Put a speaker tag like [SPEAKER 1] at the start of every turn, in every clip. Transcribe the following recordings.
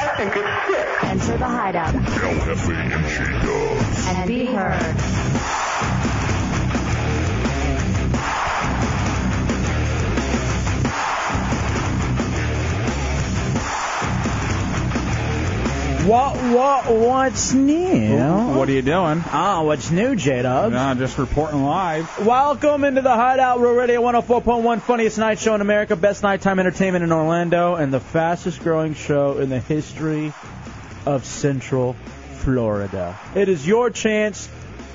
[SPEAKER 1] Enter the hideout and be heard.
[SPEAKER 2] What, what, what's new?
[SPEAKER 3] What are you doing?
[SPEAKER 2] Ah, what's new, J Dub?
[SPEAKER 3] Nah, just reporting live.
[SPEAKER 2] Welcome into the Hideout Real Radio 104.1, funniest night show in America, best nighttime entertainment in Orlando, and the fastest growing show in the history of Central Florida. It is your chance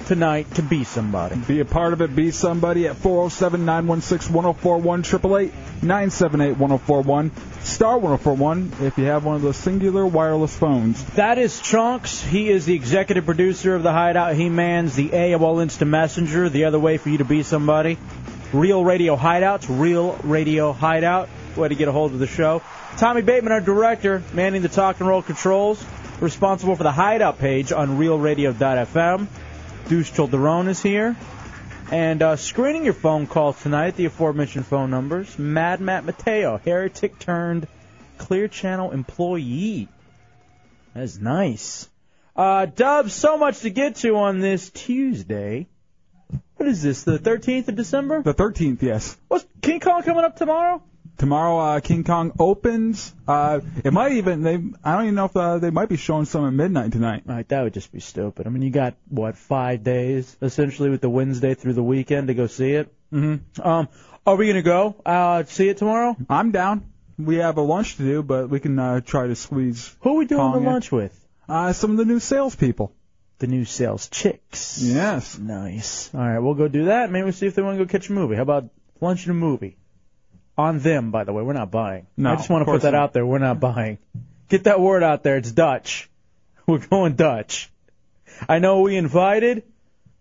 [SPEAKER 2] tonight to be somebody.
[SPEAKER 3] Be a part of it. Be somebody at 407 916 1041 978 1041 star 1041 if you have one of those singular wireless phones.
[SPEAKER 2] That is Chunks. He is the executive producer of the Hideout. He mans the AOL Instant Messenger, the other way for you to be somebody. Real Radio Hideouts, Real Radio Hideout, way to get a hold of the show. Tommy Bateman, our director, manning the talk and roll controls, responsible for the Hideout page on RealRadio.fm. Deuce Childerone is here. And uh, screening your phone calls tonight, the aforementioned phone numbers, Mad Matt Mateo, heretic turned Clear Channel employee. That's nice. Uh, Dub, so much to get to on this Tuesday. What is this, the 13th of December?
[SPEAKER 3] The 13th, yes.
[SPEAKER 2] What's King Kong coming up tomorrow?
[SPEAKER 3] Tomorrow, uh, King Kong opens. Uh, it might even they. I don't even know if uh, they might be showing some at midnight tonight.
[SPEAKER 2] All right, that would just be stupid. I mean, you got, what, five days, essentially, with the Wednesday through the weekend to go see it? Mm-hmm. Um, are we going to go uh, see it tomorrow?
[SPEAKER 3] I'm down. We have a lunch to do, but we can uh, try to squeeze
[SPEAKER 2] Who are we doing
[SPEAKER 3] Kong
[SPEAKER 2] the
[SPEAKER 3] in.
[SPEAKER 2] lunch with?
[SPEAKER 3] uh, some of the new salespeople.
[SPEAKER 2] The new sales chicks.
[SPEAKER 3] Yes.
[SPEAKER 2] Nice. All right, we'll go do that. Maybe we'll see if they want to go catch a movie. How about lunch and a movie? On them, by the way. We're not buying.
[SPEAKER 3] No,
[SPEAKER 2] I just want
[SPEAKER 3] of
[SPEAKER 2] to put
[SPEAKER 3] course
[SPEAKER 2] that
[SPEAKER 3] not.
[SPEAKER 2] out there. We're not buying. Get that word out there. It's Dutch. We're going Dutch. I know we invited,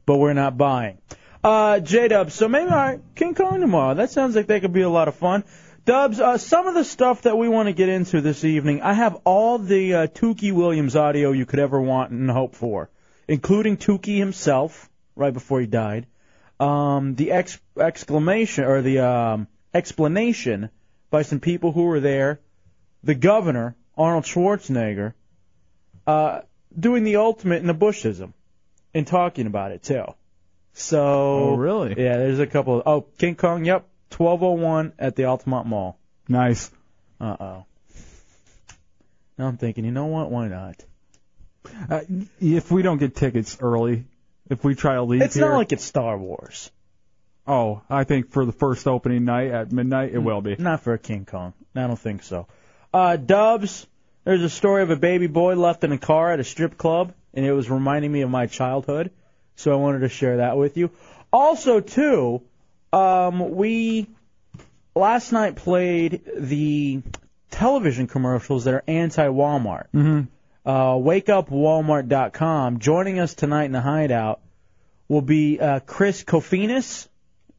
[SPEAKER 2] but we're not buying. Uh, J Dubs, so maybe all right, King Kong tomorrow. That sounds like that could be a lot of fun. Dubs, uh, some of the stuff that we want to get into this evening, I have all the uh, Tukey Williams audio you could ever want and hope for, including Tukey himself right before he died, um, the ex- exclamation or the um, explanation by some people who were there, the governor Arnold Schwarzenegger, uh, doing the ultimate in the Bushism and talking about it too. So
[SPEAKER 3] Oh, really?
[SPEAKER 2] yeah, there's a couple. Of, oh, King Kong. Yep, 1201 at the Altamont Mall.
[SPEAKER 3] Nice.
[SPEAKER 2] Uh oh. Now I'm thinking, you know what? Why not?
[SPEAKER 3] Uh, if we don't get tickets early, if we try to leave
[SPEAKER 2] It's
[SPEAKER 3] here,
[SPEAKER 2] not like it's Star Wars.
[SPEAKER 3] oh, I think for the first opening night at midnight, it will be.
[SPEAKER 2] Not for a King Kong. I don't think so. Uh, Dubs, there's a story of a baby boy left in a car at a strip club, and it was reminding me of my childhood, so I wanted to share that with you. Also, too, um, we last night played the television commercials that are anti-Walmart.
[SPEAKER 3] Mhm.
[SPEAKER 2] Uh, WakeUpWalmart.com. Joining us tonight in the hideout will be uh, Chris Kofinas.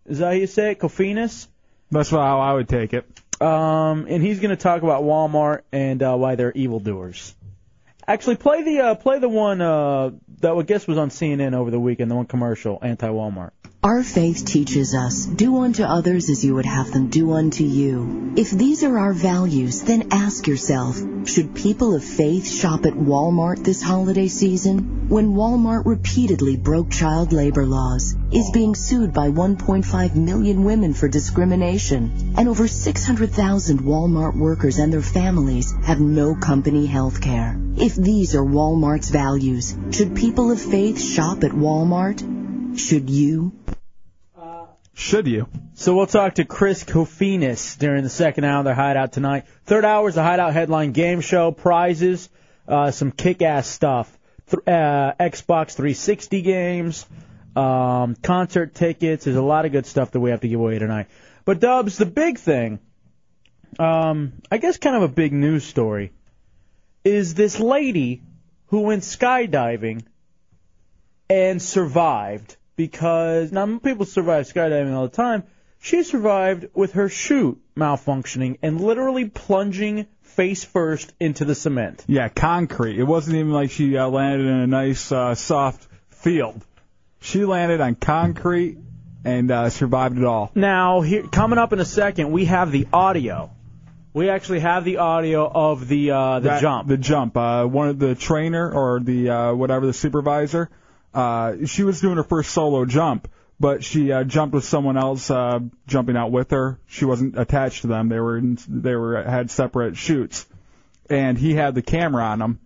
[SPEAKER 2] Is that how you say it? Kofinas?
[SPEAKER 3] That's how I would take it.
[SPEAKER 2] Um, and he's going to talk about Walmart and uh, why they're evildoers. Actually, play the uh, play the one uh, that I guess was on CNN over the weekend. The one commercial anti-Walmart.
[SPEAKER 4] Our faith teaches us, do unto others as you would have them do unto you. If these are our values, then ask yourself, should people of faith shop at Walmart this holiday season? When Walmart repeatedly broke child labor laws, is being sued by 1.5 million women for discrimination, and over 600,000 Walmart workers and their families have no company health care. If these are Walmart's values, should people of faith shop at Walmart? Should you?
[SPEAKER 3] Should you?
[SPEAKER 2] So we'll talk to Chris Kofinas during the second hour of their hideout tonight. Third hour is the hideout headline game show, prizes, uh, some kick-ass stuff, Th- uh, Xbox 360 games, um, concert tickets. There's a lot of good stuff that we have to give away tonight. But Dubs, the big thing um, I guess kind of a big news story, is this lady who went skydiving and survived because now people survive skydiving all the time. She survived with her chute malfunctioning and literally plunging face first into the cement.
[SPEAKER 3] Yeah, concrete. It wasn't even like she uh, landed in a nice uh, soft field. She landed on concrete and uh, survived it all.
[SPEAKER 2] Now, here, coming up in a second, we have the audio. We actually have the audio of the uh, the
[SPEAKER 3] That-
[SPEAKER 2] jump.
[SPEAKER 3] The jump. Uh, one of the trainer or the uh, whatever the supervisor. Uh, she was doing her first solo jump, but she uh, jumped with someone else uh, jumping out with her. She wasn't attached to them. They were in, they were had separate shoots, and he had the camera on him,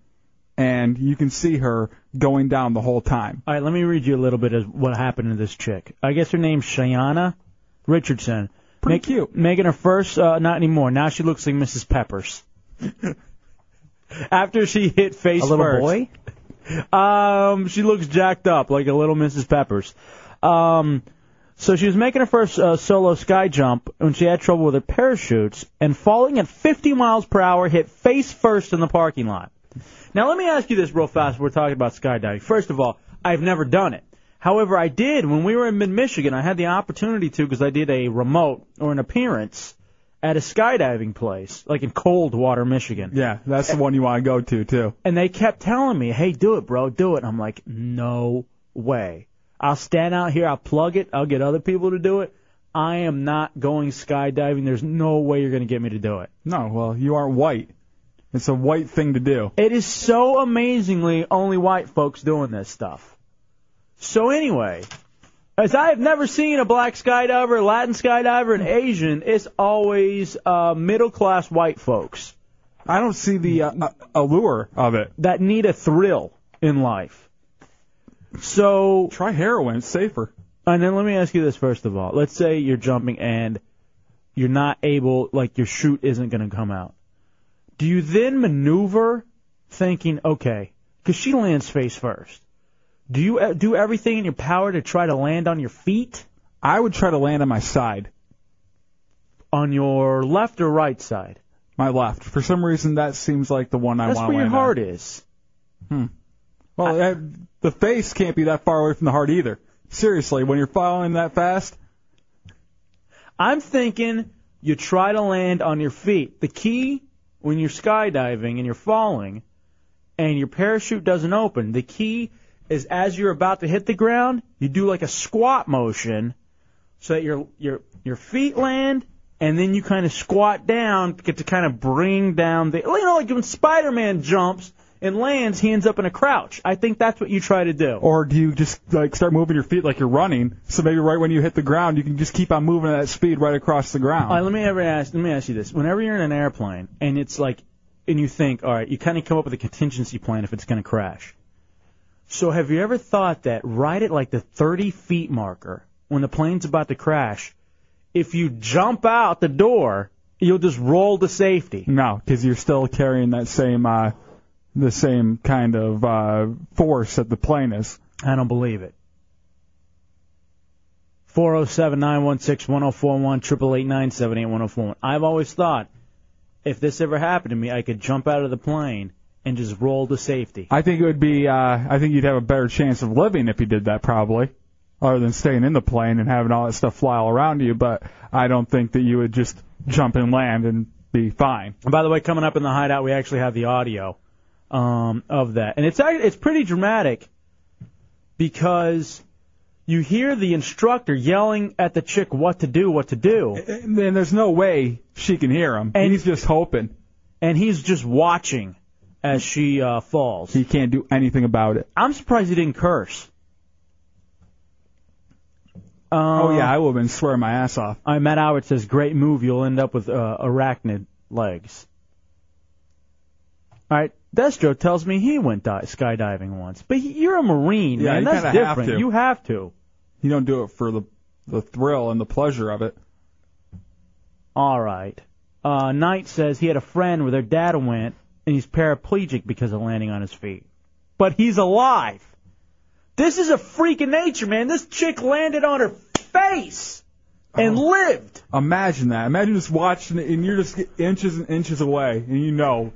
[SPEAKER 3] and you can see her going down the whole time.
[SPEAKER 2] All right, let me read you a little bit of what happened to this chick. I guess her name's Shayana Richardson. Pretty
[SPEAKER 3] cute.
[SPEAKER 2] Making her first, uh, not anymore. Now she looks like Mrs. Peppers. After she hit face
[SPEAKER 5] A little
[SPEAKER 2] first.
[SPEAKER 5] boy?
[SPEAKER 2] Um, she looks jacked up like a little Mrs. Peppers. Um, so she was making her first uh, solo sky jump when she had trouble with her parachutes and falling at 50 miles per hour hit face first in the parking lot. Now let me ask you this real fast. We're talking about skydiving. First of all, I've never done it. However, I did when we were in mid Michigan. I had the opportunity to because I did a remote or an appearance at a skydiving place, like in Coldwater, Michigan.
[SPEAKER 3] Yeah, that's the one you want to go to too.
[SPEAKER 2] And they kept telling me, hey, do it, bro, do it. And I'm like, no way. I'll stand out here, I'll plug it, I'll get other people to do it. I am not going skydiving. There's no way you're going to get me to do it.
[SPEAKER 3] No, well, you aren't white. It's a white thing to do.
[SPEAKER 2] It is so amazingly only white folks doing this stuff. So anyway, as I have never seen a black skydiver, Latin skydiver, and Asian, it's always uh, middle class white folks
[SPEAKER 3] I don't see the uh, uh, allure of it.
[SPEAKER 2] that need a thrill in life. So
[SPEAKER 3] Try heroin; it's safer.
[SPEAKER 2] And then let me ask you this first of all. Let's say you're jumping and you're not able, like your chute isn't going to come out. Do you then maneuver thinking, okay, because she lands face first. Do you uh, do everything in your power to try to land on your feet,
[SPEAKER 3] I would try to land on my side,
[SPEAKER 2] on your left or right side?
[SPEAKER 3] my left. For some reason, that seems like the one I
[SPEAKER 2] That's
[SPEAKER 3] want to
[SPEAKER 2] where
[SPEAKER 3] land
[SPEAKER 2] your heart
[SPEAKER 3] on.
[SPEAKER 2] is.
[SPEAKER 3] Well, I, the face can't be that far away from the heart either. Seriously, when you're following that fast,
[SPEAKER 2] I'm thinking you try to land on your feet. The key when you're skydiving and you're falling and your parachute doesn't open, the key is as you're about to hit the ground, you do like a squat motion so that your your your feet land and then you kind of squat down to get to kind of bring down the you know like when Spider-Man jumps and lands, he ends up in a crouch. I think that's what you try to do.
[SPEAKER 3] or do you just like start moving your feet like you're running? So maybe right when you hit the ground, you can just keep on moving at that speed right across the ground.
[SPEAKER 2] All right, let me ever ask. Let me ask you this: Whenever you're in an airplane and it's like, and you think, all right, you kind of come up with a contingency plan if it's going to crash. So have you ever thought that right at like the 30 feet marker, when the plane's about to crash, if you jump out the door, you'll just roll to safety?
[SPEAKER 3] No, because you're still carrying that same uh, the same kind of uh, force that the plane is.
[SPEAKER 2] I don't believe it. 407 916 1041 I've always thought if this ever happened to me, I could jump out of the plane and just roll to safety.
[SPEAKER 3] I think it would be. Uh, I think you'd have a better chance of living if you did that, probably, other than staying in the plane and having all that stuff fly all around you. But I don't think that you would just jump and land and be fine.
[SPEAKER 2] And by the way, coming up in the hideout, we actually have the audio um, of that, and it's act- it's pretty dramatic because you hear the instructor yelling at the chick what to do, what to do,
[SPEAKER 3] And then there's no way she can hear him.
[SPEAKER 2] And-
[SPEAKER 3] He's just hoping.
[SPEAKER 2] and he's just watching as she uh, falls.
[SPEAKER 3] He can't do anything about it.
[SPEAKER 2] I'm surprised he didn't curse. Um,
[SPEAKER 3] Oh yeah, I would have been swearing my ass off.
[SPEAKER 2] I Matt Howard says, "Great move. You'll end up with uh, arachnid legs." All right, Destro tells me he went di- skydiving once, but he, you're a Marine,
[SPEAKER 3] Yeah,
[SPEAKER 2] man.
[SPEAKER 3] you
[SPEAKER 2] That's
[SPEAKER 3] kinda have
[SPEAKER 2] different.
[SPEAKER 3] to.
[SPEAKER 2] You have to.
[SPEAKER 3] You don't do it for the the thrill and the pleasure of it.
[SPEAKER 2] All right. Uh, Knight says he had a friend where their dad went, and he's paraplegic because of landing on his feet, but he's alive. This is a freak of nature, man. This chick landed on her face. and lived.
[SPEAKER 3] Oh. Imagine that. Imagine just watching it and you're just inches and inches away and you know,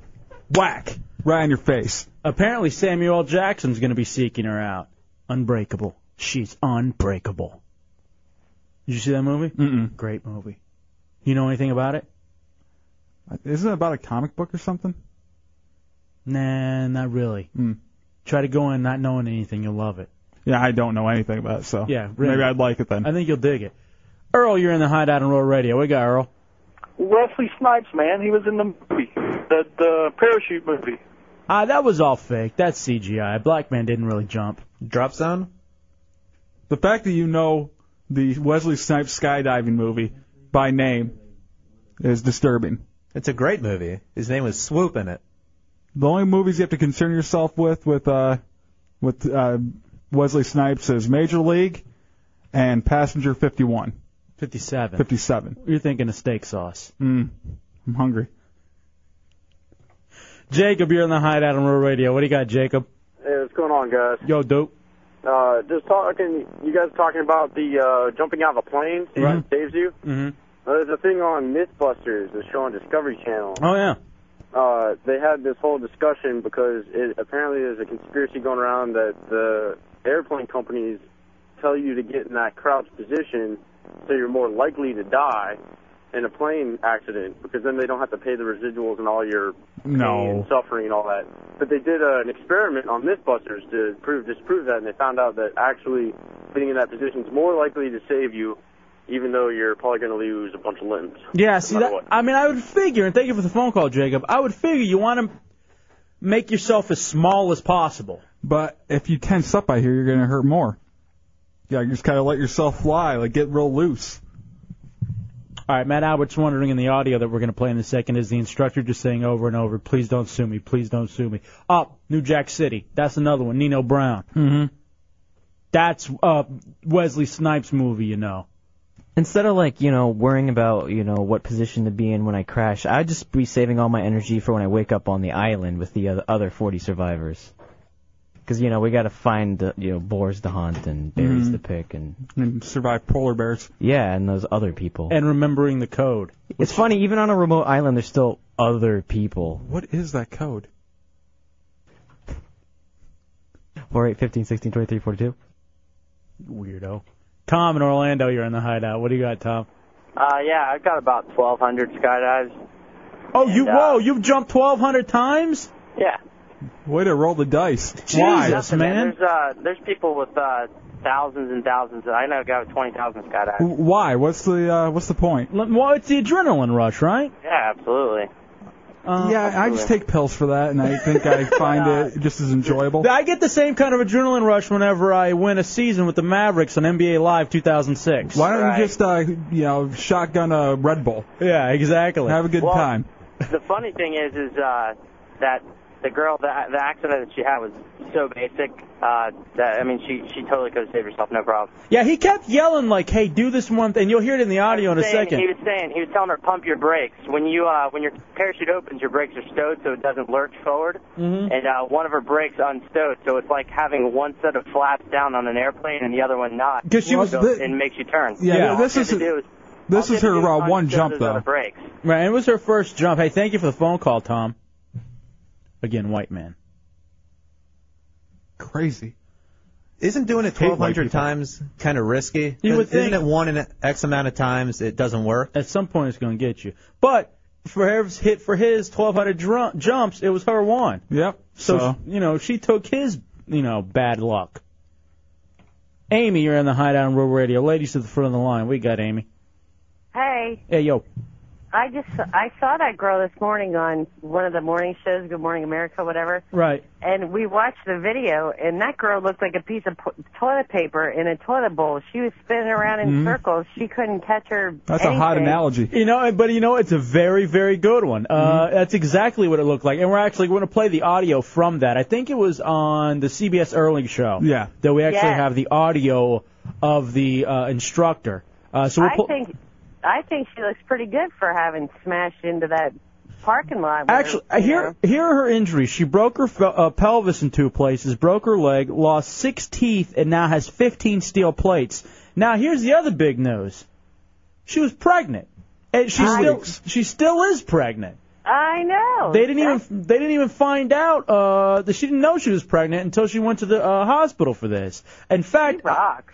[SPEAKER 3] whack, right on your face.
[SPEAKER 2] Apparently, Samuel L. Jackson's going to be seeking her out. Unbreakable. She's unbreakable. Did you see that movie? Mm-mm. Great movie. You know anything about it?
[SPEAKER 3] Uh, Isn't it about a comic book or something? Mm.
[SPEAKER 2] Nah, not really. Try to go in not knowing anything. You'll love it.
[SPEAKER 3] Yeah, I don't know anything about it, so
[SPEAKER 2] Yeah, really.
[SPEAKER 3] maybe I'd like it then.
[SPEAKER 2] I think you'll dig it. Earl, you're in the hideout on Roll Radio. We got Earl.
[SPEAKER 5] Wesley Snipes, man, he was in the movie, the the parachute movie.
[SPEAKER 2] Ah, that was all fake. That's CGI. Black man didn't really jump.
[SPEAKER 6] Drop zone?
[SPEAKER 3] The fact that you know the Wesley Snipes skydiving movie by name is disturbing.
[SPEAKER 6] It's a great movie. His name was Swoop in it.
[SPEAKER 3] The only movies you have to concern yourself with with uh, with uh, Wesley Snipes is Major League and Passenger 51,
[SPEAKER 2] 57.
[SPEAKER 3] 57.
[SPEAKER 2] You're thinking of steak sauce.
[SPEAKER 3] Mm, I'm hungry.
[SPEAKER 2] Jacob, you're in the hideout on Roll Radio. What do you got, Jacob?
[SPEAKER 7] Hey, what's going on, guys?
[SPEAKER 2] Yo, dope.
[SPEAKER 7] Uh, just talking. You guys talking about the uh, jumping out of a plane
[SPEAKER 2] Right.
[SPEAKER 7] saves you.
[SPEAKER 2] Mm-hmm.
[SPEAKER 7] Uh, there's a thing on MythBusters, the show on Discovery Channel.
[SPEAKER 2] Oh yeah.
[SPEAKER 7] Uh, they had this whole discussion because it, apparently there's a conspiracy going around that the airplane companies tell you to get in that crouched position so you're more likely to die in a plane accident because then they don't have to pay the residuals and all your pain and
[SPEAKER 3] No.
[SPEAKER 7] suffering and all that. But they did uh, an experiment on MythBusters to prove disprove that, and they found out that actually getting in that position is more likely to save you, even though you're probably going to lose a bunch of limbs.
[SPEAKER 2] Yeah, see
[SPEAKER 7] matter
[SPEAKER 2] that.
[SPEAKER 7] what.
[SPEAKER 2] I mean, I would figure, and thank you for the phone call, Jacob. I would figure you want to make yourself as small as possible.
[SPEAKER 3] But if you tense up, I hear you're gonna hurt more. Yeah, you just kind of let yourself fly, like get real loose.
[SPEAKER 2] All right, Matt Albert's wondering in the audio that we're going to play in a second is the instructor just saying over and over, "Please don't sue me, please don't sue me." Up, New Jack City. That's another one. Nino Brown.
[SPEAKER 3] Mm-hmm.
[SPEAKER 2] That's uh, Wesley Snipes' movie, you know.
[SPEAKER 8] Instead of like, you know, worrying about, you know, what position to be in when I crash, I'd just be saving all my energy for when I wake up on the island with the oth- other 40 survivors. Because, you know, we gotta find, the, you know, boars to hunt and berries to pick and,
[SPEAKER 3] Mm-hmm. And survive polar bears.
[SPEAKER 8] yeah, and those other people.
[SPEAKER 2] And remembering the code.
[SPEAKER 8] it's funny, even on a remote island, there's still other people.
[SPEAKER 3] What is that code?
[SPEAKER 8] 4, 8, 15, 16, 23, 42.
[SPEAKER 2] Weirdo. Tom in Orlando, you're in the hideout. What do you got, Tom?
[SPEAKER 5] Uh, yeah, I've got about 1,200 skydives.
[SPEAKER 2] Oh, you
[SPEAKER 5] And, uh,
[SPEAKER 2] whoa, you've jumped 1,200 times.
[SPEAKER 5] Yeah.
[SPEAKER 3] Way to roll the dice. Why?
[SPEAKER 2] Jesus,
[SPEAKER 5] Nothing,
[SPEAKER 2] man.
[SPEAKER 5] There's uh, there's people with uh, thousands and thousands. I know a guy with 20,000 skydives.
[SPEAKER 3] Why? What's the uh, what's the point?
[SPEAKER 2] L- Well, it's the adrenaline rush, right?
[SPEAKER 5] Yeah, absolutely.
[SPEAKER 2] Uh,
[SPEAKER 3] yeah, I just take pills for that, and I think I find it just as enjoyable.
[SPEAKER 2] I get the same kind of adrenaline rush whenever I win a season with the Mavericks on NBA Live 2006.
[SPEAKER 3] Why don't
[SPEAKER 5] Right.
[SPEAKER 3] you just uh, you know shotgun a Red Bull,
[SPEAKER 2] Yeah, exactly.
[SPEAKER 3] have a good
[SPEAKER 5] Well-
[SPEAKER 3] time?
[SPEAKER 5] The funny thing is, is uh, that the girl, the, the accident that she had was so basic uh, that I mean, she she totally could have saved herself, no problem.
[SPEAKER 2] Yeah, he kept yelling like, "Hey, do this one," and you'll hear it in the audio in a
[SPEAKER 5] Saying- He
[SPEAKER 2] second.
[SPEAKER 5] was saying he was telling her pump your brakes when you uh, when your parachute opens, your brakes are stowed so it doesn't lurch forward,
[SPEAKER 3] Mm-hmm.
[SPEAKER 2] Mhm.
[SPEAKER 5] and uh, one of her brakes unstowed, so it's like having one set of flaps down on an airplane and the other one not.
[SPEAKER 3] 'Cause she was
[SPEAKER 5] So
[SPEAKER 3] the-
[SPEAKER 5] it makes you turn.
[SPEAKER 3] Yeah,
[SPEAKER 2] Yeah.
[SPEAKER 3] this
[SPEAKER 5] All you
[SPEAKER 3] is
[SPEAKER 5] have to do is-
[SPEAKER 3] this
[SPEAKER 5] all you
[SPEAKER 3] is
[SPEAKER 5] have to
[SPEAKER 3] her
[SPEAKER 5] do
[SPEAKER 3] uh, one
[SPEAKER 5] unstow
[SPEAKER 3] jump
[SPEAKER 5] those
[SPEAKER 3] though.
[SPEAKER 5] other Brakes.
[SPEAKER 2] Right, it was her first jump. Hey, thank you for the phone call, Tom. Again, white man.
[SPEAKER 3] Crazy.
[SPEAKER 6] Isn't doing it
[SPEAKER 3] Hate white
[SPEAKER 6] 1,200
[SPEAKER 3] people.
[SPEAKER 6] times kind of risky?
[SPEAKER 2] You would
[SPEAKER 6] Isn't
[SPEAKER 2] think-
[SPEAKER 6] it one in X amount of times it doesn't work?
[SPEAKER 2] At some point, it's going to get you. But for his hit for his 1,200 drum, jumps, it was her one.
[SPEAKER 3] Yep.
[SPEAKER 2] So, you know, she took his, you know, bad luck. Amy, you're in the hideout on Road Radio. Ladies to the front of the line. We got Amy.
[SPEAKER 9] Hey,
[SPEAKER 2] Hey, yo.
[SPEAKER 9] I just I saw that girl this morning on one of the morning shows, Good Morning America, whatever,
[SPEAKER 2] Right.
[SPEAKER 9] and we watched the video, and that girl looked like a piece of po- toilet paper in a toilet bowl. She was spinning around in circles. She couldn't catch her.
[SPEAKER 3] Mm-hmm. that's a hot
[SPEAKER 9] anything.
[SPEAKER 3] analogy. Mm-hmm.
[SPEAKER 2] You know, but you know, it's a very, very good one. Uh, that's exactly what it looked like. And we're actually going to play the audio from that. I think it was on the CBS Early show.
[SPEAKER 3] Yeah.
[SPEAKER 2] That we actually
[SPEAKER 9] Yes.
[SPEAKER 2] have the audio of the uh, instructor. Uh, so we'll
[SPEAKER 9] I
[SPEAKER 2] pl-
[SPEAKER 9] think I think she looks pretty good for having smashed into that parking lot. where,
[SPEAKER 2] Actually, uh,
[SPEAKER 9] you
[SPEAKER 2] here
[SPEAKER 9] know.
[SPEAKER 2] here are her injuries. She broke her fel- uh, pelvis in two places, broke her leg, lost six teeth, and now has 15 steel plates. Now here's the other big news. She was pregnant, and she
[SPEAKER 10] I-
[SPEAKER 2] still she still is pregnant.
[SPEAKER 10] I know.
[SPEAKER 2] They didn't even they didn't even find out uh, that she didn't know she was pregnant until she went to the uh, hospital for this. In fact,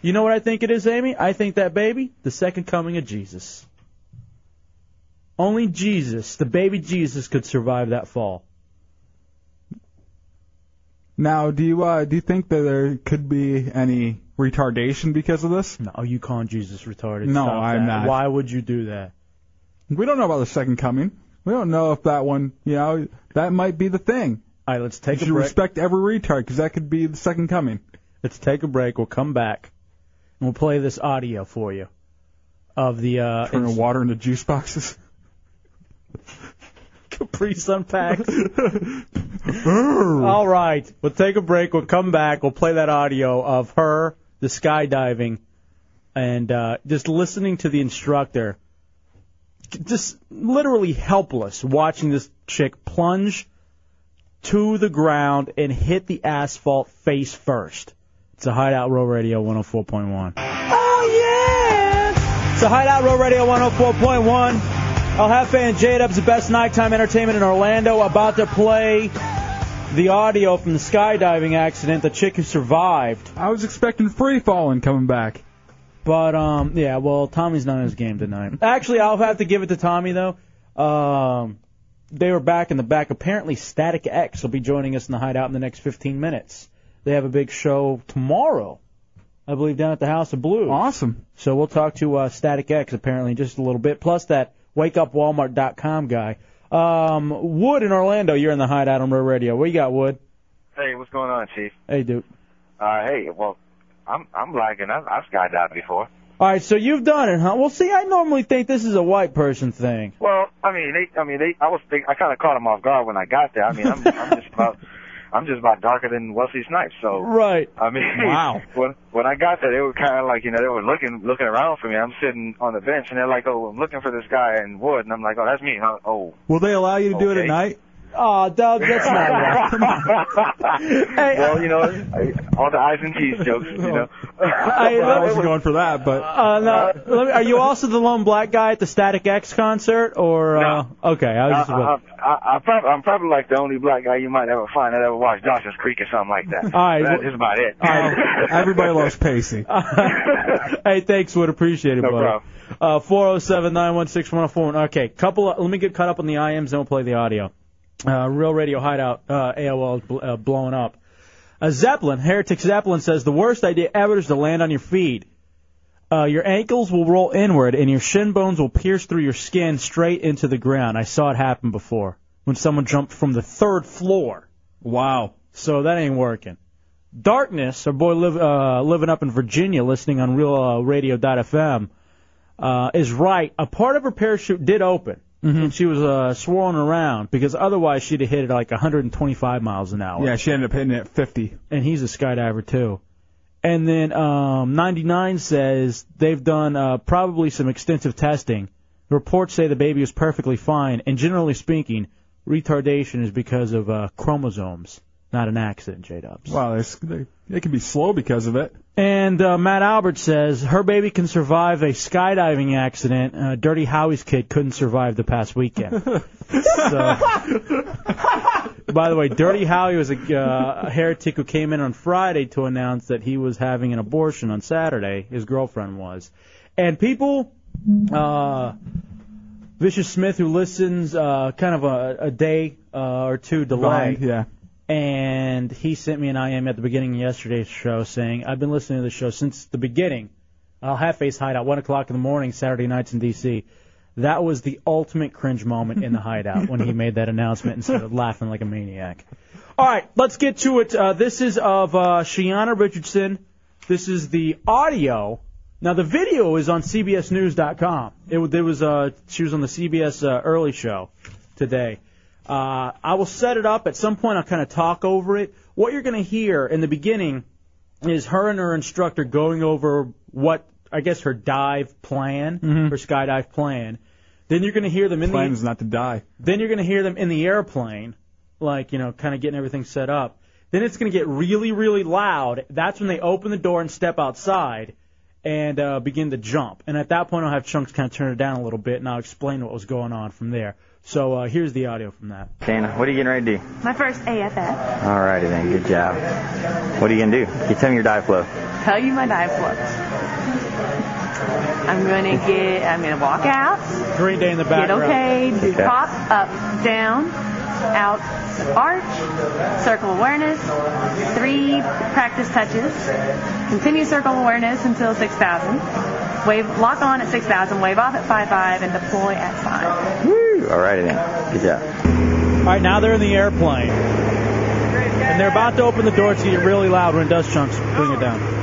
[SPEAKER 2] you know what I think it is, Amy? I think that baby, the second coming of Jesus. Only Jesus, the baby Jesus, could survive that fall.
[SPEAKER 3] Now, do you uh, do you think that there could be any retardation because of this?
[SPEAKER 2] No, you calling Jesus retarded?
[SPEAKER 3] No,
[SPEAKER 2] Stop
[SPEAKER 3] I'm
[SPEAKER 2] that.
[SPEAKER 3] not.
[SPEAKER 2] Why would you do that?
[SPEAKER 3] We don't know about the second coming. We don't know if that one, you know, that might be the thing.
[SPEAKER 2] All right, let's take
[SPEAKER 3] you
[SPEAKER 2] a
[SPEAKER 3] should
[SPEAKER 2] break.
[SPEAKER 3] respect every retard because that could be the second coming.
[SPEAKER 2] Let's take a break. We'll come back and we'll play this audio for you of the uh,
[SPEAKER 3] Turn the water into juice boxes.
[SPEAKER 2] Capri Sun packs. All right, we'll take a break. We'll come back. We'll play that audio of her, the skydiving, and uh, just listening to the instructor, just literally helpless watching this chick plunge to the ground and hit the asphalt face first. It's a Hideout Row Radio 104.1. It's a Hideout Row Radio 104.1. El Jefe and J Dub's the best nighttime entertainment in Orlando. About to play the audio from the skydiving accident, the chick who survived.
[SPEAKER 3] I was expecting free falling coming back.
[SPEAKER 2] But um, yeah, well, Tommy's not in his game tonight. Actually, I'll have to give it to Tommy though. Um, they were back in the back. Apparently, Static X will be joining us in the hideout in the next 15 minutes. They have a big show tomorrow, I believe, down at the House of Blues.
[SPEAKER 3] Awesome.
[SPEAKER 2] So we'll talk to uh, Static X apparently in just a little bit. Plus that WakeUpWalmart.com guy. Um, Wood in Orlando, you're in the hideout on Row Radio. What you got, Wood?
[SPEAKER 7] Hey, what's going on, Chief?
[SPEAKER 2] Hey, dude.
[SPEAKER 7] Uh, hey, well, I'm I'm black and I've, I've skydived before.
[SPEAKER 2] All right, so you've done it, huh? Well, see, I normally think this is a white person thing.
[SPEAKER 7] Well, I mean, they, I mean, they, I was, think, I kind of caught them off guard when I got there. I mean, I'm, I'm just about, I'm just about darker than Wesley Snipes. So,
[SPEAKER 2] Right.
[SPEAKER 7] I mean,
[SPEAKER 2] Wow.
[SPEAKER 7] When when I got there, they were kind of like, you know, they were looking looking around for me. I'm sitting on the bench, and they're like, oh, I'm looking for this guy in wood, and I'm like, oh, that's me. huh? Oh,
[SPEAKER 3] Will they allow you to do it at
[SPEAKER 7] Okay.
[SPEAKER 3] night?
[SPEAKER 2] Oh, Dub, that's not right.
[SPEAKER 7] well, you know, I- all the I's and T's jokes, you know.
[SPEAKER 2] I-
[SPEAKER 3] I wasn't going for that, but
[SPEAKER 2] Uh, no, let me, are you also the lone black guy at the Static X concert, or uh, okay? I was just about-
[SPEAKER 7] I, I, I, I prob- I'm probably like the only black guy you might ever find that ever watched Dawson's Creek or something like that.
[SPEAKER 2] All right,
[SPEAKER 7] That's
[SPEAKER 2] well-
[SPEAKER 7] just about it.
[SPEAKER 3] everybody loves Pacey.
[SPEAKER 2] hey, thanks, would appreciate it,
[SPEAKER 7] No
[SPEAKER 2] buddy. Uh, 407-916-1041. Okay, couple. Of, let me get caught up on the IMs, and we'll play the audio. Uh, Real Radio Hideout uh, AOL is bl- uh, blowing up. Uh, Zeppelin, Heretic Zeppelin says the worst idea ever is to land on your feet. Uh, your ankles will roll inward, and your shin bones will pierce through your skin straight into the ground. I saw it happen before when someone jumped from the third floor.
[SPEAKER 3] Wow.
[SPEAKER 2] So that ain't working. Darkness, our boy live, uh, living up in Virginia, listening on Real uh, Radio.fm, uh, is right. A part of her parachute did open, and she was uh, swirling around because otherwise she'd have hit it like 125 miles an hour.
[SPEAKER 3] Yeah, she ended up hitting it at 50.
[SPEAKER 2] And he's a skydiver too. And then um, 99 says they've done uh, probably some extensive testing. The reports say the baby is perfectly fine, and generally speaking, retardation is because of uh, chromosomes, not an accident, J Dubs.
[SPEAKER 3] Wow, they, they, they can be slow because of it.
[SPEAKER 2] And uh, Matt Albert says her baby can survive a skydiving accident. Uh, Dirty Howie's kid couldn't survive the past weekend. so, by the way, Dirty Howie was a, uh, a heretic who came in on Friday to announce that he was having an abortion on Saturday. His girlfriend was, and people. Uh, Vicious Smith, who listens uh, kind of a, a day uh, or two delay,
[SPEAKER 3] Behind, yeah.
[SPEAKER 2] and he sent me an IM at the beginning of yesterday's show saying, I've been listening to the show since the beginning. I'll have face hideout, 1 o'clock in the morning, Saturday nights in D.C. That was the ultimate cringe moment in the hideout when he made that announcement and started laughing like a maniac. All right, let's get to it. Uh, this is of uh, Shiana Richardson. This is the audio. Now, the video is on CBSNews.com. It, wa- there was uh, She was on the CBS uh, early show today. Uh, I will set it up. At some point, I'll kind of talk over it. What you're going to hear in the beginning is her and her instructor going over what, I guess, her dive plan, her skydive plan. Then you're going to hear them in
[SPEAKER 3] Plan
[SPEAKER 2] the
[SPEAKER 3] is not to die.
[SPEAKER 2] then you're going to hear them in the airplane, like, you know, kind of getting everything set up. Then it's going to get really, really loud. That's when they open the door and step outside. and uh, begin to jump. And at that point, I'll have Chunks kind of turn it down a little bit, and I'll explain what was going on from there. So uh, here's the audio from that.
[SPEAKER 11] Dana, what are you getting ready to do?
[SPEAKER 9] My first AFF.
[SPEAKER 11] Alrighty then, good job. What are you gonna do? You tell me your dive flow.
[SPEAKER 9] Tell you my dive flow. I'm gonna get. I'm gonna walk out.
[SPEAKER 2] Green Day in the
[SPEAKER 9] Get
[SPEAKER 2] background.
[SPEAKER 9] okay. Do
[SPEAKER 2] Okay.
[SPEAKER 9] pop up, down, out, arch, circle awareness, three practice touches. Continue circle awareness until 6,000. Wave, lock on at 6,000. Wave off at 5.5 and deploy at 5.
[SPEAKER 11] Woo, Alrighty then, good job.
[SPEAKER 2] All right, now they're in the airplane, and they're about to open the door to get really loud when dust chunks bring it down.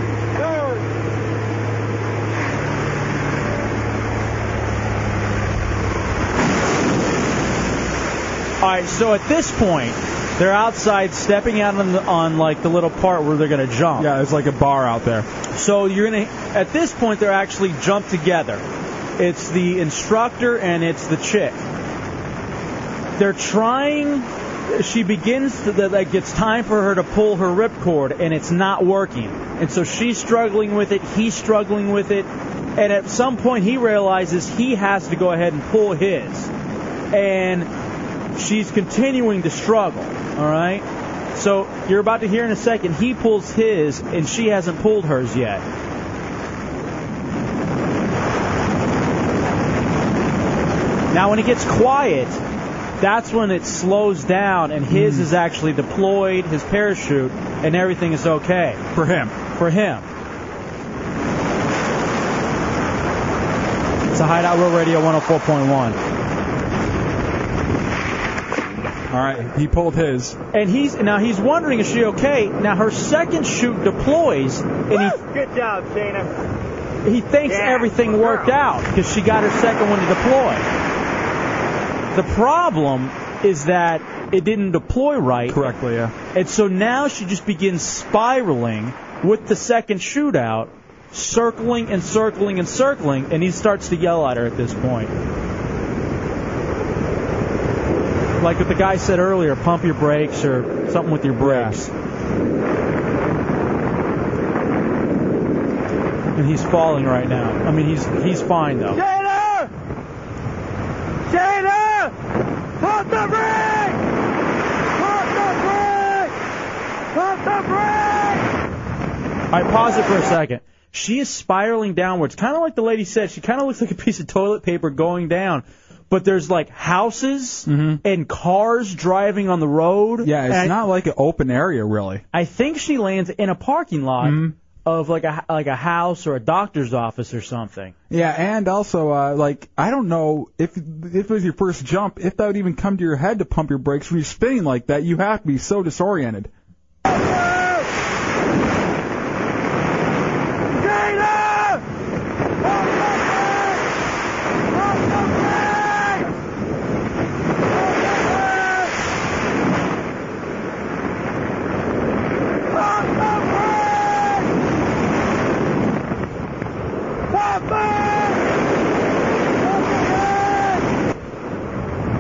[SPEAKER 2] All right, so at this point, they're outside stepping out on, the, on like the little part where they're gonna jump. Yeah,
[SPEAKER 3] it's like a bar out there.
[SPEAKER 2] So you're gonna at this point they're actually jumped together. It's the instructor and it's the chick. They're trying. She begins to that like it's time for her to pull her ripcord and it's not working. And so she's struggling with it. He's struggling with it. And at some point he realizes he has to go ahead and pull his. And she's continuing to struggle. All right. So you're about to hear in a second. He pulls his and she hasn't pulled hers yet. Now, when it gets quiet, that's when it slows down, and
[SPEAKER 3] Hmm.
[SPEAKER 2] his is actually deployed, his parachute, and everything is okay.
[SPEAKER 3] For him.
[SPEAKER 2] For him. It's a Hideout Real Radio 104.1.
[SPEAKER 3] All right, he pulled his.
[SPEAKER 2] And he's now he's wondering is she okay? Now her second chute deploys, and
[SPEAKER 12] Good job, Dana.
[SPEAKER 2] he he thinks everything worked out because she got her second one to deploy. The problem is that it didn't deploy right.
[SPEAKER 3] Correctly, yeah.
[SPEAKER 2] And so now she just begins spiraling with the second shootout, circling and circling and circling, and he starts to yell at her at this point. Like what the guy said earlier, pump your brakes or something with your brakes. And he's falling right now. I mean, he's he's fine though.
[SPEAKER 12] Taylor! Taylor! Pump the brake! Pump the brake! Pump the brake!
[SPEAKER 2] All right, pause it for a second. She is spiraling downwards, kind of like the lady said. She kind of looks like a piece of toilet paper going down. But there's like houses and cars driving on the road.
[SPEAKER 3] Mm-hmm. Yeah, it's
[SPEAKER 2] And I-
[SPEAKER 3] not like an open area really.
[SPEAKER 2] I think she lands in a parking lot
[SPEAKER 3] Mm-hmm.
[SPEAKER 2] of like a like a house or a doctor's office or something.
[SPEAKER 3] Yeah, and also, uh, like, I don't know if if it was your first jump, if that would even come to your head to pump your brakes when you're spinning like that. You have to be so disoriented.
[SPEAKER 12] Taylor!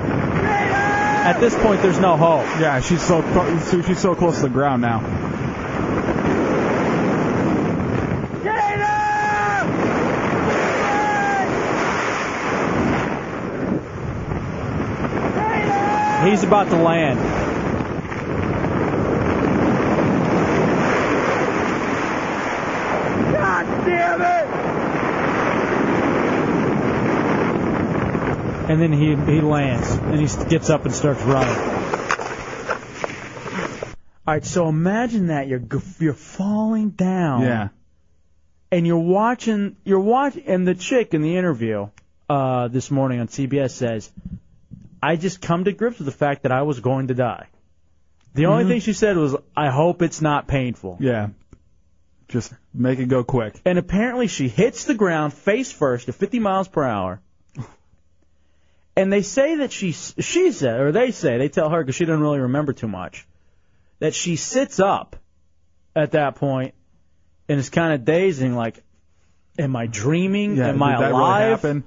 [SPEAKER 2] At this point, there's no hope.
[SPEAKER 3] Yeah, she's so clo- so she's so close to the ground now.
[SPEAKER 2] He's about to land.
[SPEAKER 12] God damn it!
[SPEAKER 2] and then he he lands and he gets up and starts running. All right, so imagine that you're g- you're falling down.
[SPEAKER 3] Yeah.
[SPEAKER 2] And you're watching you're watch and the chick in the interview uh, this morning on CBS says, "I just come to grips with the fact that I was going to die." The only
[SPEAKER 3] Mhm.
[SPEAKER 2] thing she said was, "I hope it's not painful."
[SPEAKER 3] Yeah. Just make it go quick.
[SPEAKER 2] And apparently she hits the ground face first at 50 miles per hour. And they say that she she said or they say they tell her because she doesn't really remember too much that she sits up at that point and is kind of dazing like, am I dreaming?
[SPEAKER 13] Yeah,
[SPEAKER 2] am I
[SPEAKER 13] did that really
[SPEAKER 2] alive?
[SPEAKER 13] happen?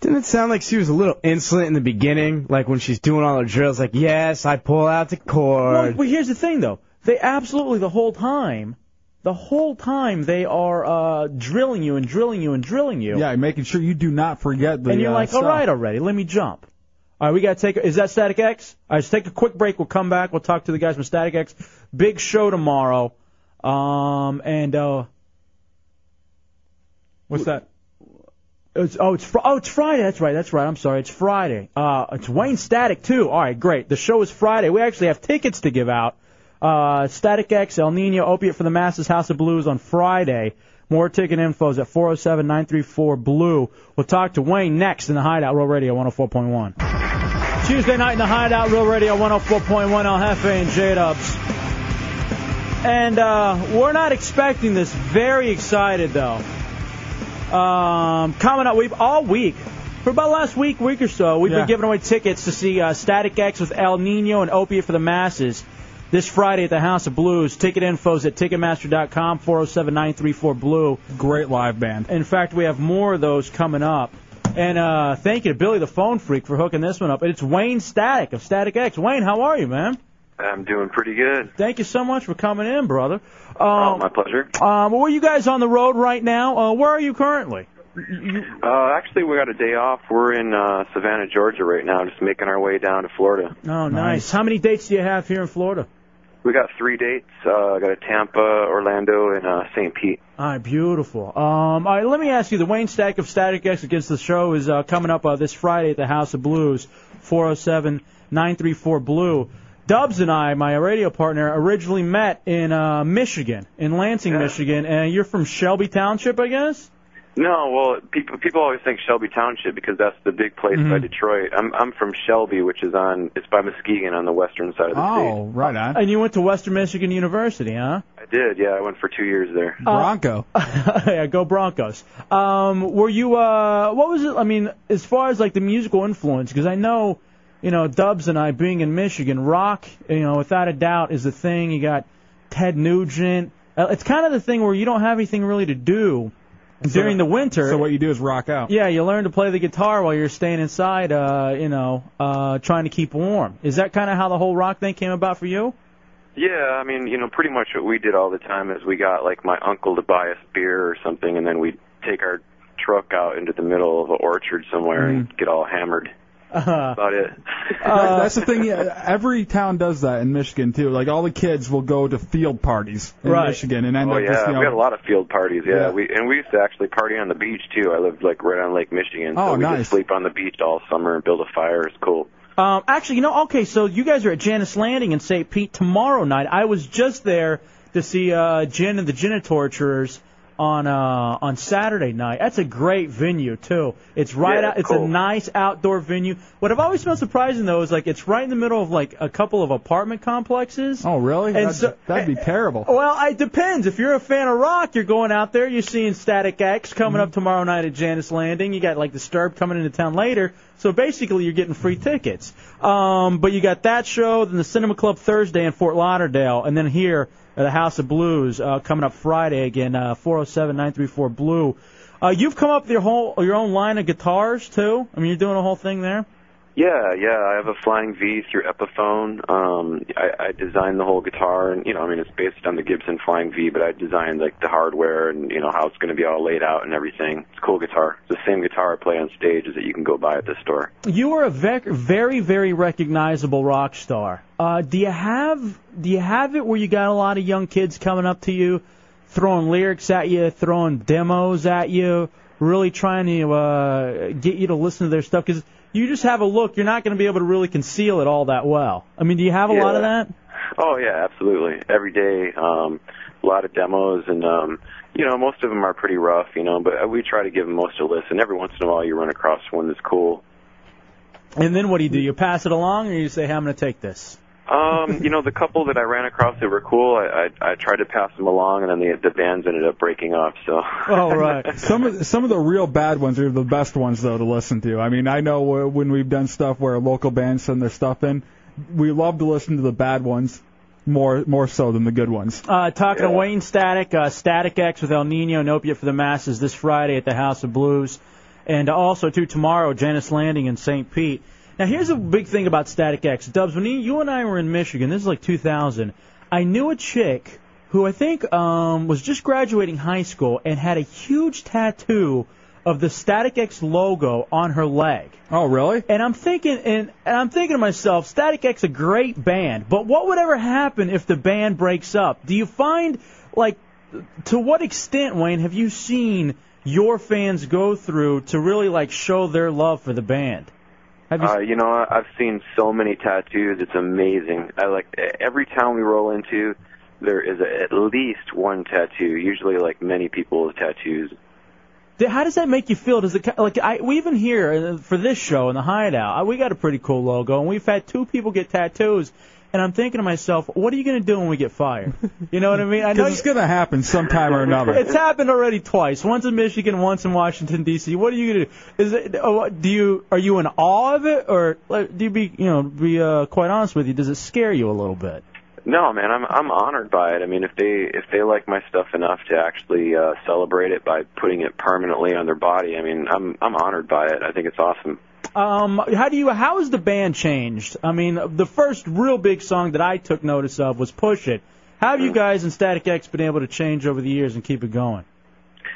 [SPEAKER 13] Didn't it sound like she was a little insolent in the beginning? Like when she's doing all her drills, like, yes, I pull out the cord.
[SPEAKER 2] Well, well, here's the thing though. They absolutely the whole time The whole time they are uh, drilling you and drilling you and drilling you.
[SPEAKER 3] Yeah, making sure you do not forget the.
[SPEAKER 2] and you're
[SPEAKER 3] uh,
[SPEAKER 2] like, all
[SPEAKER 3] stuff.
[SPEAKER 2] right already, let me jump. All right, we got to take. Is that Static X? All right, let's take a quick break. We'll come back. We'll talk to the guys from Static X. Big show tomorrow. Um, and uh, what's that? It's, oh, it's fr- oh, it's Friday. That's right. That's right. I'm sorry. It's Friday. Uh, it's Wayne Static too. All right, great. The show is Friday. We actually have tickets to give out. Uh, Static X, El Nino, Opiate for the Masses, House of Blues on Friday. More ticket info is at 407-934-BLUE. We'll talk to Wayne next in the Hideout Roll Radio 104.1. Tuesday night in the Hideout Real Radio 104.1 El Jefe and J Dubs. And uh, we're not expecting this. Very excited though. Um, coming up, we've all week for about last week, week or so, we've
[SPEAKER 3] Yeah.
[SPEAKER 2] been giving away tickets to see uh, Static X with El Nino and Opiate for the Masses this Friday at the House of Blues. Ticket info's at Ticketmaster.com 407 blue
[SPEAKER 3] Great live band.
[SPEAKER 2] In fact, we have more of those coming up. And uh, thank you to Billy the Phone Freak for hooking this one up. It's Wayne Static of Static X. Wayne, how are you, man?
[SPEAKER 14] I'm doing pretty good.
[SPEAKER 2] Thank you so much for coming in, brother.
[SPEAKER 14] Oh,
[SPEAKER 2] Um,
[SPEAKER 14] my pleasure.
[SPEAKER 2] um, well, you guys on the road right now? Uh, where are you currently?
[SPEAKER 14] Uh, actually, we got a day off. We're in uh, Savannah, Georgia right now, just making our way down to Florida.
[SPEAKER 2] Oh, nice. How many dates do you have here in Florida?
[SPEAKER 14] We got three dates. Uh, I got a Tampa, Orlando, and uh, St. Pete.
[SPEAKER 2] All right, beautiful. Um, all right, let me ask you: the Wayne Stack of Static X against the show is uh, coming up uh, this Friday at the House of Blues, 407-934 Blue. Dubs and I, my radio partner, originally met in uh, Michigan, in Lansing, Michigan, and you're from Shelby Township, I guess.
[SPEAKER 14] No, well, people people always think Shelby Township because that's the big place by Detroit. I'm I'm from Shelby, which is on it's by Muskegon on the western side of the
[SPEAKER 2] Oh,
[SPEAKER 14] state.
[SPEAKER 3] right on.
[SPEAKER 2] And you went to Western Michigan University, huh?
[SPEAKER 14] I did, yeah. I went for two years there.
[SPEAKER 2] Bronco. Uh, yeah, go Broncos. Um, were you? Uh, what was it? I mean, as far as like the musical influence, because I know, you know, Dubs and I being in Michigan, rock, you know, without a doubt is the thing. You got Ted Nugent. Uh, It's kind of the thing where you don't have anything really to do during the winter.
[SPEAKER 3] So what you do is rock out.
[SPEAKER 2] Yeah, you learn to play the guitar while you're staying inside, uh, you know, uh, trying to keep warm. Is that kind of how the whole rock thing came about for you?
[SPEAKER 14] Yeah, I mean, you know, pretty much what we did all the time is we got like my uncle to buy us beer or something, and then we'd take our truck out into the middle of an orchard
[SPEAKER 3] Mm.
[SPEAKER 14] somewhere and get all hammered.
[SPEAKER 2] Uh-huh.
[SPEAKER 3] Uh,
[SPEAKER 14] About it.
[SPEAKER 2] Uh,
[SPEAKER 3] That- that's the thing. Yeah, every town does that in Michigan too. Like all the kids will go to field parties in
[SPEAKER 14] Right.
[SPEAKER 3] Michigan and end
[SPEAKER 14] oh
[SPEAKER 3] up
[SPEAKER 14] yeah,
[SPEAKER 3] just you know.
[SPEAKER 14] we had a lot of field parties. Yeah,
[SPEAKER 3] Yeah.
[SPEAKER 14] we and we used to actually party on the beach too. I lived like right on Lake Michigan,
[SPEAKER 2] Oh,
[SPEAKER 14] so we
[SPEAKER 2] nice.
[SPEAKER 14] just sleep on the beach all summer and build a fire. It's cool.
[SPEAKER 2] Um, actually, you know, okay, so you guys are at Janice Landing in St. Pete tomorrow night. I was just there to see uh, Jen and the Jenna Torturers on uh, on Saturday night. That's a great venue too. It's right
[SPEAKER 14] Yeah,
[SPEAKER 2] out. It's a
[SPEAKER 14] cool.
[SPEAKER 2] nice outdoor venue. What I've always found surprising though is like it's right in the middle of like a couple of apartment complexes.
[SPEAKER 3] Oh really?
[SPEAKER 2] And
[SPEAKER 3] that'd,
[SPEAKER 2] so- eh,
[SPEAKER 3] that'd be terrible.
[SPEAKER 2] Well, it depends. If you're a fan of rock, you're going out there. You're seeing Static X coming
[SPEAKER 3] Mm-hmm.
[SPEAKER 2] up tomorrow night at Janice Landing. You got like Disturbed coming into town later. So basically, you're getting free tickets. Um, but you got that show, then the Cinema Club Thursday in Fort Lauderdale, and then here at the House of Blues uh, coming up Friday again, uh, 407-934 Blue. Uh, you've come up with your whole your own line of guitars too. I mean, you're doing a whole thing there.
[SPEAKER 14] Yeah, yeah. I have a Flying V through Epiphone. Um, I, I designed the whole guitar, and you know, I mean, it's based on the Gibson Flying V, but I designed like the hardware and you know how it's going to be all laid out and everything. It's a cool guitar. It's the same guitar I play on stage as that you can go buy at the store.
[SPEAKER 2] You are a vec- very, very recognizable rock star. Uh, do you have do you have it where you got a lot of young kids coming up to you, throwing lyrics at you, throwing demos at you, really trying to uh, get you to listen to their stuff? Because you just have a look. You're not going to be able to really conceal it all that well. I mean, do you have a lot of
[SPEAKER 14] Yeah.
[SPEAKER 2] that?
[SPEAKER 14] Oh yeah, absolutely. Every day, um, a lot of demos, and um, you know, most of them are pretty rough, you know, but we try to give them most a listen. Every once in a while, you run across one that's cool.
[SPEAKER 2] And then what do you do? You pass it along, or you say, "Hey, I'm going to take this."
[SPEAKER 14] Um, you know, the couple that I ran across that were cool, I, I, I tried to pass them along, and then the the bands ended up breaking up. So.
[SPEAKER 2] Oh right.
[SPEAKER 3] some of some of the real bad ones are the best ones though to listen to. I mean, I know uh, when we've done stuff where local bands send their stuff in, we love to listen to the bad ones more more so than the good ones.
[SPEAKER 2] Uh, talking to Wayne Static, uh, Static X with El Nino and Opiate for the Masses this Friday at the House of Blues. And also, too, tomorrow, Janice Landing in St. Pete. Now, here's a big thing about Static X. Dubs, when you you and I were in Michigan, this is like 2000, I knew a chick who I think um, was just graduating high school and had a huge tattoo of the Static X logo on her leg.
[SPEAKER 3] Oh, really?
[SPEAKER 2] And I'm thinking, and, and I'm thinking to myself, Static X a great band, but what would ever happen if the band breaks up? Do you find like to what extent, Wayne, have you seen your fans go through to really like show their love for the band? Have
[SPEAKER 14] Uh, you know, I've seen so many tattoos. It's amazing. I like e, every town we roll into, there is a, at least one tattoo. Usually, like many people with tattoos.
[SPEAKER 2] Th- How does that make you feel? Does it ki- like I we even here uh, for this show in the hideout? I, we got a pretty cool logo, and we've had two people get tattoos. And I'm thinking to myself, what are you going to do when we get fired? You know what I mean? I know
[SPEAKER 3] Because it's going to happen sometime or another.
[SPEAKER 2] It's happened already twice. Once in Michigan, once in Washington D.C. What are you gonna do? Is it? oh, what- Do you are you in awe of it, or like, do you be you know be uh, quite honest with you? Does it scare you a little bit?
[SPEAKER 14] No, man, I'm I'm honored by it. I mean, if they if they like my stuff enough to actually uh, celebrate it by putting it permanently on their body, I mean, I'm I'm honored by it. I think it's awesome.
[SPEAKER 2] Um, how do you how has the band changed? I mean, the first real big song that I took notice of was Push It. How have you guys and Static X been able to change over the years and keep it going?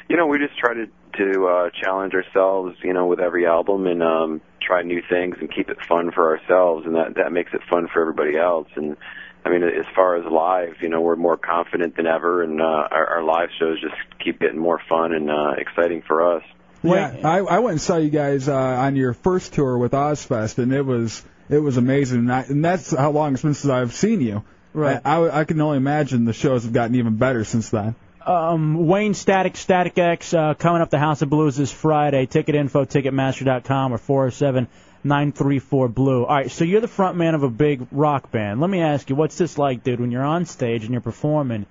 [SPEAKER 14] You know, we just try to to uh, challenge ourselves, you know, with every album and um, try new things and keep it fun for ourselves, and that that makes it fun for everybody else. And I mean, as far as live, you know, we're more confident than ever, and uh, our, our live shows just keep getting more fun and uh, exciting for us.
[SPEAKER 3] Yeah, I, I went and saw you guys uh, on your first tour with Ozfest, and it was it was amazing. And, I, and that's how long it's been since I've seen you.
[SPEAKER 2] Right.
[SPEAKER 3] I, I, I can only imagine the shows have gotten even better since then.
[SPEAKER 2] Um, Wayne Static, Static X, uh, coming up the House of Blues this Friday. Ticket info, ticketmaster.com or 407 934 Blue. All right, so you're the front man of a big rock band. Let me ask you, what's this like, dude, when you're on stage and you're performing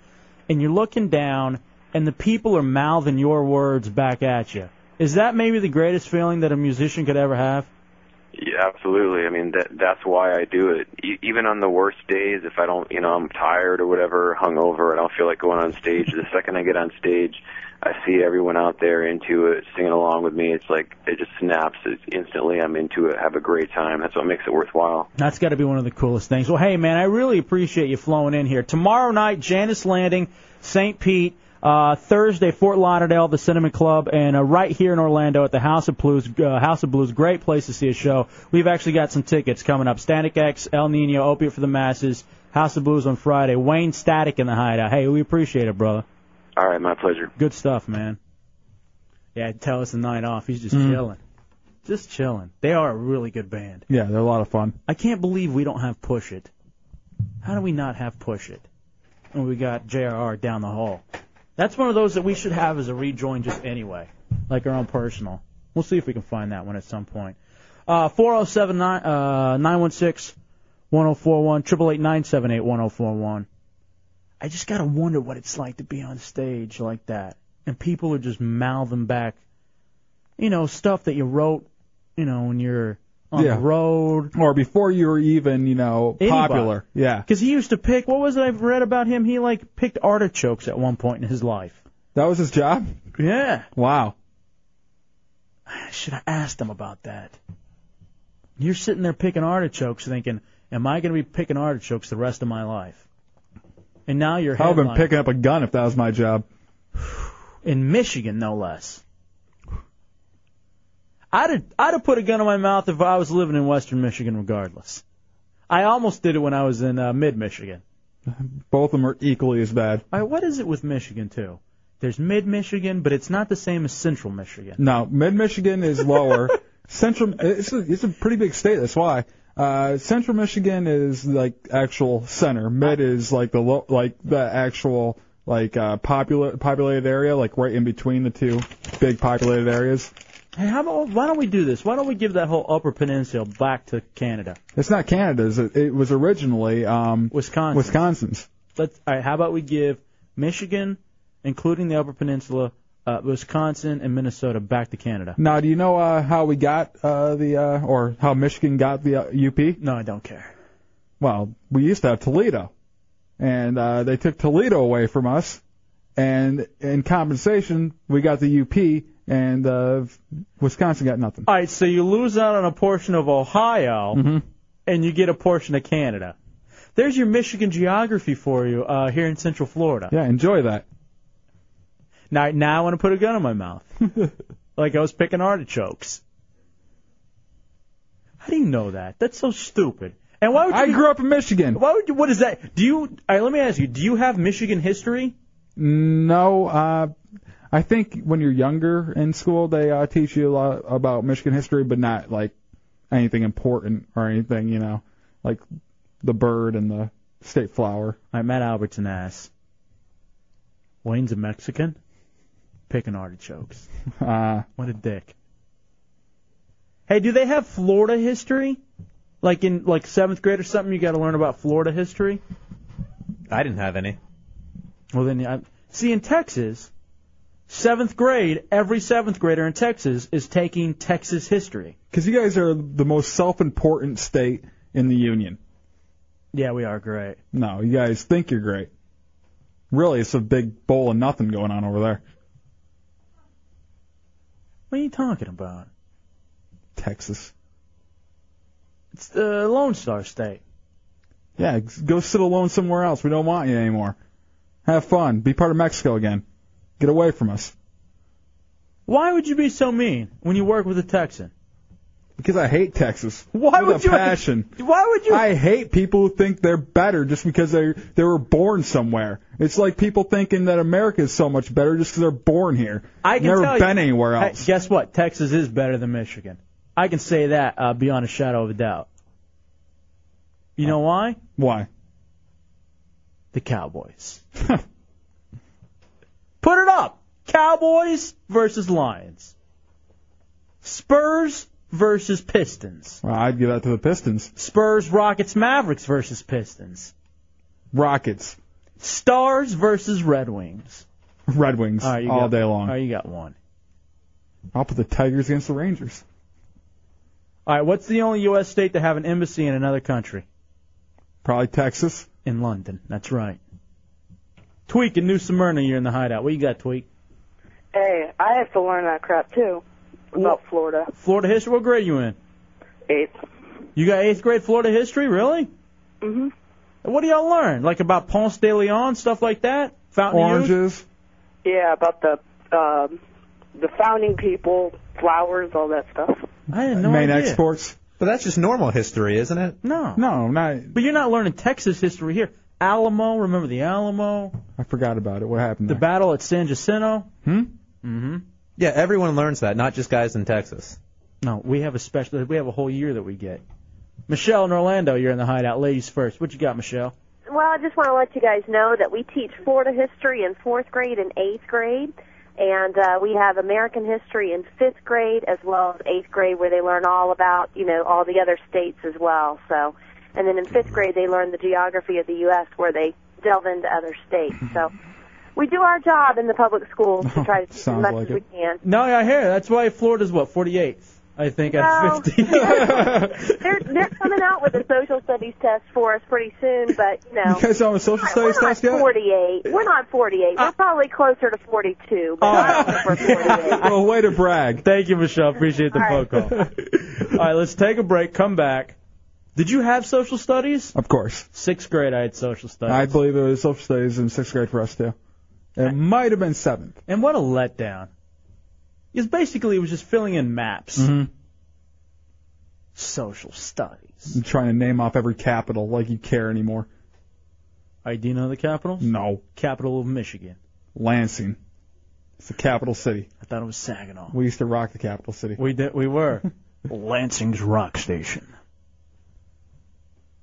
[SPEAKER 2] and you're looking down and the people are mouthing your words back at you? Is that maybe the greatest feeling that a musician could ever have?
[SPEAKER 14] Yeah, absolutely. I mean, that that's why I do it. E- even on the worst days, if I don't, you know, I'm tired or whatever, hungover, I don't feel like going on stage. the second I get on stage, I see everyone out there into it, singing along with me. It's like it just snaps it's instantly. I'm into it. Have a great time. That's what makes it worthwhile.
[SPEAKER 2] That's got to be one of the coolest things. Well, hey, man, I really appreciate you flowing in here. Tomorrow night, Janice Landing, St. Pete. Uh, Thursday, Fort Lauderdale, the Cinnamon Club, and uh, right here in Orlando at the House of Blues. Uh, House of Blues, great place to see a show. We've actually got some tickets coming up. Static X, El Nino, Opiate for the Masses, House of Blues on Friday. Wayne Static in the hideout. Hey, we appreciate it, brother.
[SPEAKER 14] All right, my pleasure.
[SPEAKER 2] Good stuff, man. Yeah, tell us the night off. He's just
[SPEAKER 3] Mm.
[SPEAKER 2] chilling, just chilling. They are a really good band.
[SPEAKER 3] Yeah, they're a lot of fun.
[SPEAKER 2] I can't believe we don't have Push It. How do we not have Push It? And we got JRR down the hall. That's one of those that we should have as a rejoin just anyway, like our own personal. We'll see if we can find that one at some point. Uh, 407 uh, 916 1041, 888 1041. I just gotta wonder what it's like to be on stage like that. And people are just mouthing back, you know, stuff that you wrote, you know, when you're on
[SPEAKER 3] yeah.
[SPEAKER 2] the road.
[SPEAKER 3] Or before you were even, you know,
[SPEAKER 2] Anybody.
[SPEAKER 3] popular. Yeah.
[SPEAKER 2] Because he used to pick. What was it I've read about him? He like picked artichokes at one point in his life.
[SPEAKER 3] That was his job?
[SPEAKER 2] Yeah.
[SPEAKER 3] Wow.
[SPEAKER 2] Should have asked him about that. You're sitting there picking artichokes, thinking, "Am I going to be picking artichokes the rest of my life?" And now you're.
[SPEAKER 3] I would have been
[SPEAKER 2] headlining-
[SPEAKER 3] picking up a gun if that was my job.
[SPEAKER 2] in Michigan, no less. I'd have, I'd have put a gun in my mouth if I was living in Western Michigan, regardless. I almost did it when I was in uh, mid Michigan.
[SPEAKER 3] Both of them are equally as bad.
[SPEAKER 2] All right, what is it with Michigan too? There's mid Michigan, but it's not the same as Central Michigan.
[SPEAKER 3] No, Mid Michigan is lower. Central, it's a, it's a pretty big state. That's why. Uh, Central Michigan is like actual center. Mid is like the lo- like the actual like uh, popula- populated area, like right in between the two big populated areas.
[SPEAKER 2] Hey, how about why don't we do this? Why don't we give that whole Upper Peninsula back to Canada?
[SPEAKER 3] It's not Canada's. It, it was originally um,
[SPEAKER 2] Wisconsin.
[SPEAKER 3] Wisconsin's.
[SPEAKER 2] Let's. All right, how about we give Michigan, including the Upper Peninsula, uh, Wisconsin, and Minnesota back to Canada?
[SPEAKER 3] Now, do you know uh, how we got uh, the uh, or how Michigan got the uh, UP?
[SPEAKER 2] No, I don't care.
[SPEAKER 3] Well, we used to have Toledo, and uh, they took Toledo away from us, and in compensation, we got the UP, and uh, Wisconsin got nothing. Mm-hmm.
[SPEAKER 2] All right, so you lose out on a portion of Ohio, and you get a portion of Canada. There's your Michigan geography for you uh, here in Central Florida.
[SPEAKER 3] Yeah, enjoy that.
[SPEAKER 2] Now, now I want to put a gun in my mouth, like I was picking artichokes. I didn't know that. That's so stupid. And why would you
[SPEAKER 3] I grew up in Michigan.
[SPEAKER 2] Why would you? What is that? Do you? All right, let me ask you. Do you have Michigan history?
[SPEAKER 3] No, uh, I think when you're younger in school, they uh, teach you a lot about Michigan history, but not like anything important or anything, you know, like the bird and the state flower.
[SPEAKER 2] All right, Matt Albertson asks. Wayne's a Mexican. Picking artichokes.
[SPEAKER 3] Uh,
[SPEAKER 2] What a dick. Hey, do they have Florida history? Like in like seventh grade or something, you got to learn about Florida history.
[SPEAKER 6] I didn't have any.
[SPEAKER 2] Well, then, I, see, in Texas, seventh grade, every seventh grader in Texas is taking Texas history.
[SPEAKER 3] Because you guys are the most self-important state in the union.
[SPEAKER 2] Yeah, we are great.
[SPEAKER 3] No, you guys think you're great. Really, it's a big bowl of nothing going on over there.
[SPEAKER 2] What are you talking about?
[SPEAKER 3] Texas.
[SPEAKER 2] It's the Lone Star State.
[SPEAKER 3] Yeah, go sit alone somewhere else. We don't want you anymore. Have fun. Be part of Mexico again. Get away from us.
[SPEAKER 2] Why would you be so mean when you work with a Texan?
[SPEAKER 3] Because I hate Texas.
[SPEAKER 2] Why
[SPEAKER 3] With a
[SPEAKER 2] would you-
[SPEAKER 3] passion?
[SPEAKER 2] Why would you?
[SPEAKER 3] I hate people who think they're better just because they they were born somewhere. It's like people thinking that America is so much better just because they're born here.
[SPEAKER 2] I can
[SPEAKER 3] never
[SPEAKER 2] tell
[SPEAKER 3] been
[SPEAKER 2] you,
[SPEAKER 3] anywhere
[SPEAKER 2] Hey,
[SPEAKER 3] else.
[SPEAKER 2] guess what? Texas is better than Michigan. I can say that uh, beyond a shadow of a doubt. You know why?
[SPEAKER 3] Why?
[SPEAKER 2] The Cowboys. Put it up. Cowboys versus Lions. Spurs versus Pistons.
[SPEAKER 3] Well, I'd give that to the Pistons.
[SPEAKER 2] Spurs, Rockets, Mavericks versus Pistons.
[SPEAKER 3] Rockets,
[SPEAKER 2] Stars versus Red Wings.
[SPEAKER 3] Red Wings,
[SPEAKER 2] All right, you
[SPEAKER 3] all
[SPEAKER 2] got-
[SPEAKER 3] day long.
[SPEAKER 2] All right, you got one.
[SPEAKER 3] I'll put the Tigers against the Rangers.
[SPEAKER 2] All right, what's the only U.S. state to have an embassy in another country?
[SPEAKER 3] Probably Texas.
[SPEAKER 2] In London. That's right. Tweak in New Smyrna, you're in the hideout. What you got, Tweak?
[SPEAKER 15] Hey, I have to learn that crap too about Florida.
[SPEAKER 2] Florida history. What grade you in?
[SPEAKER 15] Eighth.
[SPEAKER 2] You got eighth grade Florida history, really?
[SPEAKER 15] Mm-hmm.
[SPEAKER 2] What do y'all learn? Like about Ponce de Leon, stuff like that? Fountain of Youth?
[SPEAKER 3] Oranges.
[SPEAKER 15] Yeah, about the um, the founding people, flowers, all that stuff.
[SPEAKER 2] I had no
[SPEAKER 6] Main
[SPEAKER 2] idea.
[SPEAKER 3] exports.
[SPEAKER 6] But that's just normal history, isn't it?
[SPEAKER 2] No.
[SPEAKER 3] No, not.
[SPEAKER 2] But you're not learning Texas history here. Alamo, remember the Alamo?
[SPEAKER 3] I forgot about it. What happened?
[SPEAKER 2] The battle at San Jacinto?
[SPEAKER 3] Hmm?
[SPEAKER 2] Mm-hmm.
[SPEAKER 6] Yeah, everyone learns that, not just guys in Texas.
[SPEAKER 2] No, we have a special. We have a whole year that we get. Michelle in Orlando, you're in the hideout. Ladies first. What you got, Michelle?
[SPEAKER 16] Well, I just want to let you guys know that we teach Florida history in fourth grade and eighth grade, and uh, we have American history in fifth grade as well as eighth grade, where they learn all about you know all the other states as well. So, and then in fifth grade they learn the geography of the U.S., where they delve into other states. So, we do our job in the public schools to try to teach as
[SPEAKER 2] Sounds
[SPEAKER 16] much
[SPEAKER 2] like
[SPEAKER 16] as we
[SPEAKER 2] it.
[SPEAKER 16] can.
[SPEAKER 2] No, I hear. That's why Florida's what 48th, I think, out of 50.
[SPEAKER 16] They're they're coming out with a social studies test for us pretty soon, but you know.
[SPEAKER 3] You guys don't have a social
[SPEAKER 16] We're
[SPEAKER 3] studies
[SPEAKER 16] not
[SPEAKER 3] test yet? Uh,
[SPEAKER 16] 48. We're not 48. We're probably closer to 42. But
[SPEAKER 3] well, way to brag.
[SPEAKER 2] Thank you, Michelle. Appreciate the phone call. All right, let's take a break. Come back. Did you have social studies?
[SPEAKER 3] Of course.
[SPEAKER 2] Sixth grade, I had social studies.
[SPEAKER 3] I believe it was social studies in sixth grade for us too. It might have been seventh.
[SPEAKER 2] And what a letdown. Because basically, it was just filling in maps.
[SPEAKER 3] Mm-hmm.
[SPEAKER 2] Social studies.
[SPEAKER 3] I'm trying to name off every capital like you care anymore.
[SPEAKER 2] All right, do you know the capital?
[SPEAKER 3] No.
[SPEAKER 2] Capital of Michigan.
[SPEAKER 3] Lansing. It's the capital city.
[SPEAKER 2] I thought it was Saginaw.
[SPEAKER 3] We used to rock the capital city.
[SPEAKER 2] We did. We were. Lansing's Rock Station.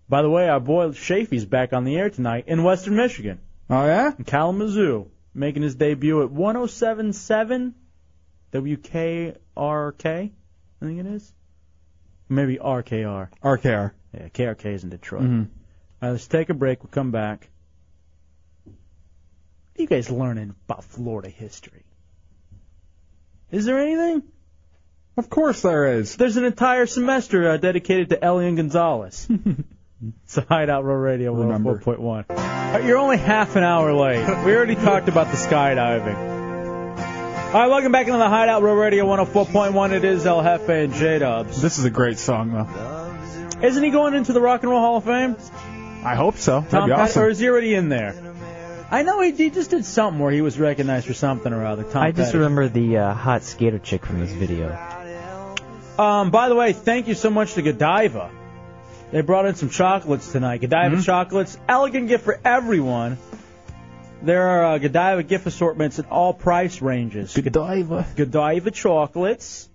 [SPEAKER 2] By the way, our boy Shafee's back on the air tonight in Western Michigan.
[SPEAKER 3] Oh yeah.
[SPEAKER 2] In Kalamazoo, making his debut at 107.7 WKRK. I think it is. Maybe RKR.
[SPEAKER 3] RKR.
[SPEAKER 2] Yeah, KRK is in Detroit.
[SPEAKER 3] Mhm.
[SPEAKER 2] All right, let's take a break. We'll come back. What are you guys learning about Florida history? Is there anything?
[SPEAKER 3] Of course there is.
[SPEAKER 2] There's an entire semester uh, dedicated to Elian Gonzalez. it's a Hideout Row Radio 104.1. All right, Uh, you're only half an hour late. We already talked about the skydiving. All right, welcome back into the Hideout Row Radio 104.1. It is El Jefe and J Dubs.
[SPEAKER 3] This is a great song though.
[SPEAKER 2] Isn't he going into the Rock and Roll Hall of Fame?
[SPEAKER 3] I hope so. That'd
[SPEAKER 2] Tom
[SPEAKER 3] be
[SPEAKER 2] Pat-
[SPEAKER 3] awesome.
[SPEAKER 2] or is he already in there? I know he, he just did something where he was recognized for something or other. Tom
[SPEAKER 8] I just
[SPEAKER 2] Petty.
[SPEAKER 8] remember the uh, hot skater chick from this video.
[SPEAKER 2] Um, by the way, thank you so much to Godiva. They brought in some chocolates tonight. Godiva chocolates, elegant gift for everyone. There are uh, Godiva gift assortments in all price ranges. Godiva. Godiva chocolates.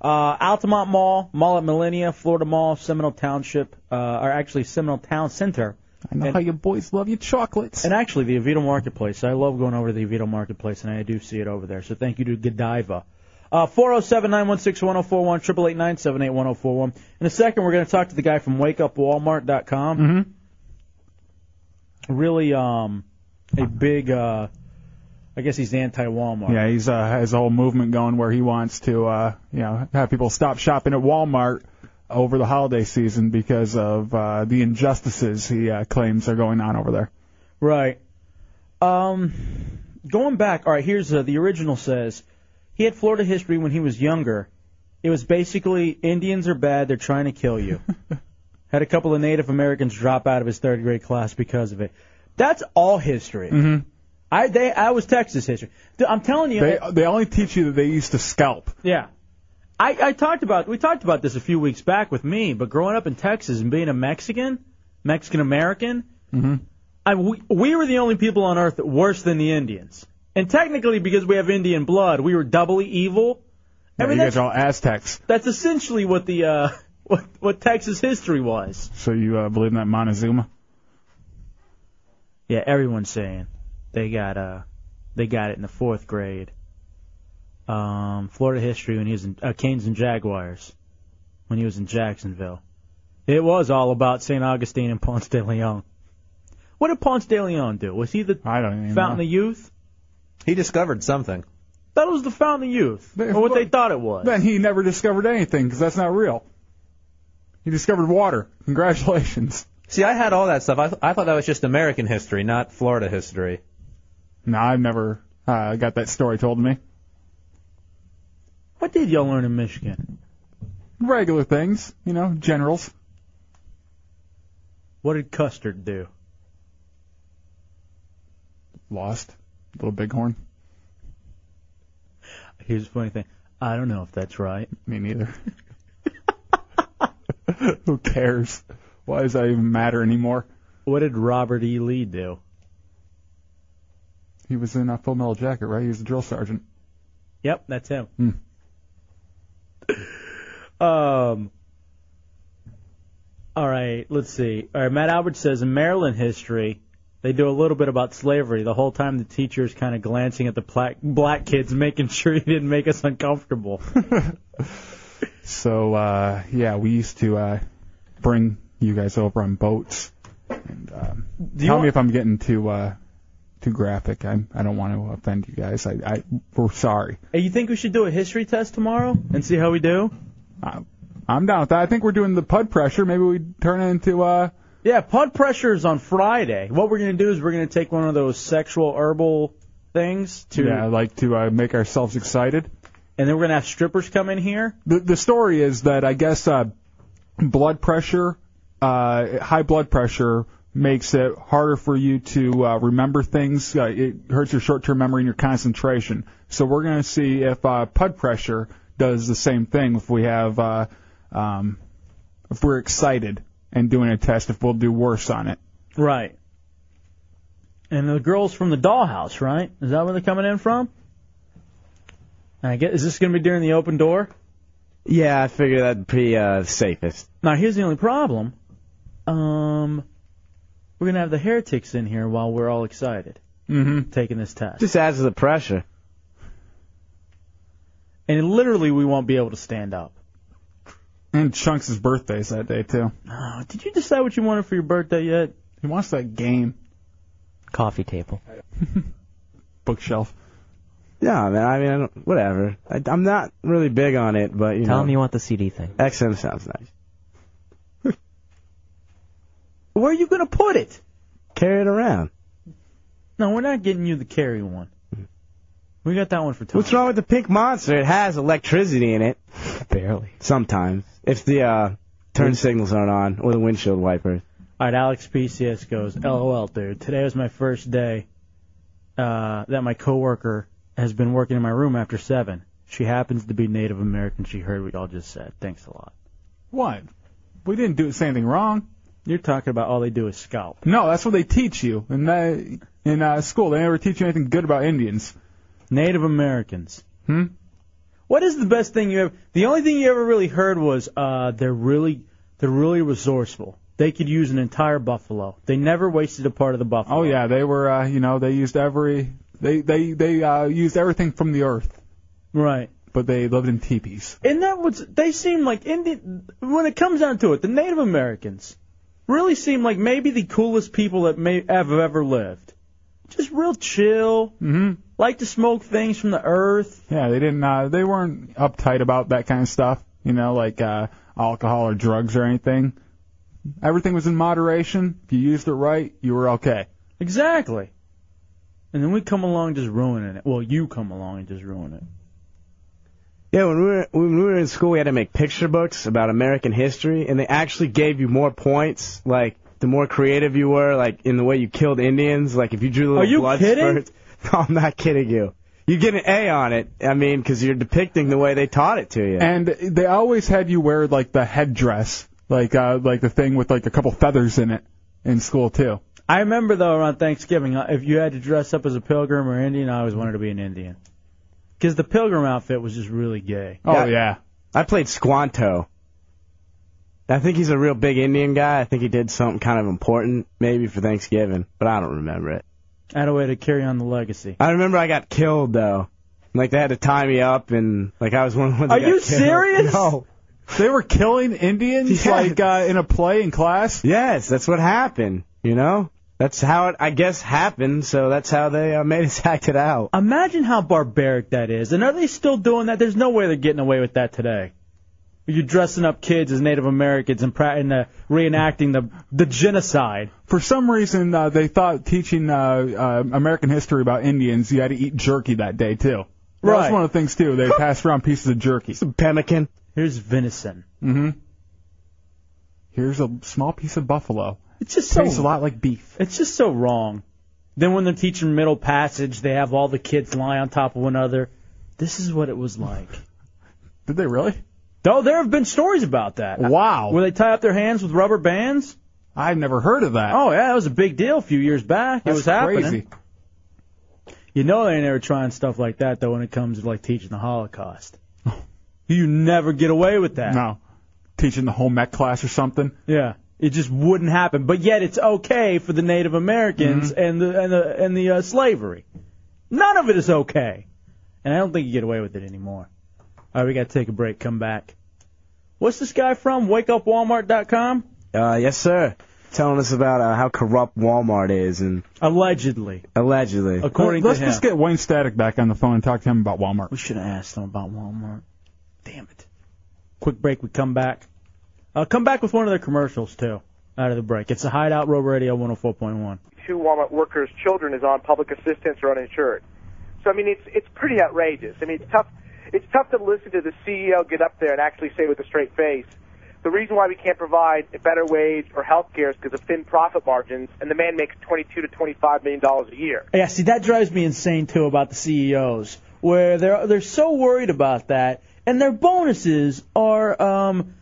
[SPEAKER 2] Uh, Altamont Mall, Mall at Millennia, Florida Mall, Seminole Township, uh, or actually Seminole Town Center. I know how
[SPEAKER 3] you boys love your chocolates.
[SPEAKER 2] And actually, the Avito Marketplace. I love going over to the Avito Marketplace, and I do see it over there. So thank you to Godiva. Uh, 407-916-1041, 888 oh In a second, we're going to talk to the guy from wakeupwalmart.com.
[SPEAKER 3] Mm-hmm.
[SPEAKER 2] Really, um, a big, uh, I guess he's anti-Walmart.
[SPEAKER 3] Yeah, he's uh, has a whole movement going where he wants to, uh, you know, have people stop shopping at Walmart over the holiday season because of uh, the injustices he uh, claims are going on over there.
[SPEAKER 2] Right. Um, going back, all right. Here's uh, the original says he had Florida history when he was younger. It was basically Indians are bad; they're trying to kill you. had a couple of Native Americans drop out of his third grade class because of it. That's all history. Mm-hmm. I they I was Texas history. Dude, I'm telling you.
[SPEAKER 3] They they only teach you that they used to scalp.
[SPEAKER 2] Yeah. I, I talked about we talked about this a few weeks back with me, but growing up in Texas and being a Mexican, Mexican American,
[SPEAKER 3] Mm-hmm.
[SPEAKER 2] I we, we were the only people on earth worse than the Indians. And technically, because we have Indian blood, we were doubly evil. I
[SPEAKER 3] Yeah,
[SPEAKER 2] mean,
[SPEAKER 3] you guys
[SPEAKER 2] that's,
[SPEAKER 3] are all Aztecs,
[SPEAKER 2] that's essentially what the uh, what what Texas history was.
[SPEAKER 3] so you uh, believe in that Montezuma?
[SPEAKER 2] Yeah, everyone's saying they got uh they got it in the fourth grade. Um, Florida history when he was in uh, Canes and Jaguars, when he was in Jacksonville. It was all about St. Augustine and Ponce de Leon. What did Ponce de Leon do? Was he the
[SPEAKER 3] I don't even
[SPEAKER 2] Fountain
[SPEAKER 3] know.
[SPEAKER 2] of Youth?
[SPEAKER 6] He discovered something.
[SPEAKER 2] That was the Fountain of Youth, or what they thought it was.
[SPEAKER 3] Then he never discovered anything because that's not real. He discovered water. Congratulations.
[SPEAKER 6] See, I had all that stuff. I, th- I thought that was just American history, not Florida history.
[SPEAKER 3] No, I've never uh, got that story told to me.
[SPEAKER 2] What did y'all learn in Michigan?
[SPEAKER 3] Regular things, you know, generals.
[SPEAKER 2] What did Custard do?
[SPEAKER 3] Lost. Little Bighorn.
[SPEAKER 2] Here's the funny thing. I don't know if that's right.
[SPEAKER 3] Me neither. Who cares? Why does that even matter anymore?
[SPEAKER 2] What did Robert E. Lee do?
[SPEAKER 3] He was in a full metal jacket, right? He was a drill sergeant.
[SPEAKER 2] Yep, that's him.
[SPEAKER 3] Hmm.
[SPEAKER 2] Um. All right, let's see. All right, Matt Albert says in Maryland history, they do a little bit about slavery. The whole time the teacher is kind of glancing at the black, black kids, making sure he didn't make us uncomfortable.
[SPEAKER 3] So, uh, yeah, we used to uh, bring you guys over on boats. And, um,
[SPEAKER 2] Do you
[SPEAKER 3] tell
[SPEAKER 2] want-
[SPEAKER 3] me if I'm getting too uh, too graphic. I I don't want to offend you guys. I, I we're sorry.
[SPEAKER 2] hey, you think we should do a history test tomorrow and see how we do?
[SPEAKER 3] I'm down with that. I think we're doing the pud pressure. Maybe we turn it into uh,
[SPEAKER 2] Yeah, Pod Pressure is on Friday. What we're going to do is we're going to take one of those sexual herbal things to,
[SPEAKER 3] yeah, like to uh, make ourselves excited.
[SPEAKER 2] and then we're going to have strippers come in here.
[SPEAKER 3] the the story is that I guess uh, blood pressure, uh, high blood pressure makes it harder for you to uh, remember things. Uh, it hurts your short term memory and your concentration. So we're going to see if uh, blood pressure does the same thing. If we have, uh, um, if we're excited and doing a test, if we'll do worse on it.
[SPEAKER 2] Right. And the girls from the dollhouse, right? Is that where they're coming in from? And I guess is this going to be during the open door?
[SPEAKER 13] Yeah, I figure that'd be uh, safest.
[SPEAKER 2] Now here's the only problem. Um, we're going to have the heretics in here while we're all excited
[SPEAKER 13] Mm-hmm.
[SPEAKER 2] taking this test,
[SPEAKER 13] Just adds to the pressure.
[SPEAKER 2] and literally we won't be able to stand up.
[SPEAKER 3] And Chunks' birthday's that day too.
[SPEAKER 2] Oh, did you decide what you wanted for your birthday yet?
[SPEAKER 3] He wants that game
[SPEAKER 8] Coffee table.
[SPEAKER 3] bookshelf.
[SPEAKER 13] Yeah, man. I mean, I don't, whatever. I, I'm not really big on it, but you
[SPEAKER 8] Tell
[SPEAKER 13] know.
[SPEAKER 8] him you want the CD thing.
[SPEAKER 13] XM sounds nice.
[SPEAKER 2] Where are you going to put it?
[SPEAKER 13] Carry it around.
[SPEAKER 2] No, we're not getting you the carry one. We got that one for Tom.
[SPEAKER 13] What's wrong with the pink monster? It has electricity in it. Barely. Sometimes, if the uh, turn signals aren't on or the windshield wipers.
[SPEAKER 2] All right, Alex PCS goes, LOL, dude. Today was my first day uh, that my coworker has been working in my room after seven. She happens to be Native American. She heard what y'all just said. Thanks a lot.
[SPEAKER 3] What? We didn't do say anything wrong.
[SPEAKER 2] You're talking about all they do is scalp.
[SPEAKER 3] No, that's what they teach you in the, in uh, school. They never teach you anything good about Indians.
[SPEAKER 2] Native Americans. Hmm. What is the best thing you ever? The only thing you ever really heard was uh, they're really they're really resourceful. They could use an entire buffalo. They never wasted a part of the buffalo.
[SPEAKER 3] Oh yeah, they were. Uh, you know, they used every they they they uh, used everything from the earth.
[SPEAKER 2] Right.
[SPEAKER 3] But they lived in teepees.
[SPEAKER 2] And that was they seem like Indian when it comes down to it, the Native Americans really seem like maybe the coolest people that may have ever lived. Just real chill.
[SPEAKER 3] hmm
[SPEAKER 2] Like to smoke things from the earth.
[SPEAKER 3] Yeah, they didn't. Uh, they weren't uptight about that kind of stuff. You know, like uh, alcohol or drugs or anything. Everything was in moderation. If you used it right, you were okay.
[SPEAKER 2] Exactly. And then we come along just ruining it. Well, you come along and just ruin it.
[SPEAKER 13] Yeah, when we, were, when we were in school, we had to make picture books about American history, and they actually gave you more points. Like the more creative you were, like in the way you killed Indians. Like if you drew little
[SPEAKER 2] Are you
[SPEAKER 13] blood
[SPEAKER 2] kidding?
[SPEAKER 13] spurts. No, I'm not kidding you. You get an A on it. I mean, 'cause you're depicting the way they taught it to you.
[SPEAKER 3] And they always had you wear like the headdress, like uh, like the thing with like a couple feathers in it in school too.
[SPEAKER 2] I remember though around Thanksgiving, uh, if you had to dress up as a pilgrim or Indian, I always wanted to be an Indian. Because the pilgrim outfit was just really gay.
[SPEAKER 13] Oh yeah. I played Squanto. I think he's a real big Indian guy. I think he did something kind of important, maybe for Thanksgiving, but I don't remember it.
[SPEAKER 2] I had a way to carry on the legacy.
[SPEAKER 13] I remember I got killed though. Like they had to tie me up and like I was one of the ones. that
[SPEAKER 2] Are
[SPEAKER 13] got
[SPEAKER 2] you
[SPEAKER 13] killed.
[SPEAKER 2] serious?
[SPEAKER 13] No.
[SPEAKER 3] They were killing Indians like uh, in a play in class.
[SPEAKER 13] Yes, that's what happened. You know, that's how it I guess happened. So that's how they uh, made us act it out.
[SPEAKER 2] Imagine how barbaric that is. And are they still doing that? There's no way they're getting away with that today. You're dressing up kids as Native Americans and, pra- and uh, reenacting the the genocide.
[SPEAKER 3] For some reason, uh, they thought teaching uh, uh, American history about Indians, you had to eat jerky that day too. That was
[SPEAKER 2] Right.
[SPEAKER 3] one of the things too. They passed around pieces of jerky. Some
[SPEAKER 13] pemmican.
[SPEAKER 2] Here's venison.
[SPEAKER 3] hmm Here's a small piece of buffalo.
[SPEAKER 2] It's just
[SPEAKER 3] tastes
[SPEAKER 2] so,
[SPEAKER 3] a lot like beef.
[SPEAKER 2] It's just so wrong. Then when they're teaching middle passage, they have all the kids lie on top of one another. This is what it was like.
[SPEAKER 3] Did they really?
[SPEAKER 2] Oh, there have been stories about that.
[SPEAKER 3] Wow.
[SPEAKER 2] Where they tie up their hands with rubber bands.
[SPEAKER 3] I've never heard of that.
[SPEAKER 2] Oh yeah, that was a big deal a few years back. it
[SPEAKER 3] That's
[SPEAKER 2] was happening.
[SPEAKER 3] crazy.
[SPEAKER 2] You know they ain't ever trying stuff like that though when it comes to like teaching the Holocaust. you never get away with that.
[SPEAKER 3] No. Teaching the home ec class or something.
[SPEAKER 2] Yeah. It just wouldn't happen. But yet it's okay for the Native Americans and the and the and the uh, slavery. None of it is okay. And I don't think you get away with it anymore. All right, we got to take a break. Come back. What's this guy from? WakeUpWalmart.com.
[SPEAKER 13] Uh, yes, sir. Telling us about uh, how corrupt Walmart is and
[SPEAKER 2] allegedly,
[SPEAKER 13] allegedly.
[SPEAKER 2] According
[SPEAKER 3] Let's
[SPEAKER 2] to him.
[SPEAKER 3] just get Wayne Static back on the phone and talk to him about Walmart. We
[SPEAKER 2] should have asked him about Walmart. Damn it. Quick break. We come back. Uh, come back with one of their commercials too. Out of the break. It's the Hideout Road Radio 104.1.
[SPEAKER 17] two Walmart workers' children is on public assistance or uninsured. So I mean, it's it's pretty outrageous. I mean, it's tough. It's tough to listen to the CEO get up there and actually say with a straight face, the reason why we can't provide a better wage or health care is because of thin profit margins, and the man makes 22 to 25 million dollars a year.
[SPEAKER 2] Yeah, see, that drives me insane too about the CEOs, where they're they're so worried about that, and their bonuses are um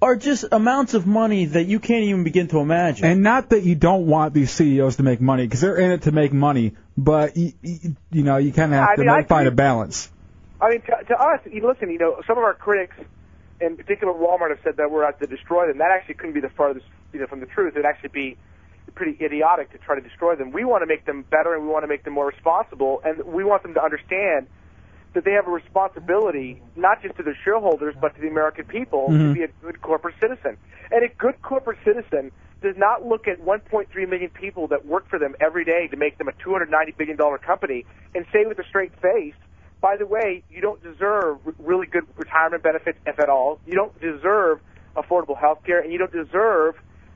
[SPEAKER 2] are just amounts of money that you can't even begin to imagine.
[SPEAKER 3] And not that you don't want these CEOs to make money, because they're in it to make money, but you, you, you know you kind of have
[SPEAKER 17] I
[SPEAKER 3] to
[SPEAKER 17] mean, I
[SPEAKER 3] find a
[SPEAKER 17] think-
[SPEAKER 3] balance.
[SPEAKER 17] I mean, to, to us, you listen, you know, some of our critics, in particular Walmart, have said that we're out to destroy them. That actually couldn't be the farthest, you know, from the truth. It'd actually be pretty idiotic to try to destroy them. We want to make them better, and we want to make them more responsible, and we want them to understand that they have a responsibility not just to their shareholders, but to the American people
[SPEAKER 12] Mhm.
[SPEAKER 17] to be a good corporate citizen. And a good corporate citizen does not look at 1.3 million people that work for them every day to make them a 290 billion dollar company and say with a straight face by the way, you don't deserve really good retirement benefits, if at all. You don't deserve affordable health care, and you don't deserve,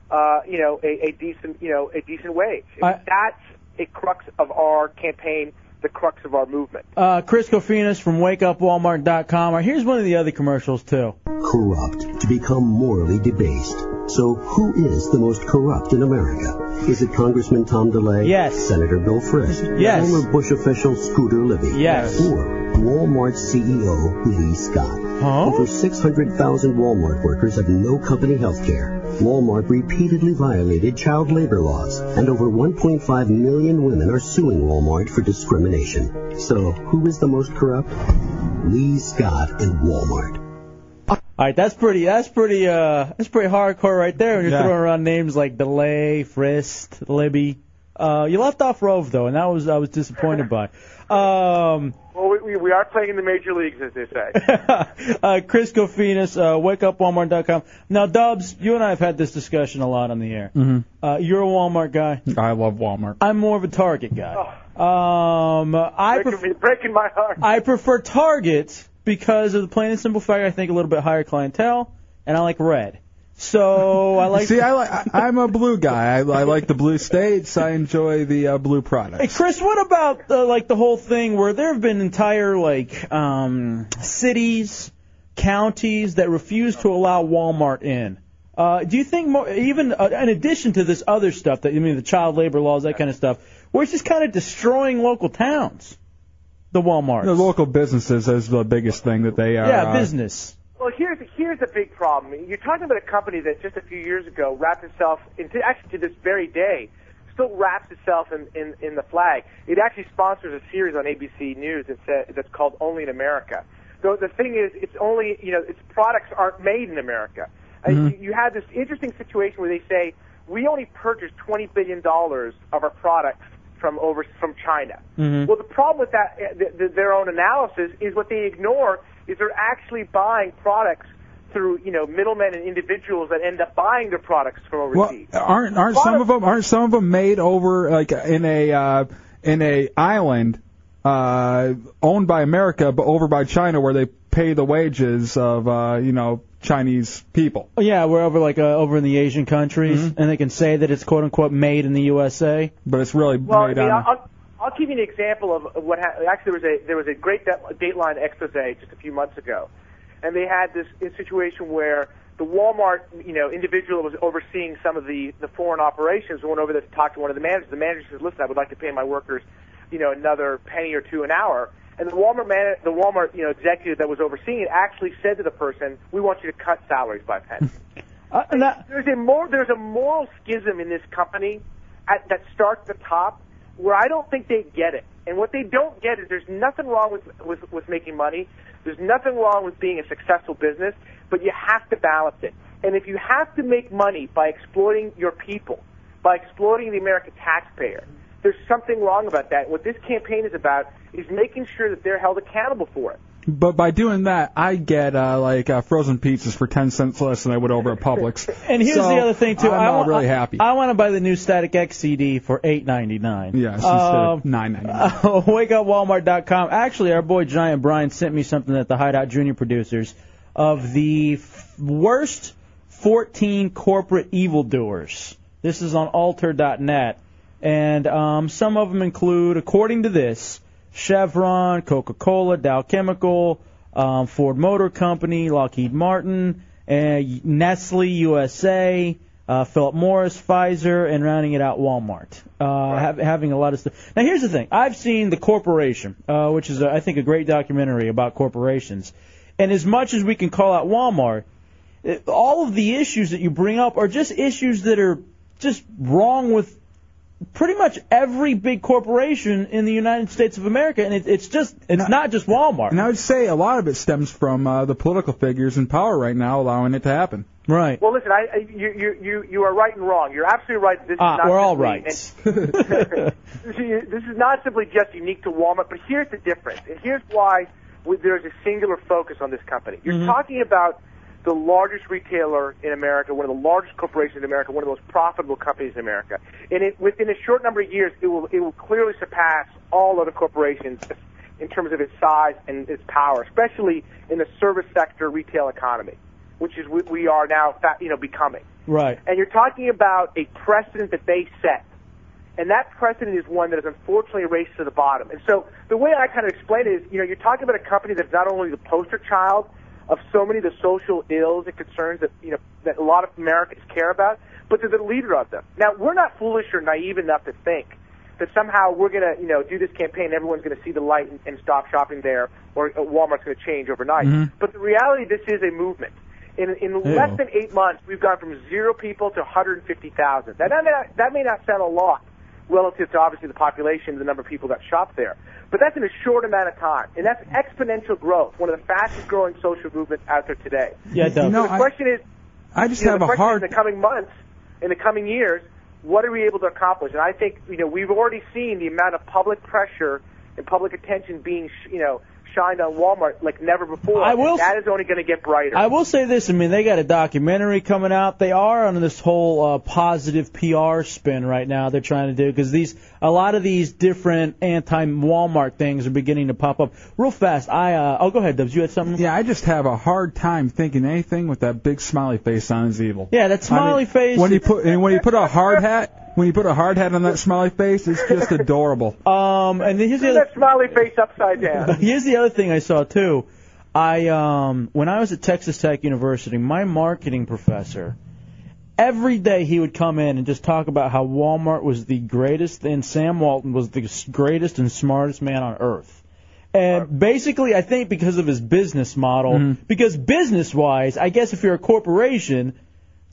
[SPEAKER 17] uh, you know, a, a decent, you know, a decent wage.
[SPEAKER 2] I-
[SPEAKER 17] That's a crux of our campaign, the crux of our movement.
[SPEAKER 2] Uh, Chris Kofinas from WakeUpWalmart.com. Or here's one of the other commercials too.
[SPEAKER 18] corrupt, to become morally debased. So who is the most corrupt in America? Is it Congressman Tom DeLay?
[SPEAKER 2] Yes.
[SPEAKER 18] Senator Bill Frist?
[SPEAKER 2] Yes.
[SPEAKER 18] Former Bush official Scooter Libby?
[SPEAKER 2] Yes.
[SPEAKER 18] Or Walmart CEO Lee Scott? Over 600,000 Walmart workers have no company health care. Walmart repeatedly violated child labor laws, and over 1.5 million women are suing Walmart for discrimination. So who is the most corrupt? Lee Scott and Walmart.
[SPEAKER 2] All right, that's pretty. That's pretty. Uh, that's pretty hardcore right there. When you're
[SPEAKER 18] Yeah.
[SPEAKER 2] throwing around names like Delay, Frist, Libby. Uh, you left off Rove though, and that was I was disappointed by. Um,
[SPEAKER 17] Well, we, we, we are playing in the major leagues, as they say.
[SPEAKER 2] uh, Chris Gofenis, uh, WakeUpWalmart.com. Now, Dubs, you and I have had this discussion a lot on the air. Uh, you're a Walmart guy.
[SPEAKER 3] Mm-hmm. I love Walmart.
[SPEAKER 2] I'm more of a Target guy. Um, I
[SPEAKER 17] Oh. breaking, me- breaking my heart.
[SPEAKER 2] I prefer Target because of the plain and simple fact I think a little bit higher clientele, and I like red. So Oh, I like.
[SPEAKER 3] See, I like. I- I'm a blue guy. I, I like the blue states. I enjoy the uh, blue product.
[SPEAKER 2] Hey Chris, what about uh, like the whole thing where there have been entire like um, cities, counties that refuse to allow Walmart in? Uh, do you think more, even uh, in addition to this other stuff that I mean the child labor laws, that kind of stuff, where it's just kind of destroying local towns, the Walmart?
[SPEAKER 3] The local businesses is the biggest thing that they are.
[SPEAKER 2] yeah,
[SPEAKER 3] uh,
[SPEAKER 2] business.
[SPEAKER 17] Well, here's here's the big problem. You're talking about a company that just a few years ago wrapped itself into actually to this very day still wraps itself in, in, in the flag. It actually sponsors a series on ABC News that sa that's called Only in America. So the thing is, it's only you know its products aren't made in America. Uh,
[SPEAKER 12] Mhm.
[SPEAKER 13] Mm-hmm.
[SPEAKER 17] you, you have this interesting situation where they say we only purchase 20 billion dollars of our products from over from China.
[SPEAKER 12] Mhm.
[SPEAKER 17] Well, the problem with that, uh, th- th- their own analysis is what they ignore is they're actually buying products through you know middlemen and individuals that end up buying their products from
[SPEAKER 3] Well,
[SPEAKER 17] overseas.
[SPEAKER 3] aren't aren't some of them aren't some of them made over like in a uh, in a island uh, owned by America but over by China where they pay the wages of uh, you know Chinese people.
[SPEAKER 2] Yeah, we're over like uh, over in the Asian countries, and they can say that it's quote unquote made in the USA,
[SPEAKER 3] but it's really
[SPEAKER 17] Well, I mean, I'll, I'll- I'll give you an example of of what ha- actually there was a there was a great dat- Dateline expose just a few months ago, and they had this uh, situation where the Walmart you know individual that was overseeing some of the the foreign operations went over there to talk to one of the managers. The manager says, "Listen, I would like to pay my workers you know another penny or two an hour." And the Walmart man, the Walmart you know executive that was overseeing it actually said to the person, "We want you to cut salaries by a penny." there's a more there's a moral schism in this company at, that starts at the top where I don't think they get it. And what they don't get is there's nothing wrong with, with, with making money. There's nothing wrong with being a successful business, but you have to balance it. And if you have to make money by exploiting your people, by exploiting the American taxpayer, there's something wrong about that. What this campaign is about is making sure that they're held accountable for it.
[SPEAKER 3] But by doing that, I get uh, like uh, frozen pizzas for ten cents less than I would over at Publix.
[SPEAKER 2] And here's
[SPEAKER 3] So,
[SPEAKER 2] the other thing too.
[SPEAKER 3] I'm
[SPEAKER 2] I
[SPEAKER 3] not
[SPEAKER 2] wa-
[SPEAKER 3] really
[SPEAKER 2] I-
[SPEAKER 3] happy.
[SPEAKER 2] I want to buy the new Static X CD for eight ninety nine.
[SPEAKER 3] Yes, instead
[SPEAKER 2] Um,
[SPEAKER 3] of nine ninety nine.
[SPEAKER 2] WakeUpWalmart.com. Actually, our boy Giant Brian sent me something that the Hideout Junior producers of the f- worst 14 corporate evildoers. This is on alter.net. And um, some of them include, according to this, Chevron, Coca Cola, Dow Chemical, um, Ford Motor Company, Lockheed Martin, and Nestle USA, uh, Philip Morris, Pfizer, and rounding it out, Walmart. Uh, hav having a lot of stuff. Now, here's the thing. I've seen The Corporation, uh, which is, uh, I think, a great documentary about corporations. And as much as we can call out Walmart, it- all of the issues that you bring up are just issues that are just wrong with pretty much every big corporation in the United States of America, and it, it's just it's not just Walmart.
[SPEAKER 3] And I would say a lot of it stems from uh, the political figures in power right now allowing it to happen.
[SPEAKER 2] Right.
[SPEAKER 17] Well, listen, I, I, you, you, you, you are right and wrong. You're absolutely right. This
[SPEAKER 3] Ah,
[SPEAKER 17] is not
[SPEAKER 3] we're all
[SPEAKER 17] simply-
[SPEAKER 3] right.
[SPEAKER 17] and- this is this is not simply just unique to Walmart, but here's the difference. And here's why we- there's a singular focus on this company. You're
[SPEAKER 12] Mhm.
[SPEAKER 17] talking about the largest retailer in America, one of the largest corporations in America, one of the most profitable companies in America. And it, within a short number of years, it will, it will clearly surpass all other corporations in terms of its size and its power, especially in the service sector retail economy, which is what we are now, fa- you know, becoming.
[SPEAKER 2] Right.
[SPEAKER 17] And you're talking about a precedent that they set. And that precedent is one that is unfortunately erased to the bottom. And so the way I kind of explain it is, you know, you're talking about a company that's not only the poster child of so many of the social ills and concerns that you know that a lot of Americans care about, but they're the leader of them. Now we're not foolish or naive enough to think that somehow we're gonna you know do this campaign, and everyone's gonna see the light and, and stop shopping there, or uh, Walmart's gonna change overnight.
[SPEAKER 12] Mhm.
[SPEAKER 2] Mm-hmm.
[SPEAKER 17] But the reality, this is a movement. In, in less than eight months, we've gone from zero people to 150,000. Now, that may, not, that may not sound a lot relative to obviously the population, the number of people that shop there, but that's in a short amount of time, and that's exponential growth, one of the fastest growing social movements out there today.
[SPEAKER 3] Yeah, it does. You know,
[SPEAKER 17] So the
[SPEAKER 3] I-
[SPEAKER 17] question is,
[SPEAKER 3] I just
[SPEAKER 17] you know,
[SPEAKER 3] have
[SPEAKER 17] the
[SPEAKER 3] a
[SPEAKER 17] question
[SPEAKER 3] hard
[SPEAKER 17] is in the coming months, in the coming years, what are we able to accomplish? And I think you know we've already seen the amount of public pressure and public attention being sh- you know shined on Walmart like never before.
[SPEAKER 2] I will
[SPEAKER 17] And that is only going to get brighter.
[SPEAKER 2] I will say this. I mean, they got a documentary coming out. They are on this whole uh, positive PR spin right now. They're trying to do because these a lot of these different anti-Walmart things are beginning to pop up real fast. I uh, oh, go ahead, Dubs. You had something.
[SPEAKER 3] Yeah, I just have a hard time thinking anything with that big smiley face on is evil.
[SPEAKER 2] Yeah, that smiley
[SPEAKER 3] I mean,
[SPEAKER 2] face-
[SPEAKER 3] When you put and when you put a hard hat, when you put a hard hat on that smiley face, it's just adorable.
[SPEAKER 2] Um, and then here's the
[SPEAKER 17] Turn
[SPEAKER 2] other.
[SPEAKER 17] that smiley face upside down.
[SPEAKER 2] Here's the other thing I saw too. I um when I was at Texas Tech University, my marketing professor every day he would come in and just talk about how Walmart was the greatest and Sam Walton was the s- greatest and smartest man on earth. And basically, I think because of his business model, because business wise, I guess if you're a corporation,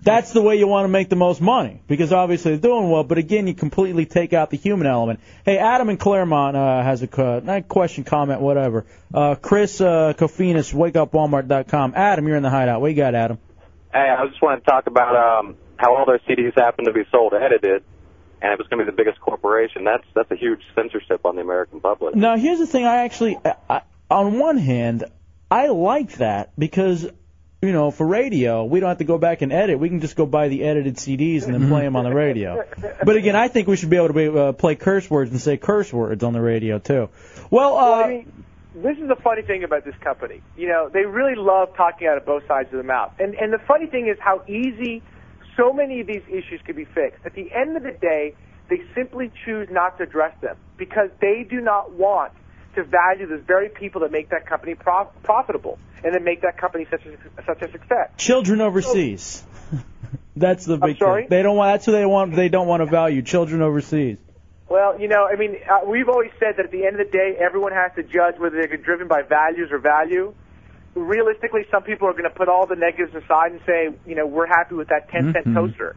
[SPEAKER 2] that's the way you want to make the most money because obviously they're doing well. But again, you completely take out the human element. Hey, Adam in Claremont uh, has a co- not question, comment, whatever. Uh, Chris uh, Kofinas, wakeupwalmart.com. Adam, you're in the hideout. What you got, Adam?
[SPEAKER 19] Hey, I just want to talk about um, how all their CDs happen to be sold edited, and it was going to be the biggest corporation. That's that's a huge censorship on the American public.
[SPEAKER 2] Now, here's the thing. I actually, I, I, on one hand, I like that because, you know, for radio, we don't have to go back and edit. We can just go buy the edited CDs and then play them on the radio. But again, I think we should be able to be, uh, play curse words and say curse words on the radio too. Well,
[SPEAKER 17] Well, I
[SPEAKER 2] uh,
[SPEAKER 17] mean, this is the funny thing about this company. You know, they really love talking out of both sides of the mouth. And and the funny thing is how easy so many of these issues could be fixed. At the end of the day, they simply choose not to address them because they do not want to value those very people that make that company prof- profitable and that make that company such a such a success.
[SPEAKER 2] children overseas. that's the big
[SPEAKER 17] sorry?
[SPEAKER 2] thing. They don't want. That's who they want. They don't want to value children overseas.
[SPEAKER 17] Well, you know, I mean, uh, we've always said that at the end of the day, everyone has to judge whether they're driven by values or value. Realistically, some people are going to put all the negatives aside and say, you know, we're happy with that 10 cent
[SPEAKER 6] Mm-hmm.
[SPEAKER 2] Mm-hmm.
[SPEAKER 12] Mhm.
[SPEAKER 17] toaster.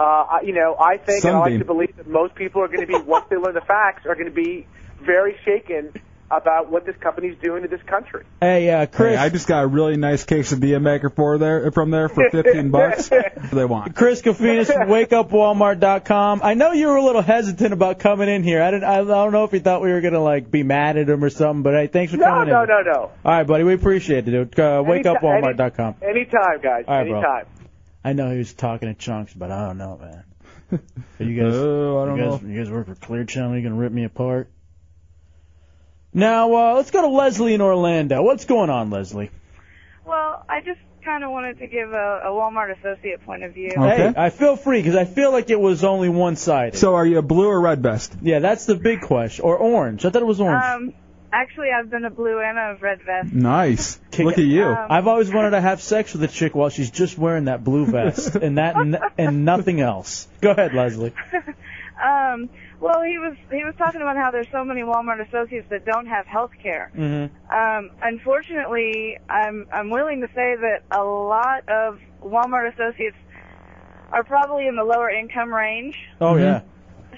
[SPEAKER 17] Uh, I- you know, I think and I like
[SPEAKER 12] Sunbeam.
[SPEAKER 17] to believe that most people are going to be, once they learn the facts, are going to be very shaken about what this company's doing to this country.
[SPEAKER 2] Hey, uh, Chris.
[SPEAKER 3] Hey, I just got a really nice case of DMaker for there from there for fifteen bucks. Uh, they want.
[SPEAKER 2] Chris Kofinas from WakeUpWalmart.com. I know you were a little hesitant about coming in here. I didn't. I don't know if you thought we were gonna like be mad at him or something. But hey, thanks for
[SPEAKER 17] No,
[SPEAKER 2] coming
[SPEAKER 17] no,
[SPEAKER 2] in.
[SPEAKER 17] no, no.
[SPEAKER 2] All right, buddy. We appreciate it, dude. Uh, WakeUpWalmart.com.
[SPEAKER 17] Anytime, guys.
[SPEAKER 2] All right, bro.
[SPEAKER 17] anytime.
[SPEAKER 2] I know he was talking to chunks, but I don't know, man. You guys,
[SPEAKER 3] Oh, I don't
[SPEAKER 2] you guys, you guys work for Clear Channel. You gonna rip me apart? Now uh, let's go to Leslie in Orlando. What's going on, Leslie?
[SPEAKER 20] Well, I just kind of wanted to give a, a Walmart associate point of view.
[SPEAKER 2] Hey, I feel free because I feel like it was only one sided.
[SPEAKER 3] So are you a blue or red vest?
[SPEAKER 2] Yeah, that's the big question. Or orange. I thought it was orange.
[SPEAKER 20] Um, actually, I've been a blue and a red vest.
[SPEAKER 3] Nice. Look at you.
[SPEAKER 20] Um,
[SPEAKER 2] I've always wanted to have sex with a chick while she's just wearing that blue vest and that and, and nothing else. Go ahead, Leslie.
[SPEAKER 20] Um, well, he was he was talking about how there's so many Walmart associates that don't have health care.
[SPEAKER 2] Mm-hmm.
[SPEAKER 20] Um, unfortunately, I'm I'm willing to say that a lot of Walmart associates are probably in the lower income range.
[SPEAKER 2] Oh
[SPEAKER 8] Mm-hmm.
[SPEAKER 2] yeah.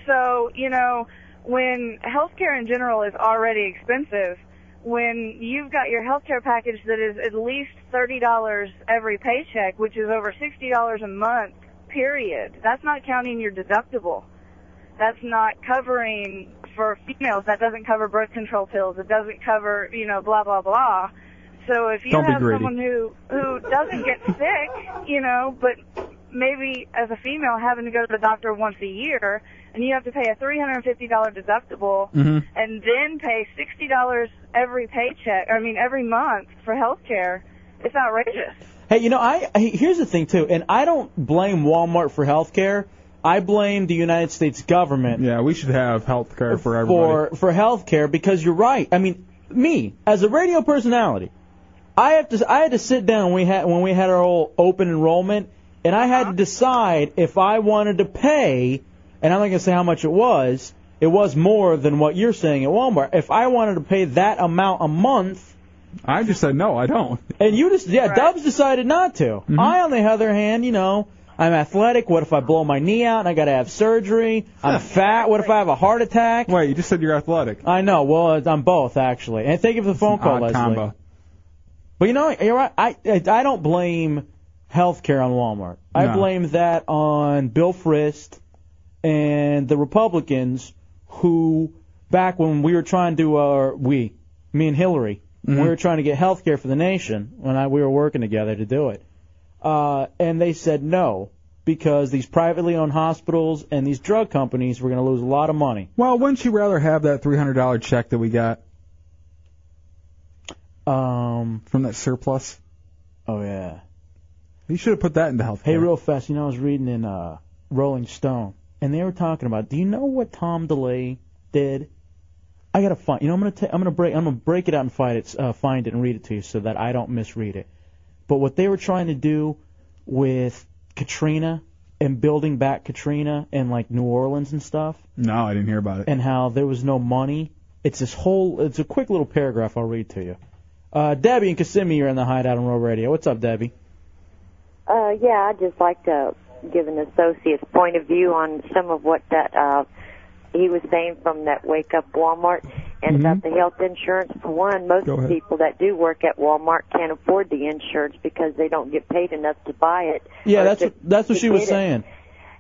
[SPEAKER 20] So, you know, when healthcare in general is already expensive, when you've got your healthcare package that is at least $30 every paycheck, which is over $60 a month, period, that's not counting your deductible. That's not covering for females. That doesn't cover birth control pills. It doesn't cover, you know, blah, blah, blah. So if you
[SPEAKER 12] Don't be
[SPEAKER 20] have
[SPEAKER 12] greedy.
[SPEAKER 20] someone who, who doesn't get sick, you know, but maybe as a female having to go to the doctor once a year and you have to pay a $350 deductible
[SPEAKER 12] Mhm.
[SPEAKER 20] and then pay $60 every paycheck, I mean every month for health care, it's outrageous.
[SPEAKER 2] Hey, you know, I I- here's the thing too, and I don't blame Walmart for health care. I blame the United States government.
[SPEAKER 3] Yeah, we should have health care for everybody.
[SPEAKER 2] for for health care because you're right. I mean, me as a radio personality, I have to. I had to sit down. When we had when we had our old open enrollment, and I had to decide if I wanted to pay. And I'm not gonna say how much it was. It was more than what you're saying at Walmart. If I wanted to pay that amount a month,
[SPEAKER 3] I just said no. I don't. Mm-hmm.
[SPEAKER 2] And you just yeah, Dubs decided not to. I, on the other hand, you know, I'm athletic. What if I blow my knee out and I got to have surgery? I'm fat. What if I have a heart attack?
[SPEAKER 3] Wait, you just said you're athletic.
[SPEAKER 2] I know. Well, I'm both actually. And thank you for the
[SPEAKER 3] an
[SPEAKER 2] phone call,
[SPEAKER 3] odd
[SPEAKER 2] Leslie.
[SPEAKER 3] combo.
[SPEAKER 2] But you know, you're right. I I I don't blame healthcare on Walmart. I
[SPEAKER 3] No.
[SPEAKER 2] blame that on Bill Frist and the Republicans who back when we were trying to uh we me and Hillary we were trying to get healthcare for the nation when I we were working together to do it. Uh and they said no because these privately owned hospitals and these drug companies were going to lose a lot of money.
[SPEAKER 3] Well, wouldn't you rather have that $300 check that we got?
[SPEAKER 2] Um,
[SPEAKER 3] from that surplus.
[SPEAKER 2] Oh yeah.
[SPEAKER 3] You should have put that into health.
[SPEAKER 2] Hey, real fast, you know, I was reading in uh, Rolling Stone, and they were talking about. Do you know what Tom DeLay did? I gotta find. You know, I'm gonna ta- I'm gonna break I'm gonna break it out and find it, uh, find it and read it to you so that I don't misread it. But what they were trying to do with Katrina and building back Katrina and like New Orleans and stuff,
[SPEAKER 3] No, I didn't hear about it.
[SPEAKER 2] and how there was no money. It's this whole. It's a quick little paragraph. I'll read to you. Uh, Debbie and Kissimmee are in the hideout on Roll Radio. What's up, Debbie?
[SPEAKER 21] Uh, yeah, I'd just like to give an associate's point of view on some of what that uh, he was saying from that Wake Up Walmart and about the health insurance. For one, most
[SPEAKER 1] Mm-hmm. Go ahead.
[SPEAKER 21] people that do work at Walmart can't afford the insurance because they don't get paid enough to buy it.
[SPEAKER 2] Yeah,
[SPEAKER 21] or
[SPEAKER 2] that's
[SPEAKER 21] to-
[SPEAKER 2] what, that's what
[SPEAKER 21] to
[SPEAKER 2] she was
[SPEAKER 21] get it.
[SPEAKER 2] saying.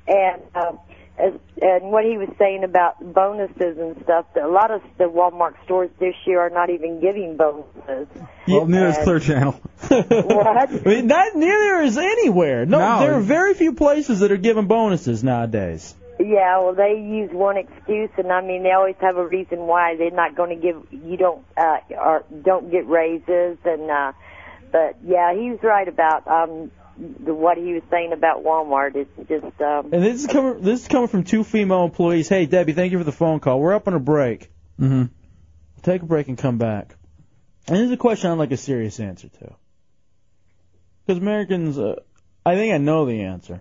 [SPEAKER 21] and um, as, and what he was saying about bonuses and stuff. that A lot of the Walmart stores this year are not even giving bonuses.
[SPEAKER 3] Well, neither is Clear Channel.
[SPEAKER 21] what?
[SPEAKER 2] I mean, not neither is anywhere. No,
[SPEAKER 21] No.
[SPEAKER 2] there are very few places that are giving bonuses nowadays.
[SPEAKER 21] Yeah, well, they use one excuse, and I mean, they always have a reason why they're not going to give you don't uh, or don't get raises, and uh, but yeah, he was right about um the, what he was saying about Walmart. It's just um,
[SPEAKER 2] And this is coming this is coming from two female employees. Hey, Debbie, thank you for the phone call. We're up on a break.
[SPEAKER 3] Mm-hmm.
[SPEAKER 2] Take a break and come back. And this is a question I'd like a serious answer to. Because Americans, uh, I think I know the answer.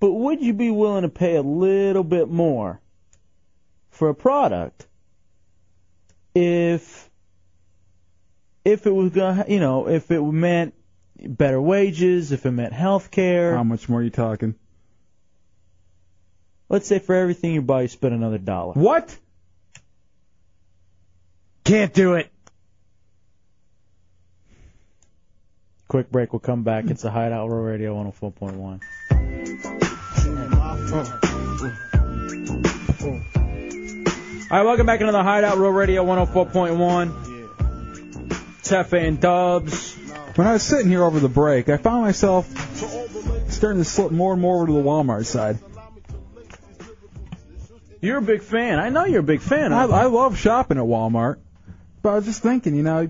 [SPEAKER 2] But would you be willing to pay a little bit more for a product if if it was gonna, you know, if it meant better wages, if it meant health care? How
[SPEAKER 3] much more are you talking?
[SPEAKER 2] Let's say for everything you buy, you spend another dollar.
[SPEAKER 3] What?
[SPEAKER 2] Can't do it. Quick break. We'll come back. It's a Hideout Row Radio 104.1. All right, welcome back into the Hideout Row Radio 104.1. Tefe and Dubs.
[SPEAKER 3] When I was sitting here over the break, I found myself starting to slip more and more over to the Walmart side.
[SPEAKER 2] You're a big fan. I know you're a big fan.
[SPEAKER 3] I, I love shopping at Walmart, but I was just thinking, you know,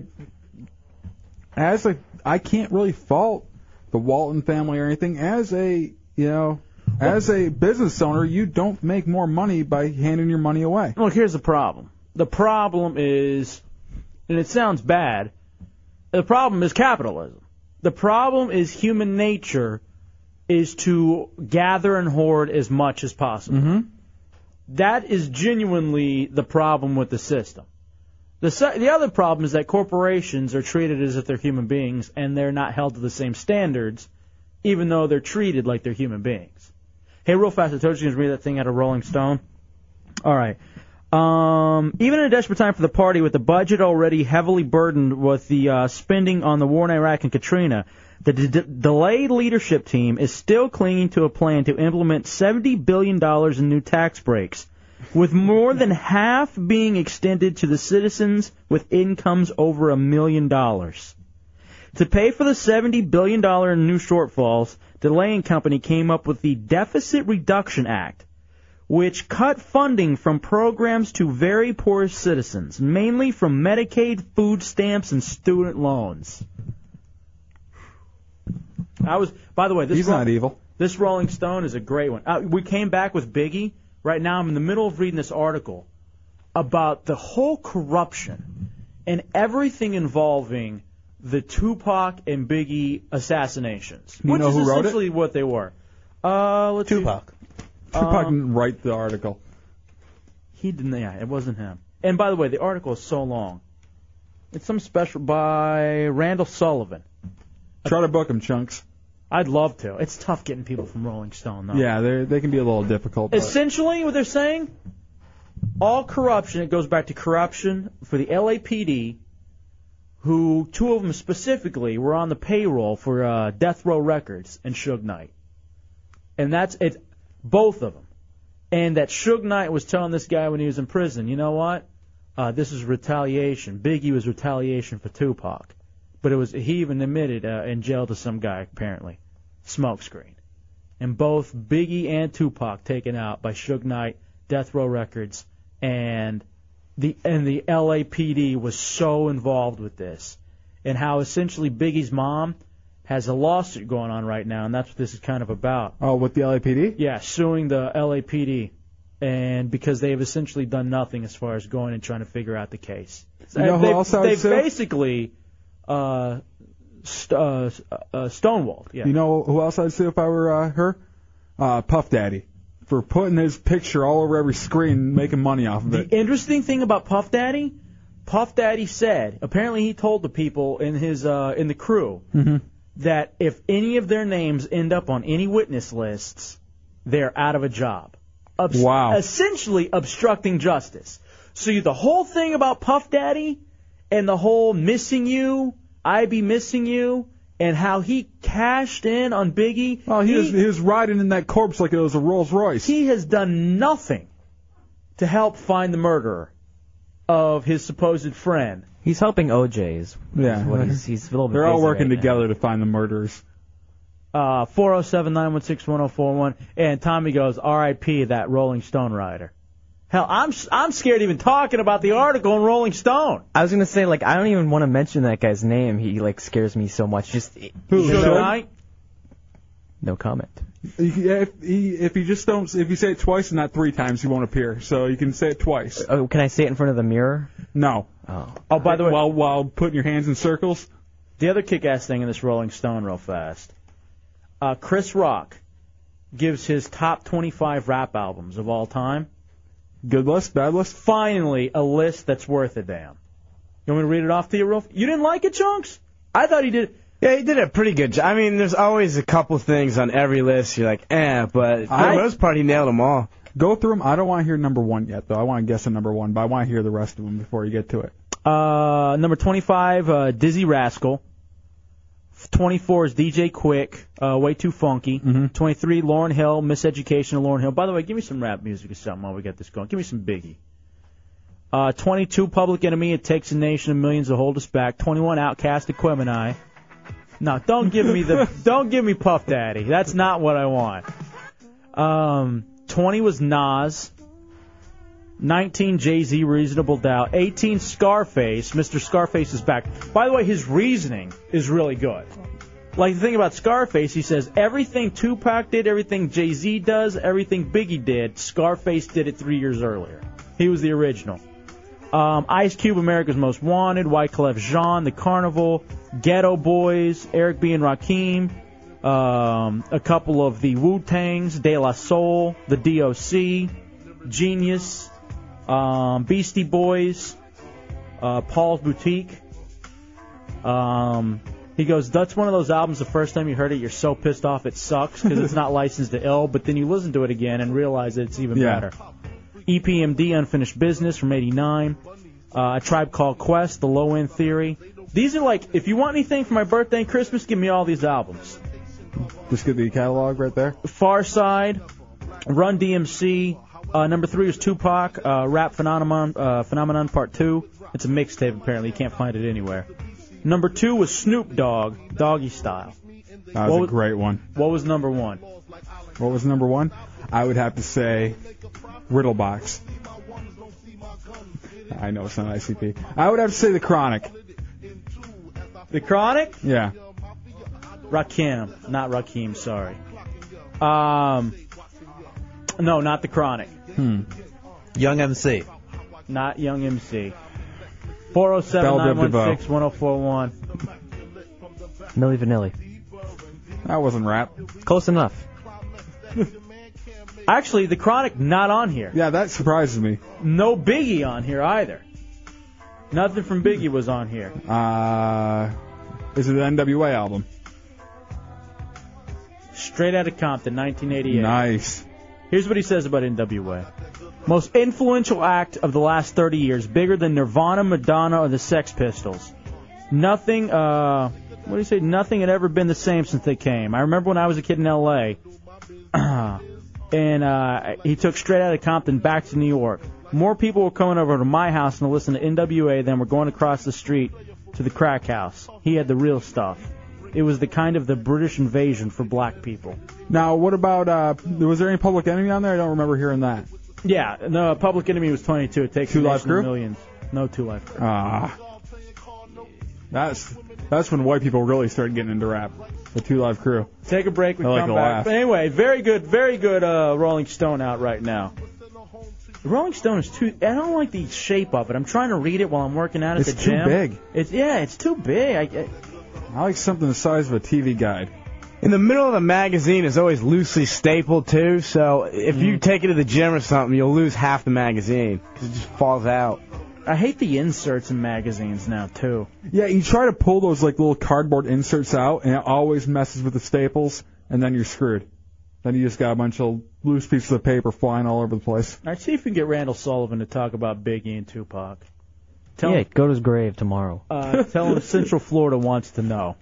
[SPEAKER 3] as a I can't really fault the Walton family or anything. As a you know, as a business owner, you don't make more money by handing your money away.
[SPEAKER 2] Look, here's the problem. The problem is, and it sounds bad, the problem is capitalism. The problem is human nature is to gather and hoard as much as possible. That is genuinely the problem with the system. The, se- the other problem is that corporations are treated as if they're human beings and they're not held to the same standards, even though they're treated like they're human beings. Hey, real fast, I told you to read that thing out of Rolling Stone. All right. Um, even in a desperate time for the party, with the budget already heavily burdened with the uh, spending on the war in Iraq and Katrina, the d- d- delayed leadership team is still clinging to a plan to implement $70 billion in new tax breaks, with more than half being extended to the citizens with incomes over a million dollars. To pay for the $70 billion in new shortfalls, Delaying Company came up with the Deficit Reduction Act, which cut funding from programs to very poor citizens, mainly from Medicaid, food stamps, and student loans. I was, by the way, this
[SPEAKER 3] He's
[SPEAKER 2] Ro-
[SPEAKER 3] not evil.
[SPEAKER 2] This Rolling Stone is a great one. Uh, we came back with Biggie. Right now, I'm in the middle of reading this article about the whole corruption and everything involving the Tupac and Biggie assassinations,
[SPEAKER 3] You
[SPEAKER 2] which
[SPEAKER 3] know
[SPEAKER 2] is
[SPEAKER 3] who wrote it?
[SPEAKER 2] essentially what they were. Uh, let's Um, Tupac.
[SPEAKER 3] Tupac didn't write the article.
[SPEAKER 2] He didn't. Yeah, it wasn't him. And by the way, the article is so long. It's some special by Randall Sullivan.
[SPEAKER 3] Try to book him, chunks.
[SPEAKER 2] I'd love to. It's tough getting people from Rolling Stone, though.
[SPEAKER 3] Yeah, they they can be a little difficult. but-
[SPEAKER 2] Essentially, what they're saying, all corruption, it goes back to corruption for the LAPD, who, two of them specifically, were on the payroll for uh, Death Row Records and Suge Knight. And that's it, both of them. And that Suge Knight was telling this guy when he was in prison, you know what? Uh, this is retaliation. Biggie was retaliation for Tupac. But it was he even admitted uh, in jail to some guy, apparently. Smokescreen and both Biggie and Tupac taken out by Suge Knight, Death Row Records, and the and the LAPD was so involved with this, and how essentially Biggie's mom has a lawsuit going on right now, and that's what this is kind of about.
[SPEAKER 3] Oh, with the LAPD?
[SPEAKER 2] Yeah, suing the LAPD, and because they have essentially done nothing as far as going and trying to figure out the case.
[SPEAKER 3] You know who
[SPEAKER 2] they've,
[SPEAKER 3] else I would
[SPEAKER 2] they've
[SPEAKER 3] sue?
[SPEAKER 2] basically uh, st- uh, uh, stonewalled. Yeah.
[SPEAKER 3] You know who else I'd sue if I were uh, her? Uh, Puff Daddy for putting his picture all over every screen, and making money off of it.
[SPEAKER 2] The interesting thing about Puff Daddy, Puff Daddy said apparently he told the people in his uh, in the crew
[SPEAKER 3] Mm-hmm.
[SPEAKER 2] that if any of their names end up on any witness lists, they're out of a job. Obs-
[SPEAKER 3] Wow.
[SPEAKER 2] Essentially obstructing justice. So you, the whole thing about Puff Daddy and the whole missing you, I be missing you, and how he cashed in on Biggie.
[SPEAKER 3] Oh, he, was he was riding in that corpse like it was a Rolls Royce.
[SPEAKER 2] He has done nothing to help find the murderer of his supposed friend.
[SPEAKER 8] He's helping OJ's.
[SPEAKER 3] Yeah,
[SPEAKER 8] what he's, he's a little bit
[SPEAKER 3] they're all
[SPEAKER 8] busy
[SPEAKER 3] working
[SPEAKER 8] right now.
[SPEAKER 3] together to find the murderers.
[SPEAKER 2] Uh, 407-916-1041, and Tommy goes, R.I.P. that Rolling Stone rider. Hell, I'm s- I'm scared even talking about the article in Rolling Stone.
[SPEAKER 8] I was gonna say like I don't even want to mention that guy's name. He like scares me so much. Just
[SPEAKER 3] Who, Suge Suge? Knight?
[SPEAKER 8] No comment.
[SPEAKER 3] You can- If he, if you just don't, if you say it twice and not three times, he won't appear. So you can say it twice.
[SPEAKER 8] Oh, can I say it in front of the mirror?
[SPEAKER 3] No.
[SPEAKER 8] Oh.
[SPEAKER 2] Oh, by the way,
[SPEAKER 3] while while putting your hands in circles.
[SPEAKER 2] The other kick-ass thing in this Rolling Stone, real fast. Uh, Chris Rock gives his top 25 rap albums of all time.
[SPEAKER 3] Good list, bad list.
[SPEAKER 2] Finally, a list that's worth a damn. You want me to read it off to you, real? You didn't like it, chunks? I thought he did.
[SPEAKER 13] Yeah, he did a pretty good job. I mean, there's always a couple things on every list you're like, eh, but for the most part, he nailed them all.
[SPEAKER 3] Go through them. I don't want to hear number one yet, though. I want to guess a number one, but I want to hear the rest of them before you get to it.
[SPEAKER 2] Uh, number 25, uh, Dizzy Rascal. 24 is DJ Quick, uh, Way Too Funky. 23, Lauren Hill, Miseducation of Lauren Hill. By the way, give me some rap music or something while we get this going. Give me some Biggie. Uh, 22, Public Enemy, It Takes a Nation of Millions to Hold Us Back. 21, Outcast, Equemini. No, don't give me the, don't give me Puff Daddy. That's not what I want. Um, 20 was Nas. 19 Jay Z, Reasonable Doubt. 18 Scarface, Mr. Scarface is back. By the way, his reasoning is really good. Like the thing about Scarface, he says everything Tupac did, everything Jay Z does, everything Biggie did, Scarface did it three years earlier. He was the original. Um, Ice Cube, America's Most Wanted, Wyclef Jean, The Carnival, Ghetto Boys, Eric B. and Rakim, um, a couple of the Wu Tangs, De La Soul, The DOC, Genius, um, Beastie Boys, uh, Paul's Boutique. Um, he goes, that's one of those albums. The first time you heard it, you're so pissed off it sucks because it's not licensed to ill. But then you listen to it again and realize that it's even
[SPEAKER 3] Yeah.
[SPEAKER 2] better. E EPMD, Unfinished Business from '89. Uh, A Tribe Called Quest, The Low End Theory. These are like, if you want anything for my birthday and Christmas, give me all these albums.
[SPEAKER 3] Just get the catalog right there.
[SPEAKER 2] Far Side, Run DMC. Uh, number three is Tupac, uh, Rap Phenomenon, uh, Phenomenon Part Two. It's a mixtape apparently. You can't find it anywhere. Number two was Snoop Dogg, Doggy Style.
[SPEAKER 3] That was
[SPEAKER 2] What
[SPEAKER 3] a great one.
[SPEAKER 2] What was number one?
[SPEAKER 3] What was number one? I would have to say Riddle Box. I know it's not ICP. I would have to say The Chronic.
[SPEAKER 2] The Chronic?
[SPEAKER 3] Yeah.
[SPEAKER 2] Rakim, not Rakim. Sorry. Um, no, not the Chronic.
[SPEAKER 3] Hmm.
[SPEAKER 2] Young MC. Not Young MC.
[SPEAKER 3] Bell Biv DeVoe.
[SPEAKER 2] 407-916-1041.
[SPEAKER 8] Millie Vanilli.
[SPEAKER 3] That wasn't rap.
[SPEAKER 8] Close enough.
[SPEAKER 2] Actually, the Chronic not on here.
[SPEAKER 3] Yeah, that surprises me.
[SPEAKER 2] No Biggie on here either. Nothing from Biggie was on here.
[SPEAKER 3] Uh, is it the NWA album?
[SPEAKER 2] Straight out of Compton, 1988.
[SPEAKER 3] Nice.
[SPEAKER 2] Here's what he says about NWA. Most influential act of the last 30 years, bigger than Nirvana, Madonna, or the Sex Pistols. Nothing, uh, what do you say? Nothing had ever been the same since they came. I remember when I was a kid in L.A. and uh, he took straight out of Compton back to New York. More people were coming over to my house and to listen to NWA than were going across the street to the crack house. He had the real stuff. It was the kind of the British invasion for black people.
[SPEAKER 3] Now, what about, uh, was there any Public Enemy on there? I don't remember hearing that.
[SPEAKER 2] Yeah, no, Public Enemy was 22. It takes
[SPEAKER 3] Two
[SPEAKER 2] a
[SPEAKER 3] Live
[SPEAKER 2] nation
[SPEAKER 3] Crew?
[SPEAKER 2] of millions. No two life crew.
[SPEAKER 3] Ah. That's, that's when white people really started getting into rap. The Two Live Crew.
[SPEAKER 2] Take a break. We
[SPEAKER 3] I like
[SPEAKER 2] come
[SPEAKER 3] the
[SPEAKER 2] back.
[SPEAKER 3] laugh.
[SPEAKER 2] But anyway, very good, very good uh, Rolling Stone out right now. The Rolling Stone is too. I don't like the shape of it. I'm trying to read it while I'm working out at
[SPEAKER 3] It's
[SPEAKER 2] the
[SPEAKER 3] too
[SPEAKER 2] gym.
[SPEAKER 3] big.
[SPEAKER 2] It's yeah, it's too big. I, I-
[SPEAKER 3] I like something the size of a TV guide.
[SPEAKER 13] In the middle of the magazine is always loosely stapled too, so if
[SPEAKER 2] Mm.
[SPEAKER 13] you take it to the gym or something, you'll lose half the magazine because it just falls out.
[SPEAKER 2] I hate the inserts in magazines now too.
[SPEAKER 3] Yeah, you try to pull those like little cardboard inserts out, and it always messes with the staples, and then you're screwed. Then you just got a bunch of loose pieces of paper flying all over the place.
[SPEAKER 2] All right, see if we can get Randall Sullivan to talk about Biggie and Tupac. Tell
[SPEAKER 8] Yeah,
[SPEAKER 2] him,
[SPEAKER 8] go to his grave tomorrow.
[SPEAKER 2] uh, tell him Central Florida wants to know.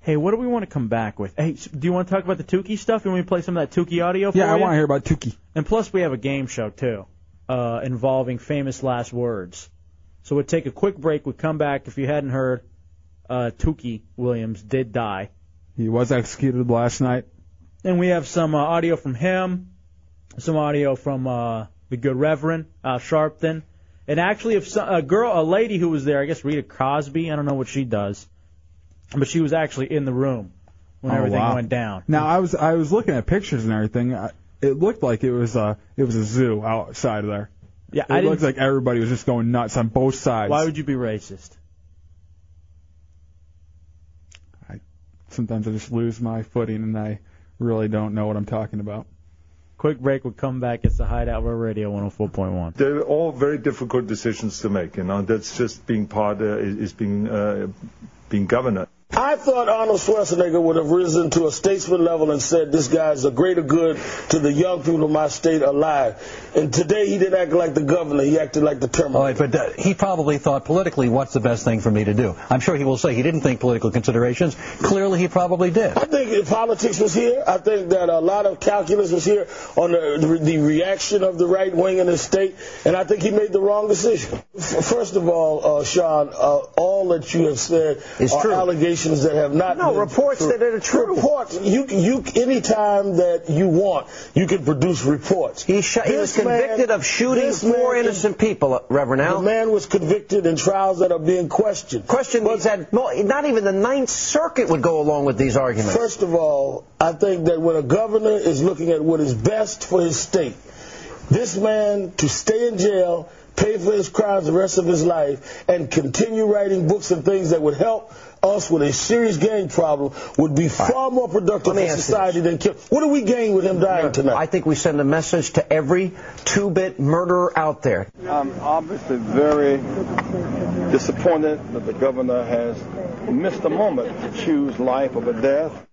[SPEAKER 2] Hey, what do we want to come back with? Hey, s- do you want to talk about the Tukey stuff? Do you want me to play some of that Tukey audio for
[SPEAKER 3] Yeah, I
[SPEAKER 2] you?
[SPEAKER 3] want to hear about Tukey.
[SPEAKER 2] And plus, we have a game show too, uh, involving famous last words. So we'll take a quick break. We'll come back. If you hadn't heard, uh, Tukey Williams did die,
[SPEAKER 3] He was executed last night.
[SPEAKER 2] and we have some uh, audio from him, some audio from uh, the good Reverend uh, Sharpton, and actually, if some, a girl, a lady who was there, I guess Rita Cosby. I don't know what she does, but she was actually in the room when
[SPEAKER 3] Oh,
[SPEAKER 2] everything
[SPEAKER 3] wow.
[SPEAKER 2] went down.
[SPEAKER 3] Now I was I was looking at pictures and everything. I, it looked like it was a it was a zoo outside of there.
[SPEAKER 2] Yeah,
[SPEAKER 3] it
[SPEAKER 2] I didn't-
[SPEAKER 3] looked like everybody was just going nuts on both sides.
[SPEAKER 2] Why would you be racist?
[SPEAKER 3] Sometimes I just lose my footing and I really don't know what I'm talking about.
[SPEAKER 2] Quick break. We'll come back. It's the Hideout Row Radio 104.1.
[SPEAKER 1] They're all very difficult decisions to make, you know. That's just being part uh, is is being uh, being governor.
[SPEAKER 4] I thought Arnold Schwarzenegger would have risen to a statesman level and said, this guy is a greater good to the young people of my state alive. And today he didn't act like the governor. He acted like the terminal.
[SPEAKER 22] All right, but uh, he probably thought politically, what's the best thing for me to do? I'm sure he will say he didn't think political considerations. Clearly, he probably did.
[SPEAKER 4] I think if politics was here, I think that a lot of calculus was here on the, the reaction of the right wing in the state, and I think he made the wrong decision. F- First of all, uh, Sean, uh, all that you have said are allegations that have not no reports that are true. Reports. You you any time that you want, you can produce reports. He,
[SPEAKER 22] he was convicted of shooting four innocent people, uh, Reverend Al.
[SPEAKER 4] The man was convicted in trials that are being questioned.
[SPEAKER 22] Question was that mo- not even the Ninth Circuit would go along with these arguments.
[SPEAKER 4] First of all, I think that when a governor is looking at what is best for his state, this man to stay in jail, pay for his crimes the rest of his life, and continue writing books and things that would help us with a serious gang problem would be far more productive
[SPEAKER 22] Let me
[SPEAKER 4] for
[SPEAKER 22] ask you
[SPEAKER 4] society than kill. What do we gain with him dying tonight?
[SPEAKER 22] I think we send a message to every two-bit murderer out there.
[SPEAKER 23] I'm obviously very disappointed that the governor has missed a moment to choose life over death.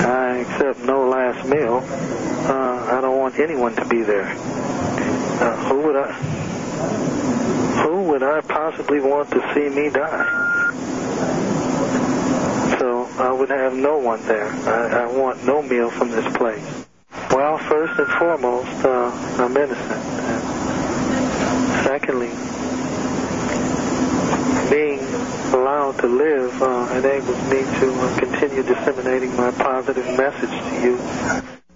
[SPEAKER 24] I accept no last meal. Uh, I don't want anyone to be there. Uh, who would I? Who would I possibly want to see me die? So I would have no one there. I, I want no meal from this place. Well, first and foremost, uh, I'm innocent. Secondly, being allowed to live uh, enables me to uh, continue disseminating my positive message to you.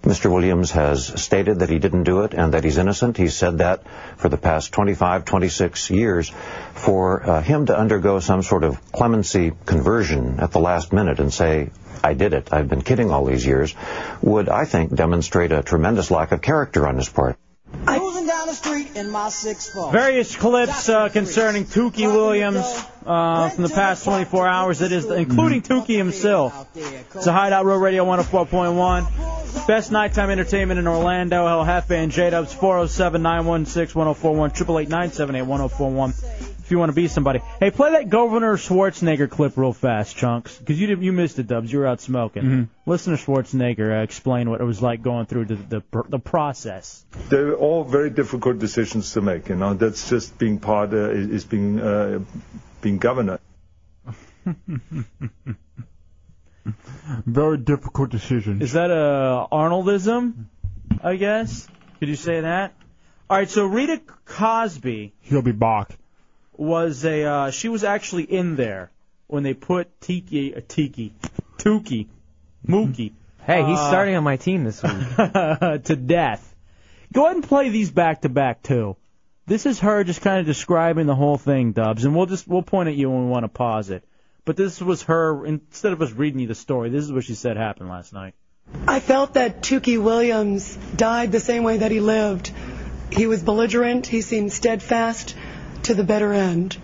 [SPEAKER 25] Mr. Williams has stated that he didn't do it and that he's innocent. He's said that for the past 25, 26 years. For uh, him to undergo some sort of clemency conversion at the last minute and say, I did it, I've been kidding all these years, would, I think, demonstrate a tremendous lack of character on his part.
[SPEAKER 26] Cruising down the
[SPEAKER 5] the street in my six four.
[SPEAKER 2] Various clips uh, concerning Tukey Williams uh, from the past 24 hours. It is including Tukey himself. It's a Hideout Road Radio 104.1. Best nighttime entertainment in Orlando. El Jefe and oh J Dubs 407 916 1041 888 978 1041. If you want to be somebody, hey, play that Governor Schwarzenegger clip real fast, chunks, because you did, you missed it, Dubs. You were out smoking. Listen to Schwarzenegger uh, explain what it was like going through the the, pr- the process.
[SPEAKER 1] They're all very difficult decisions to make. You know, that's just being part uh, is is being uh, being governor.
[SPEAKER 3] Very difficult decision.
[SPEAKER 2] Is that a Arnoldism? I guess. Could you say that? All right. So Rita Cosby
[SPEAKER 3] He'll be back.
[SPEAKER 2] was a uh, she was actually in there when they put Tiki uh, Tiki Tuki Mookie.
[SPEAKER 8] Mm-hmm. Hey, he's
[SPEAKER 2] uh,
[SPEAKER 8] starting on my team this week.
[SPEAKER 2] to death. Go ahead and play these back to back too. This is her just kind of describing the whole thing, Dubs, and we'll just we'll point at you when we want to pause it. But this was her instead of us reading you the story. This is what she said happened last night.
[SPEAKER 27] I felt that Tukey Williams died the same way that he lived. He was belligerent. He seemed steadfast to the bitter end.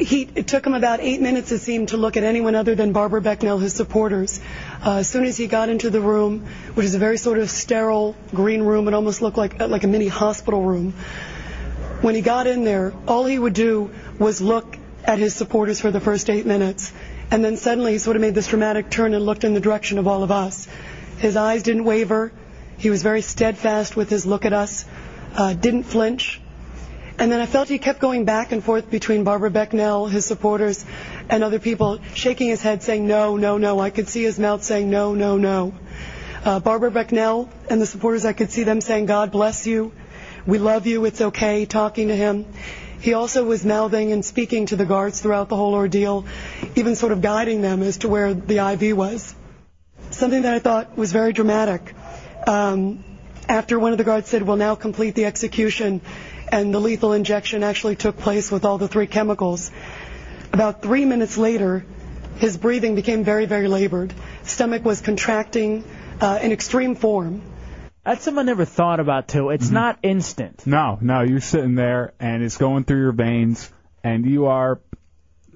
[SPEAKER 27] He, it took him about eight minutes, it seemed, to look at anyone other than Barbara Becknell, his supporters. Uh, as soon as he got into the room, which is a very sort of sterile green room, it almost looked like, like a mini hospital room, when he got in there, all he would do was look at his supporters for the first eight minutes. And then suddenly he sort of made this dramatic turn and looked in the direction of all of us. His eyes didn't waver. He was very steadfast with his look at us, uh, didn't flinch. And then I felt he kept going back and forth between Barbara Becknell, his supporters, and other people, shaking his head, saying, no, no, no. I could see his mouth saying, no, no, no. Uh, Barbara Becknell and the supporters, I could see them saying, God bless you. We love you. It's okay, talking to him. He also was mouthing and speaking to the guards throughout the whole ordeal, even sort of guiding them as to where the IV was. Something that I thought was very dramatic. Um, after one of the guards said, we'll now complete the execution, and the lethal injection actually took place with all the three chemicals. About three minutes later, his breathing became very, very labored. Stomach was contracting uh, in extreme form.
[SPEAKER 2] That's something I never thought about too.
[SPEAKER 3] Mm-hmm.
[SPEAKER 2] It's not instant.
[SPEAKER 3] No, no, you're sitting there and it's going through your veins and you are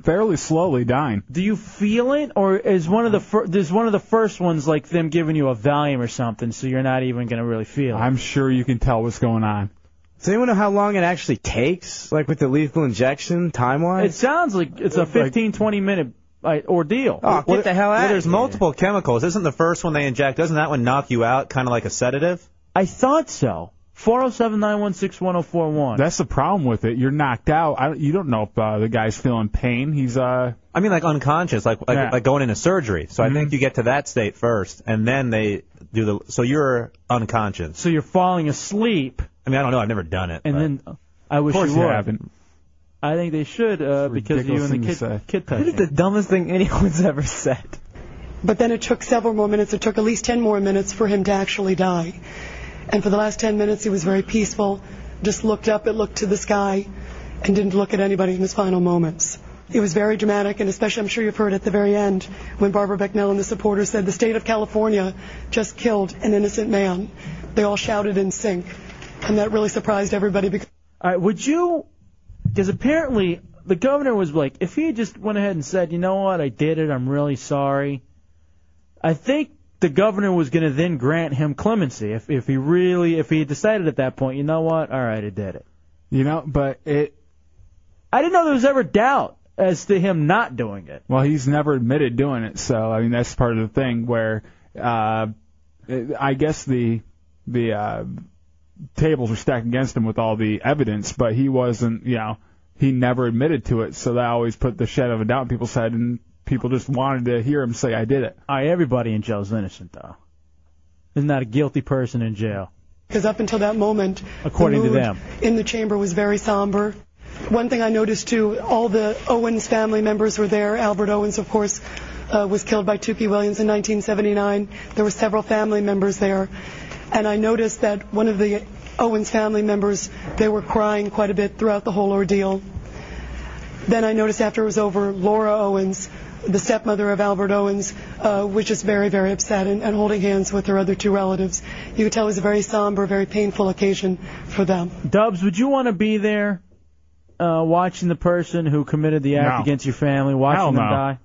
[SPEAKER 3] fairly slowly dying.
[SPEAKER 2] Do you feel it, or is one of the fir- there's one of the first ones like them giving you a Valium or something, so you're not even gonna really feel it?
[SPEAKER 3] I'm sure you can tell what's going on.
[SPEAKER 13] Does anyone know how long it actually takes, like with the lethal injection, time wise?
[SPEAKER 2] It sounds like it's a 15, 20 minute like, ordeal.
[SPEAKER 13] Oh, get the hell out
[SPEAKER 6] Well,
[SPEAKER 13] of
[SPEAKER 6] there's
[SPEAKER 13] here.
[SPEAKER 6] multiple chemicals. Isn't the first one they inject? Doesn't that one knock you out, kind of like a sedative?
[SPEAKER 2] I thought so. 407 916 1041.
[SPEAKER 3] That's the problem with it. You're knocked out. I, you don't know if uh, the guy's feeling pain. He's uh.
[SPEAKER 6] I mean, like unconscious, like like,
[SPEAKER 3] Yeah.
[SPEAKER 6] like going into surgery. So
[SPEAKER 2] Mm-hmm.
[SPEAKER 6] I think you get to that state first, and then they do the. So you're unconscious.
[SPEAKER 2] So you're falling asleep,
[SPEAKER 6] I mean, I don't know. I've never done it.
[SPEAKER 2] and
[SPEAKER 6] but-
[SPEAKER 2] then I wish
[SPEAKER 6] course
[SPEAKER 2] you
[SPEAKER 6] you
[SPEAKER 2] would.
[SPEAKER 6] haven't.
[SPEAKER 2] I think they should uh, because of you
[SPEAKER 6] ridiculous
[SPEAKER 2] and the
[SPEAKER 6] thing to say.
[SPEAKER 2] kid, kid
[SPEAKER 27] That is
[SPEAKER 2] touching.
[SPEAKER 27] the
[SPEAKER 2] dumbest thing anyone's ever said.
[SPEAKER 27] But then it took several more minutes. It took at least 10 more minutes for him to actually die. And for the last 10 minutes, he was very peaceful, just looked up, it looked to the sky, and didn't look at anybody in his final moments. It was very dramatic, and especially, I'm sure you've heard at the very end, when Barbara Becknell and the supporters said, the state of California just killed an innocent man. They all shouted in sync. And that really surprised everybody because
[SPEAKER 2] All right, would you? Because apparently the governor was like, if he had just went ahead and said, you know what, I did it, I'm really sorry. I think the governor was going to then grant him clemency if if he really if he had decided at that point, you know what, all right, I did it.
[SPEAKER 3] You know, but it.
[SPEAKER 2] I didn't know there was ever doubt as to him not doing it.
[SPEAKER 3] Well, he's never admitted doing it, so I mean that's part of the thing where uh, it- I guess the the uh, tables were stacked against him with all the evidence, but he wasn't. You know, he never admitted to it, so that always put the shadow of a doubt in people's head, and people just wanted to hear him say, "I did it."
[SPEAKER 2] All right, everybody in jail's innocent though. There's not a guilty person in jail,
[SPEAKER 27] up until that moment,
[SPEAKER 2] according
[SPEAKER 27] the
[SPEAKER 2] to
[SPEAKER 27] mood
[SPEAKER 2] them.
[SPEAKER 27] in the chamber was very somber. One thing I noticed too, all the Owens family members were there. Albert Owens, of course, uh, was killed by Tukey Williams in 1979. There were several family members there, and I noticed that one of the Owens family members, they were crying quite a bit throughout the whole ordeal. Then I noticed after it was over, Laura Owens, the stepmother of Albert Owens, uh, was just very, very upset and, and holding hands with her other two relatives. You could tell it was a very somber, very painful occasion for them.
[SPEAKER 2] Dubs, would you want to be there uh, watching the person who committed the act
[SPEAKER 27] No.
[SPEAKER 2] against your family, watching
[SPEAKER 3] Hell
[SPEAKER 2] them
[SPEAKER 3] no.
[SPEAKER 2] die?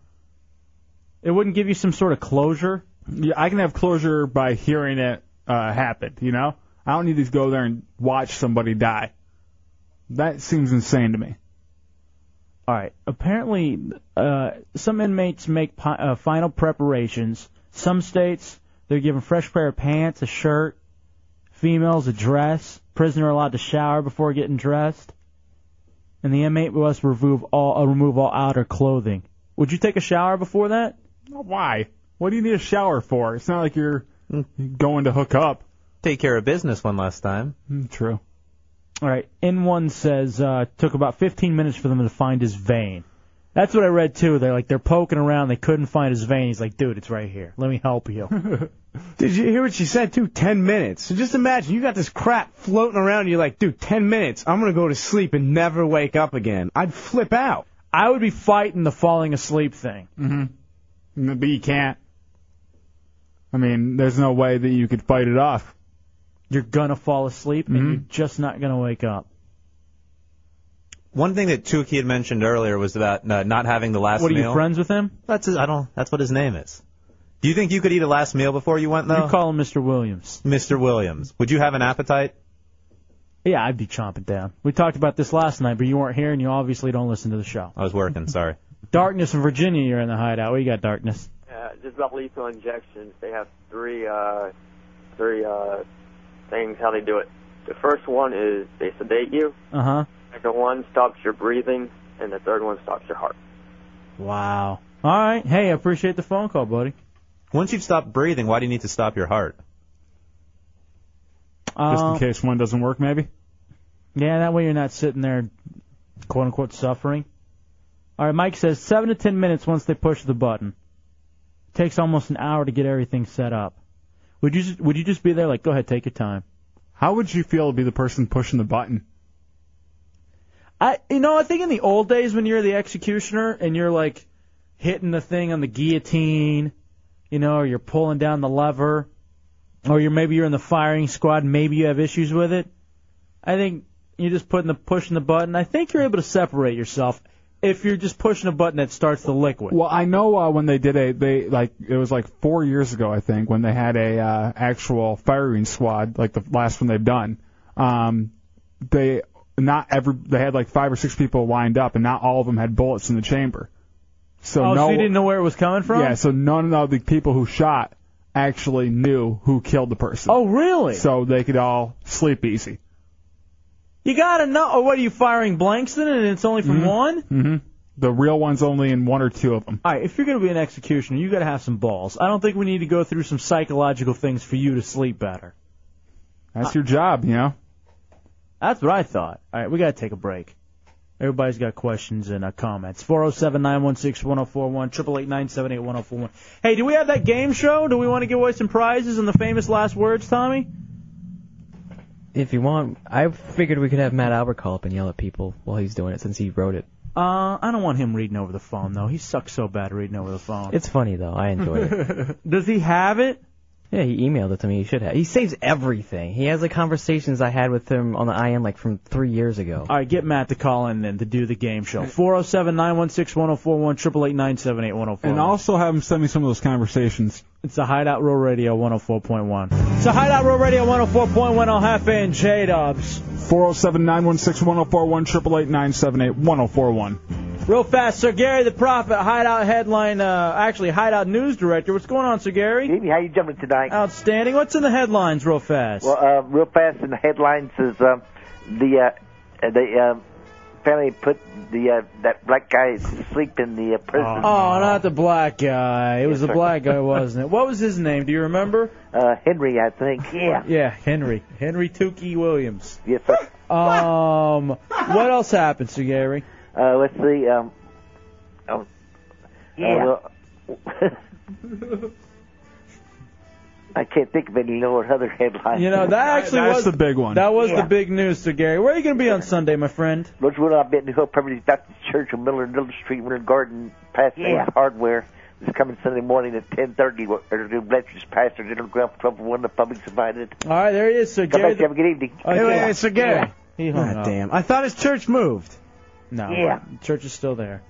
[SPEAKER 2] It wouldn't give you some sort of closure.
[SPEAKER 3] Yeah, I can have closure by hearing it uh, happen. You know, I don't need to go there and watch somebody die. That seems insane to me.
[SPEAKER 2] All right. Apparently, uh, some inmates make pi- uh, final preparations. Some states, they're given fresh pair of pants, a shirt. Females, a dress. Prisoner allowed to shower before getting dressed. And the inmate must remove all uh, remove all outer clothing. Would you take a shower before that?
[SPEAKER 3] Why? What do you need a shower for? It's not like you're going to hook up.
[SPEAKER 6] Hmm. Take care of business one last time.
[SPEAKER 3] Hmm, True.
[SPEAKER 2] All right. N1 says uh, took about 15 minutes for them to find his vein. That's what I read too. They're like they're poking around. They couldn't find his vein. He's like, dude, it's right here. Let me help you.
[SPEAKER 13] Did you hear what she said too? Ten minutes. So just imagine you got this crap floating around. And you're like, dude, ten minutes. I'm gonna go to sleep and never wake up again. I'd flip out.
[SPEAKER 2] I would be fighting the falling asleep thing.
[SPEAKER 3] Mm-hmm. But you can't. I mean, there's no way that you could fight it off. Mm-hmm.
[SPEAKER 2] You're gonna fall asleep and you're just not gonna wake up.
[SPEAKER 6] One thing that Tukey had mentioned earlier was about uh, not having the last
[SPEAKER 2] what are
[SPEAKER 6] meal.
[SPEAKER 2] you friends with him?
[SPEAKER 6] That's his, I don't. That's what his name is. Do you think you could eat a last meal before you went though?
[SPEAKER 2] You call him Mr. Williams.
[SPEAKER 6] Mr. Williams. Would you have an appetite?
[SPEAKER 2] Yeah, I'd be chomping down. We talked about this last night, but you weren't here and you obviously don't listen to the show.
[SPEAKER 6] I was working. Sorry.
[SPEAKER 2] Darkness in Virginia, you're in the hideout. What you got, Darkness?
[SPEAKER 5] Uh, just about lethal injections. They have three uh, three uh, things how they do it. The first one is they sedate you.
[SPEAKER 2] Uh huh.
[SPEAKER 5] Second one stops your breathing, and the third one stops your heart.
[SPEAKER 2] Wow. All right. Hey, I appreciate the phone call, buddy.
[SPEAKER 6] Once you've stopped breathing, why do you need to stop your heart?
[SPEAKER 3] Just
[SPEAKER 2] Uh,
[SPEAKER 3] in case one doesn't work, maybe.
[SPEAKER 2] Yeah, that way you're not sitting there, quote unquote, suffering. All right, Mike says seven to ten minutes once they push the button. takes almost an hour to get everything set up. Would you would you just be there like, go ahead, take your time?
[SPEAKER 3] How would you feel to be the person pushing the button?
[SPEAKER 2] I you know I think in the old days when you're the executioner and you're like hitting the thing on the guillotine, you know, or you're pulling down the lever, or you're maybe you're in the firing squad, maybe you have issues with it. I think you're just putting the pushing the button. I think you're able to separate yourself if you're just pushing a button that starts the liquid.
[SPEAKER 3] Well, I know uh, when they did a they like it was like four years ago I think when they had a uh, actual firing squad like the last one they've done. Um, they not every they had like five or six people lined up and not all of them had bullets in the chamber. So
[SPEAKER 2] oh,
[SPEAKER 3] no,
[SPEAKER 2] so you didn't know where it was coming from?
[SPEAKER 3] yeah, so none of the people who shot actually knew who killed the person.
[SPEAKER 2] Oh, really?
[SPEAKER 3] So they could all sleep easy.
[SPEAKER 2] You gotta know. Or what are you firing blanks in, it and it's only from one?
[SPEAKER 3] hmm The real ones only in one or two of them.
[SPEAKER 2] All right, if you're going to be an executioner, you got to have some balls. I don't think we need to go through some psychological things for you to sleep better.
[SPEAKER 3] That's your job, you know.
[SPEAKER 2] That's what I thought. All right, we got to take a break. Everybody's got questions and uh, comments. 407 916 1041, 888 978 1041. Hey, do we have that game show? Oh, Do we want to give away some prizes and the famous last words, Tommy?
[SPEAKER 8] If you want, I figured we could have Matt Albert call up and yell at people while he's doing it since he wrote it.
[SPEAKER 2] Uh, I don't want him reading over the phone, though. He sucks so bad at reading over the phone.
[SPEAKER 8] It's funny though. I enjoyed it.
[SPEAKER 2] Does he have it?
[SPEAKER 8] Yeah, he emailed it to me. He should have. He saves everything. He has the conversations I had with him on the IM like from three years ago.
[SPEAKER 2] All right, oh get Matt to call in then to do the game show. 407 916 1041, 888 978 1041.
[SPEAKER 3] And also have them send me some of those conversations.
[SPEAKER 2] It's the Hideout Row Radio 104.1. So Hideout Row Radio 104.1 on Half and J Dubs.
[SPEAKER 3] 407 916 1041 888 978 1041.
[SPEAKER 2] Real fast, Sir Gary the Prophet, Hideout headline, uh, actually Hideout news director. What's going on, Sir Gary?
[SPEAKER 10] how you jumping tonight?
[SPEAKER 2] Outstanding. What's in the headlines, real fast?
[SPEAKER 10] Well, uh, real fast in the headlines is uh, the uh, the uh, family put the uh, that black guy to sleep in the uh, prison.
[SPEAKER 2] oh, not the black guy. It was the
[SPEAKER 10] Yes, sir.
[SPEAKER 2] black guy, wasn't it? What was his name? Do you remember?
[SPEAKER 10] Uh, Henry, I think. Yeah.
[SPEAKER 2] Yeah, Henry. Henry Tukey Williams.
[SPEAKER 10] Yes, sir.
[SPEAKER 2] Um, what else happened, Sir Gary?
[SPEAKER 10] Uh, let's see. Um, oh,
[SPEAKER 2] Yeah.
[SPEAKER 10] Uh, well, I can't think of any lower other headlines.
[SPEAKER 2] You know, that actually was That was the big news to Gary. Where are you going to be on Sunday, my friend?
[SPEAKER 10] Which one I've been to Hope Primitive Baptist Church on Miller Little Street, Miller Garden, past
[SPEAKER 23] Yeah.
[SPEAKER 10] Ace Hardware. This coming Sunday morning at 10:30. where- Or the Bletcher's Pastor, General Gruff, 1201. The public's invited.
[SPEAKER 2] All right, there he is, Sir
[SPEAKER 10] Come
[SPEAKER 2] Gary.
[SPEAKER 10] back, have a good evening.
[SPEAKER 13] Anyway, so Gary.
[SPEAKER 2] He hung
[SPEAKER 13] God
[SPEAKER 2] up.
[SPEAKER 13] damn. I thought his church moved.
[SPEAKER 2] No,
[SPEAKER 13] Yeah.
[SPEAKER 2] church is still there.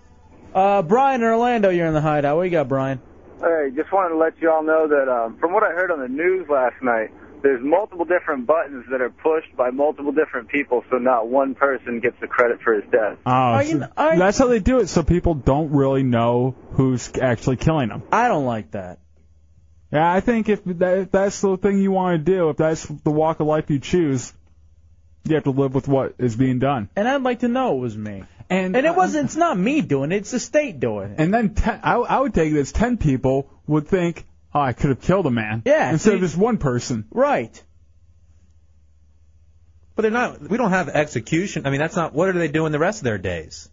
[SPEAKER 2] Uh, Brian in Orlando, you're in the hideout. What you got, Brian?
[SPEAKER 7] Hey, just wanted to let you all know that um, from what I heard on the news last night, there's multiple different buttons that are pushed by multiple different people, so not one person gets the credit for his death.
[SPEAKER 3] Oh, so that's how they do it, so people don't really know who's actually killing them.
[SPEAKER 2] I don't like that.
[SPEAKER 3] Yeah, I think if, that, if that's the thing you want to do, if that's the walk of life you choose, you have to live with what is being done.
[SPEAKER 2] And I'd like to know it was me.
[SPEAKER 3] And
[SPEAKER 2] and it wasn't. It's not me doing it. It's the state doing it.
[SPEAKER 3] And then ten, I, I would take it as ten people would think, oh, I could have killed a man.
[SPEAKER 2] Yeah,
[SPEAKER 3] Instead
[SPEAKER 2] see-
[SPEAKER 3] of just one person.
[SPEAKER 2] Right.
[SPEAKER 6] But they're not. We don't have execution. I mean, that's not. What are they doing the rest of their days?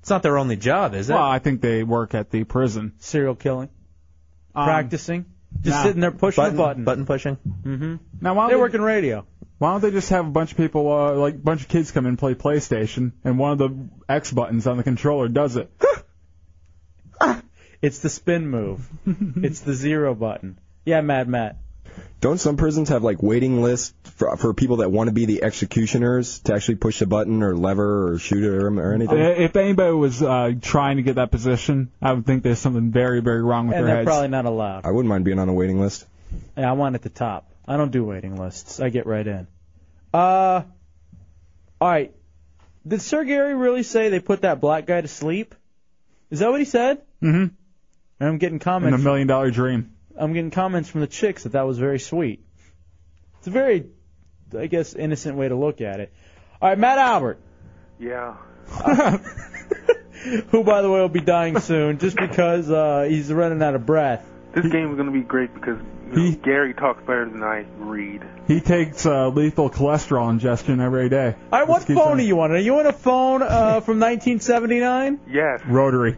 [SPEAKER 6] It's not their only job, is it?
[SPEAKER 3] Well, I think they work at the prison.
[SPEAKER 2] Serial killing.
[SPEAKER 3] Um,
[SPEAKER 2] Practicing. Just
[SPEAKER 3] nah.
[SPEAKER 2] sitting there pushing
[SPEAKER 3] Button-
[SPEAKER 2] a button.
[SPEAKER 6] Button pushing.
[SPEAKER 2] Mm-hmm.
[SPEAKER 3] Now, why don't
[SPEAKER 2] They're
[SPEAKER 3] they-
[SPEAKER 2] working radio.
[SPEAKER 3] Why don't they just have a bunch of people, uh, like a bunch of kids come in and play PlayStation, and one of the X buttons on the controller does it?
[SPEAKER 2] It's the spin move. it's the zero button. Yeah, Mad Matt.
[SPEAKER 11] Don't some prisons have like waiting lists for, for people that want to be the executioners to actually push a button or lever or shoot at 'em or anything?
[SPEAKER 3] If anybody was uh, trying to get that position, I would think there's something very, very wrong with
[SPEAKER 2] and
[SPEAKER 3] their
[SPEAKER 2] they're
[SPEAKER 3] heads.
[SPEAKER 2] probably not allowed.
[SPEAKER 11] I wouldn't mind being on a waiting list.
[SPEAKER 2] Yeah, I want at the top. I don't do waiting lists. I get right in. Uh, all right. Did Sir Gary really say they put that black guy to sleep? Is that what he said?
[SPEAKER 3] Mm-hmm.
[SPEAKER 2] I'm getting
[SPEAKER 3] In a
[SPEAKER 2] comments.
[SPEAKER 3] million dollar dream.
[SPEAKER 2] I'm getting comments from the chicks that that was very sweet. It's a very, I guess, innocent way to look at it. All right, Matt Albert,
[SPEAKER 12] Yeah.
[SPEAKER 2] who by the way will be dying soon, just because uh, he's running out of breath.
[SPEAKER 11] This game is going to be great because you know, Gary talks better than I read.
[SPEAKER 3] He takes uh, lethal cholesterol ingestion every day.
[SPEAKER 2] All right, what
[SPEAKER 3] Just keeps
[SPEAKER 2] phone
[SPEAKER 3] on-
[SPEAKER 2] are you on? Are you on a phone uh, from 1979?
[SPEAKER 11] Yes.
[SPEAKER 3] Rotary.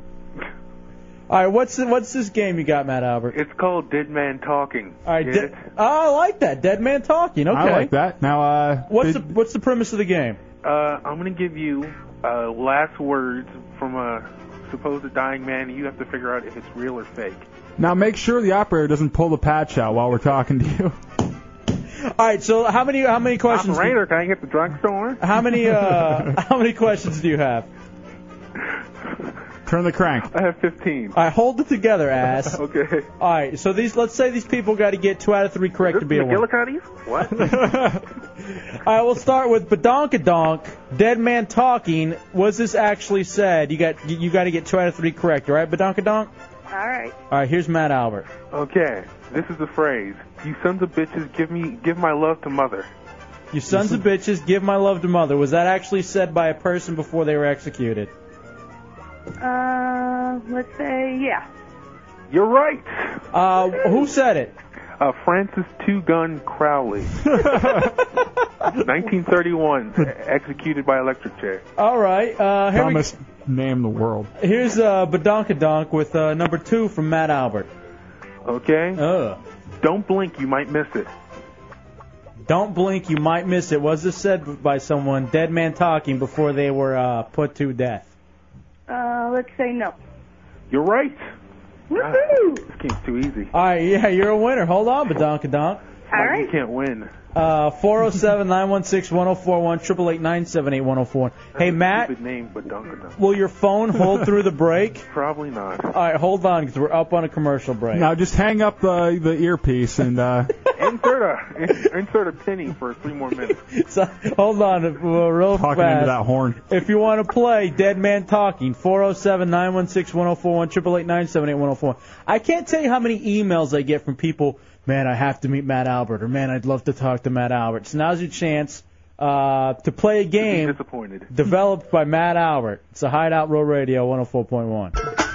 [SPEAKER 2] All right, what's what's this game you got, Matt Albert?
[SPEAKER 11] It's called Dead Man Talking.
[SPEAKER 2] All right, dead, oh, I like that. Dead man talking. Okay.
[SPEAKER 3] I like that. Now, uh,
[SPEAKER 2] What's
[SPEAKER 3] did-
[SPEAKER 2] the what's the premise of the game?
[SPEAKER 11] Uh, I'm going to give you uh, last words from a supposed dying man, and you have to figure out if it's real or fake.
[SPEAKER 3] now make sure the operator doesn't pull the patch out while we're talking to you.
[SPEAKER 2] All right, so how many how many questions? do-
[SPEAKER 11] Operator, can I get the drugstore?
[SPEAKER 2] how many uh, how many questions do you have?
[SPEAKER 3] Turn the crank.
[SPEAKER 11] I have 15.
[SPEAKER 2] All right, hold it together, ass.
[SPEAKER 11] okay.
[SPEAKER 2] All right, so these let's say these people got to get two out of three correct to be a winner.
[SPEAKER 11] McGillicuddy's? What?
[SPEAKER 2] All right, we'll start with Badonkadonk, Dead Man Talking. Was this actually said? You got you got to get two out of three correct, all right, Badonkadonk?
[SPEAKER 11] All right.
[SPEAKER 2] All right, here's Matt Albert.
[SPEAKER 11] Okay. This is the phrase. You sons of bitches, give me, give my love to mother.
[SPEAKER 2] You sons of bitches, give my love to mother. Was that actually said by a person before they were executed?
[SPEAKER 11] Uh,
[SPEAKER 20] Let's say, yeah.
[SPEAKER 11] You're right.
[SPEAKER 2] Uh, who said it?
[SPEAKER 11] Uh, Francis Two Gun Crowley. 1931, executed by electric chair.
[SPEAKER 2] All right, uh, here we-
[SPEAKER 3] Dumbest name in the world.
[SPEAKER 2] here's uh, Badonkadonk with uh, number two from Matt Albert.
[SPEAKER 11] Okay.
[SPEAKER 2] Ugh.
[SPEAKER 11] Don't blink, you might miss it.
[SPEAKER 2] Don't blink, you might miss it. Was this said by someone, dead man talking, before they were uh, put to death?
[SPEAKER 20] Uh, let's say no.
[SPEAKER 11] You're right.
[SPEAKER 20] Woohoo!
[SPEAKER 11] This game's too easy.
[SPEAKER 2] All right, yeah, you're a winner. Hold on, Badonkadonk.
[SPEAKER 11] All right. You can't win.
[SPEAKER 2] Uh, 407-916-1041, 888-978-1041. Hey, Matt,
[SPEAKER 11] Stupid name, but Dunkin' Donuts.
[SPEAKER 2] will your phone hold through the break?
[SPEAKER 11] Probably not.
[SPEAKER 2] All right, hold on, because we're up on a commercial break.
[SPEAKER 3] Now just hang up the the earpiece and uh,
[SPEAKER 11] insert a insert a penny for three more minutes.
[SPEAKER 2] So, hold on, uh, real
[SPEAKER 3] talking
[SPEAKER 2] fast.
[SPEAKER 3] into that horn.
[SPEAKER 2] If you want to play Dead Man Talking, 407-916-1041, 888-978-1041. I can't tell you how many emails I get from people, man, I have to meet Matt Albert, or man, I'd love to talk to Matt Albert. So now's your chance uh, to play a game developed by Matt Albert. It's a Hideout Row Radio 104.1.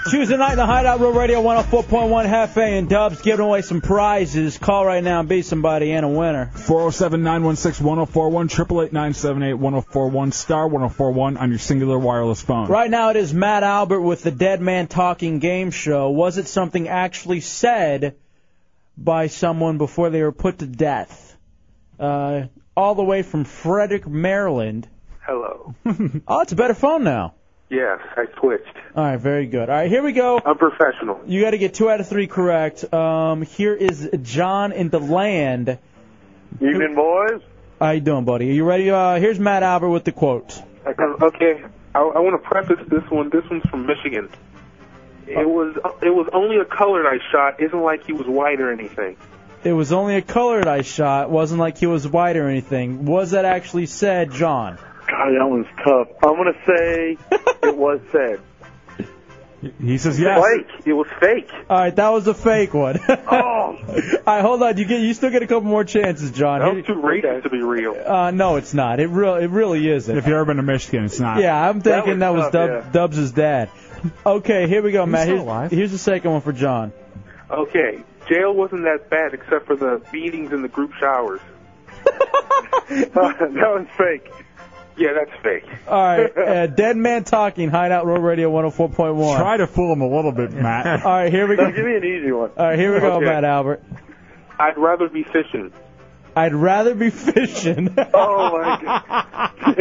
[SPEAKER 2] Tuesday night in the Hideout Row Radio 104.1, Hefe and Dubs giving away some prizes. Call right now and be somebody and a winner.
[SPEAKER 3] 407-916-1041, 888-978-1041, star 1041 on your singular wireless phone.
[SPEAKER 2] Right now it is Matt Albert with the Dead Man Talking Game Show. Was it something actually said by someone before they were put to death. Uh, all the way from Frederick, Maryland.
[SPEAKER 28] Hello.
[SPEAKER 2] oh, it's a better phone now.
[SPEAKER 28] Yes, I switched.
[SPEAKER 2] All right, very good. All right, here we go.
[SPEAKER 28] I'm professional.
[SPEAKER 2] You got to get two out of three correct. Um, here is John in the land.
[SPEAKER 15] Evening, boys.
[SPEAKER 2] How you doing, buddy? Are you ready? Uh, here's Matt Albert with the quote.
[SPEAKER 15] Um, okay, I, I want to preface this one. This one's from Michigan.
[SPEAKER 2] Oh.
[SPEAKER 15] It was uh, it was only a colored I shot. Isn't like he was white or anything.
[SPEAKER 2] It was only a colored I shot. Wasn't like he was white or anything. Was that actually said, John?
[SPEAKER 15] God, that one's tough. I'm gonna say it was said.
[SPEAKER 3] He says yes.
[SPEAKER 15] Fake. It was fake.
[SPEAKER 2] All right, that was a fake one. oh. All right, hold on. You get you still get a couple more chances, John.
[SPEAKER 15] That was
[SPEAKER 2] Here-
[SPEAKER 15] too racist to be real.
[SPEAKER 2] uh, no, it's not. It real it really isn't.
[SPEAKER 3] If you've ever been to Michigan, it's not.
[SPEAKER 2] Yeah, I'm thinking that was, Dub, Dubs' dad. Okay, here we go,
[SPEAKER 15] He's
[SPEAKER 2] Matt.
[SPEAKER 15] still
[SPEAKER 2] Here's, here's the second one for John.
[SPEAKER 15] Okay, jail wasn't that bad except for the beatings and the group showers. Uh, that was fake. Yeah, that's fake.
[SPEAKER 2] All right, uh, Dead Man Talking, Hideout Road Radio 104.1.
[SPEAKER 3] Try to fool him a little bit, Matt.
[SPEAKER 2] All right, here we go.
[SPEAKER 15] an easy one.
[SPEAKER 2] All right, here we go,
[SPEAKER 15] Okay.
[SPEAKER 2] Matt Albert.
[SPEAKER 15] I'd rather be fishing.
[SPEAKER 2] I'd rather be fishing.
[SPEAKER 15] Oh my god.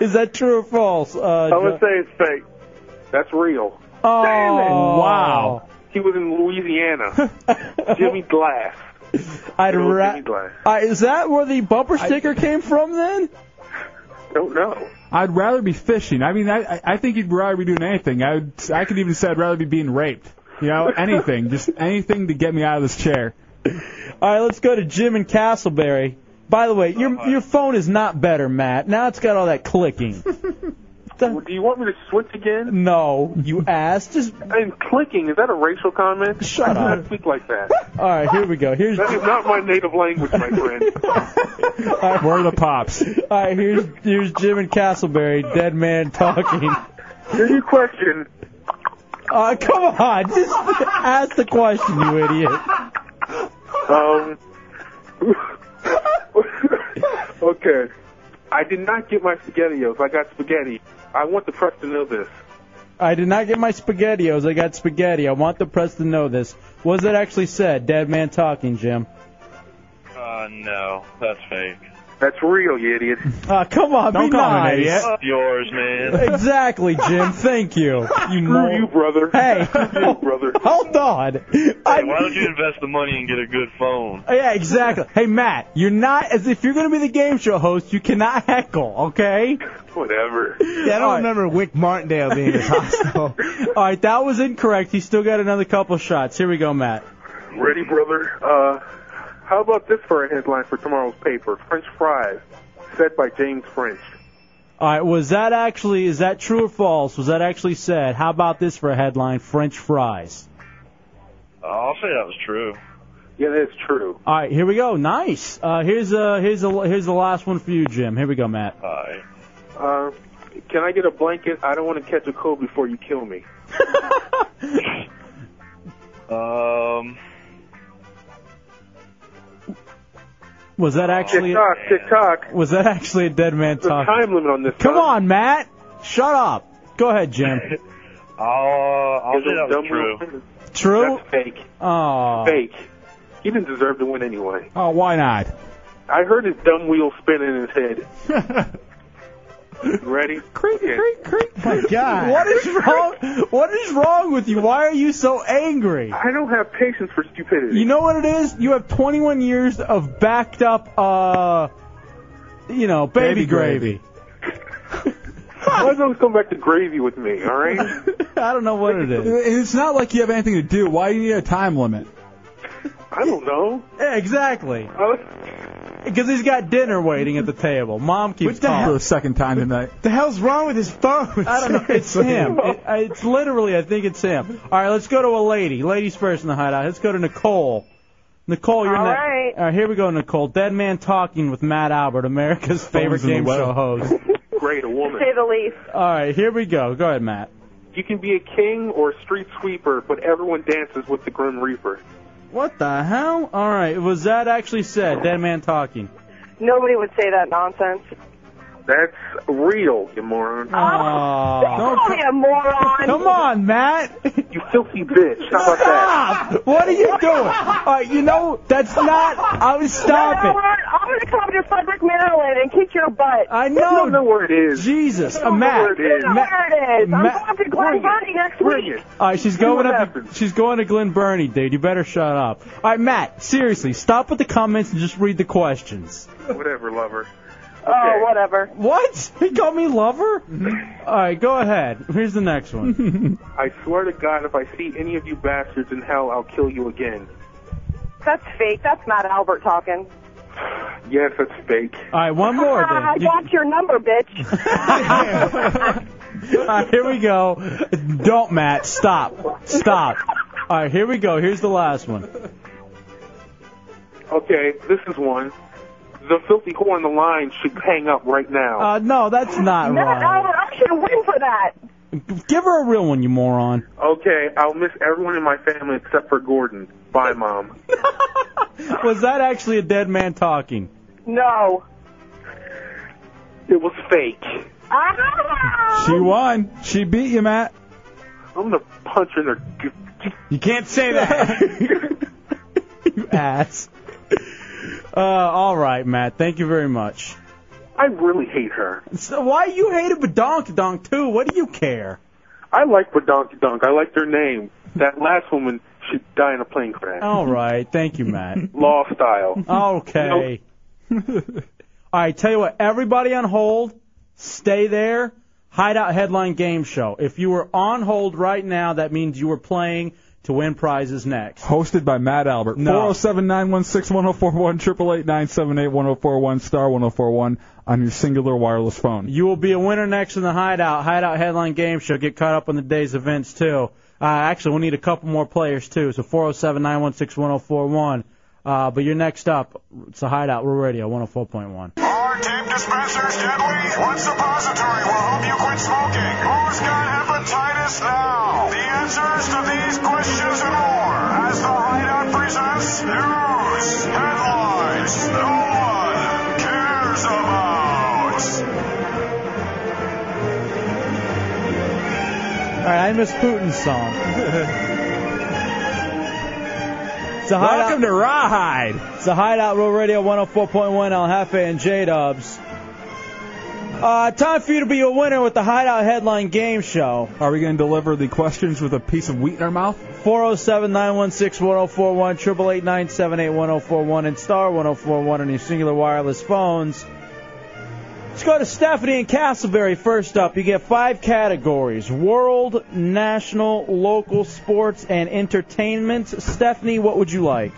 [SPEAKER 2] Is that true or false? Uh,
[SPEAKER 15] I
[SPEAKER 2] John-
[SPEAKER 15] would say it's fake. That's real.
[SPEAKER 2] Oh,
[SPEAKER 15] Damn it.
[SPEAKER 2] wow.
[SPEAKER 15] He was in Louisiana. Jimmy Glass.
[SPEAKER 2] I'd
[SPEAKER 15] Little
[SPEAKER 2] ra-
[SPEAKER 15] Jimmy Glass.
[SPEAKER 2] Uh, is that where the bumper sticker came from then?
[SPEAKER 15] Don't know.
[SPEAKER 3] I'd rather be fishing. I mean, I I- I think you'd rather be doing anything. I would, I could even say I'd rather be being raped. You know, anything, just anything to get me out of this chair.
[SPEAKER 2] All right, let's go to Jim in Castleberry. By the way, your your phone is not better, Matt. Now it's got all that clicking.
[SPEAKER 15] Do you want me to switch again?
[SPEAKER 2] no, you ass. Just
[SPEAKER 15] And clicking, is that a racial comment?
[SPEAKER 2] Shut
[SPEAKER 15] I do
[SPEAKER 2] up.
[SPEAKER 15] not speak like that.
[SPEAKER 2] all right. Here we go. Here's
[SPEAKER 15] That is not my native language, my friend.
[SPEAKER 3] Where are the pops?
[SPEAKER 2] all right. Here's here's Jim in Castleberry, dead man talking.
[SPEAKER 15] Here's your question.
[SPEAKER 2] Uh, come on, just ask the question, you idiot.
[SPEAKER 15] Um. okay. I did not get my spaghettios. I got spaghetti. I want the press to know this.
[SPEAKER 2] I did not get my spaghettios. I got spaghetti. I want the press to know this. Was it actually said, dead man talking, Jim?
[SPEAKER 7] Uh, no, that's fake.
[SPEAKER 15] That's real, you idiot.
[SPEAKER 2] Uh, come on, be nice.
[SPEAKER 7] Fuck Yours, man.
[SPEAKER 2] Exactly, Jim. Thank you. You
[SPEAKER 7] Screw
[SPEAKER 2] you,
[SPEAKER 15] brother.
[SPEAKER 2] Hey, brother. Hold on.
[SPEAKER 7] Hey, why don't you invest the money and get a good phone?
[SPEAKER 2] Oh, Yeah, exactly. Hey, Matt, you're not as if you're going to be the game show host. You cannot heckle, okay?
[SPEAKER 15] Whatever.
[SPEAKER 29] Yeah, I don't remember Wick Martindale being this hostile.
[SPEAKER 2] All right, that was incorrect. He still got another couple shots. Here we go, Matt.
[SPEAKER 15] Ready, brother? Uh, how about this for a headline for tomorrow's paper? French fries, said by James French.
[SPEAKER 2] All right, was that actually is that true or false? Was that actually said? How about this for a headline? French fries.
[SPEAKER 7] Uh, I'll say that was true.
[SPEAKER 15] Yeah, that's true.
[SPEAKER 2] All right, here we go. Nice. Uh, here's uh here's a here's the last one for you, Jim. Here we go, Matt.
[SPEAKER 7] All right.
[SPEAKER 15] Uh, can I get a blanket? I don't want to catch a cold before you kill me.
[SPEAKER 7] Um,
[SPEAKER 2] Was that actually
[SPEAKER 15] TikTok, TikTok.
[SPEAKER 2] was that actually a dead man
[SPEAKER 15] There's a
[SPEAKER 2] talking?
[SPEAKER 15] time limit on this.
[SPEAKER 2] Come on, Matt. Shut up. Go ahead, Jim.
[SPEAKER 7] I'll, I'll
[SPEAKER 15] Is
[SPEAKER 7] say that
[SPEAKER 15] it
[SPEAKER 7] was
[SPEAKER 15] dumb
[SPEAKER 7] true.
[SPEAKER 15] little-
[SPEAKER 2] True.
[SPEAKER 15] That's fake.
[SPEAKER 2] Oh.
[SPEAKER 15] Fake. He didn't deserve to win anyway.
[SPEAKER 3] Oh, why not?
[SPEAKER 15] I heard his dumb wheel spin in his head. Ready? Okay.
[SPEAKER 2] My God. What is wrong? What is wrong with you? Why are you so angry?
[SPEAKER 15] I don't have patience for stupidity.
[SPEAKER 2] You know what it is? You have 21 years of backed up, uh, you know, baby,
[SPEAKER 15] Baby gravy. Why don't come back to gravy with me, all right?
[SPEAKER 2] I don't know what it
[SPEAKER 3] And It's not like you have anything to do. Why do you need a time limit?
[SPEAKER 15] I don't know.
[SPEAKER 2] Yeah, exactly.
[SPEAKER 15] Oh.
[SPEAKER 2] Because he's got dinner waiting at the table. Mom keeps
[SPEAKER 3] Which the
[SPEAKER 2] calling.
[SPEAKER 3] for a second time tonight.
[SPEAKER 29] the hell's wrong with his phone?
[SPEAKER 2] I don't know. It's
[SPEAKER 29] Seriously.
[SPEAKER 2] him. It, I- it's literally, I think it's him. All right, let's go to a lady. Ladies first in the hideout. Let's go to Nicole. Nicole, you're
[SPEAKER 9] All
[SPEAKER 2] next.
[SPEAKER 9] right.
[SPEAKER 2] All right, here we go, Nicole. Dead man talking with Matt Albert, America's favorite
[SPEAKER 15] in the
[SPEAKER 2] game
[SPEAKER 15] well.
[SPEAKER 2] show host.
[SPEAKER 15] Great, a
[SPEAKER 9] To
[SPEAKER 15] woman.
[SPEAKER 9] say the least.
[SPEAKER 2] All right, here we go. Go ahead, Matt.
[SPEAKER 15] You can be a king or a street sweeper, but everyone dances with the Grim Reaper.
[SPEAKER 2] What the hell? All right, was that actually said? Dead man talking.
[SPEAKER 9] Nobody would say that nonsense.
[SPEAKER 14] That's real, you moron.
[SPEAKER 12] Don't call me a moron.
[SPEAKER 2] Oh, Come on, Matt.
[SPEAKER 14] You filthy bitch. How about that?
[SPEAKER 2] Stop! What are you doing? All right, you know that's not. I was
[SPEAKER 12] No,
[SPEAKER 2] stopping.
[SPEAKER 12] I'm, I'm going to come to Frederick, Maryland and kick your butt.
[SPEAKER 2] I know.
[SPEAKER 14] know where it is.
[SPEAKER 2] Jesus,
[SPEAKER 12] I
[SPEAKER 2] uh,
[SPEAKER 12] don't know
[SPEAKER 2] Matt.
[SPEAKER 12] where it
[SPEAKER 16] Oh,
[SPEAKER 12] is. I don't know
[SPEAKER 2] Matt-
[SPEAKER 12] where it is. I'm
[SPEAKER 2] Matt-
[SPEAKER 12] going to Glen Burnie next week.
[SPEAKER 2] All right, she's
[SPEAKER 12] See what
[SPEAKER 2] going up. She's going to Glen Burnie, dude. You better shut up. All right, Matt. Seriously, stop with the comments and just read the questions.
[SPEAKER 14] Whatever, lover.
[SPEAKER 12] Oh, whatever.
[SPEAKER 2] What? He called me lover? All right, go ahead. Here's the next one.
[SPEAKER 14] I swear to God, if I see any of you bastards in hell, I'll kill you again.
[SPEAKER 12] That's fake. That's not Albert talking.
[SPEAKER 14] Yes, that's fake.
[SPEAKER 2] All right, one more. Then.
[SPEAKER 12] I got your number, bitch.
[SPEAKER 2] All right, here we go. Don't, Matt. Stop. Stop. All right, here we go. Here's the last one.
[SPEAKER 14] Okay, this is one. The filthy whore on the line should hang up right now.
[SPEAKER 2] Uh, no, that's not
[SPEAKER 12] Matt
[SPEAKER 2] right.
[SPEAKER 12] Albert, I should win for that.
[SPEAKER 2] Give her a real one, you moron.
[SPEAKER 14] Okay, I'll miss everyone in my family except for Gordon. Bye, Mom.
[SPEAKER 2] Was that actually a dead man talking?
[SPEAKER 12] No.
[SPEAKER 14] It was fake.
[SPEAKER 3] She won. She beat you, Matt.
[SPEAKER 14] I'm gonna punch her in her.
[SPEAKER 3] You can't say that.
[SPEAKER 2] You ass. Uh, all right, Matt. Thank you very much.
[SPEAKER 14] I really hate her.
[SPEAKER 2] So why you hated Badonk Donk too? What do you care?
[SPEAKER 14] I like Badonk Dunk. I like their name. That last woman should die in a plane crash.
[SPEAKER 2] All right. Thank you, Matt.
[SPEAKER 14] Law style.
[SPEAKER 2] Okay. All right, tell you what, everybody on hold, stay there. Hideout Headline Game Show. If you were on hold right now, that means you were playing to win prizes next.
[SPEAKER 3] Hosted by Matt Albert.
[SPEAKER 2] No.
[SPEAKER 3] 407 916 1041 888 978 1041 star 1041 on your singular wireless phone.
[SPEAKER 2] You will be a winner next in the Hideout. Hideout Headline Game Show. Get caught up on the day's events, too. Uh, actually, we'll need a couple more players, too. So 407 916 1041. Uh, But you're next up. It's the Hideout. Real Radio 104.1.
[SPEAKER 12] Our tape dispensers, did we? What's the pository? We'll help you quit smoking. Who's got hepatitis now? The answers to these questions and more as the Hideout presents news, headlines no one cares about.
[SPEAKER 2] All right, I miss Putin's song. It's a hideout.
[SPEAKER 3] Welcome to Rawhide.
[SPEAKER 2] It's a hideout. Real Radio 104.1 El Jefe and J Dubs. Uh, time for you to be a winner with the Hideout Headline Game Show.
[SPEAKER 3] Are we going to deliver the questions with a piece of wheat in our mouth?
[SPEAKER 2] 407 916 1041, 888 978 1041, and star 1041 on your singular wireless phones. Let's go to Stephanie in Castleberry first up. You get five categories world, national, local, sports, and entertainment. Stephanie, what would you like?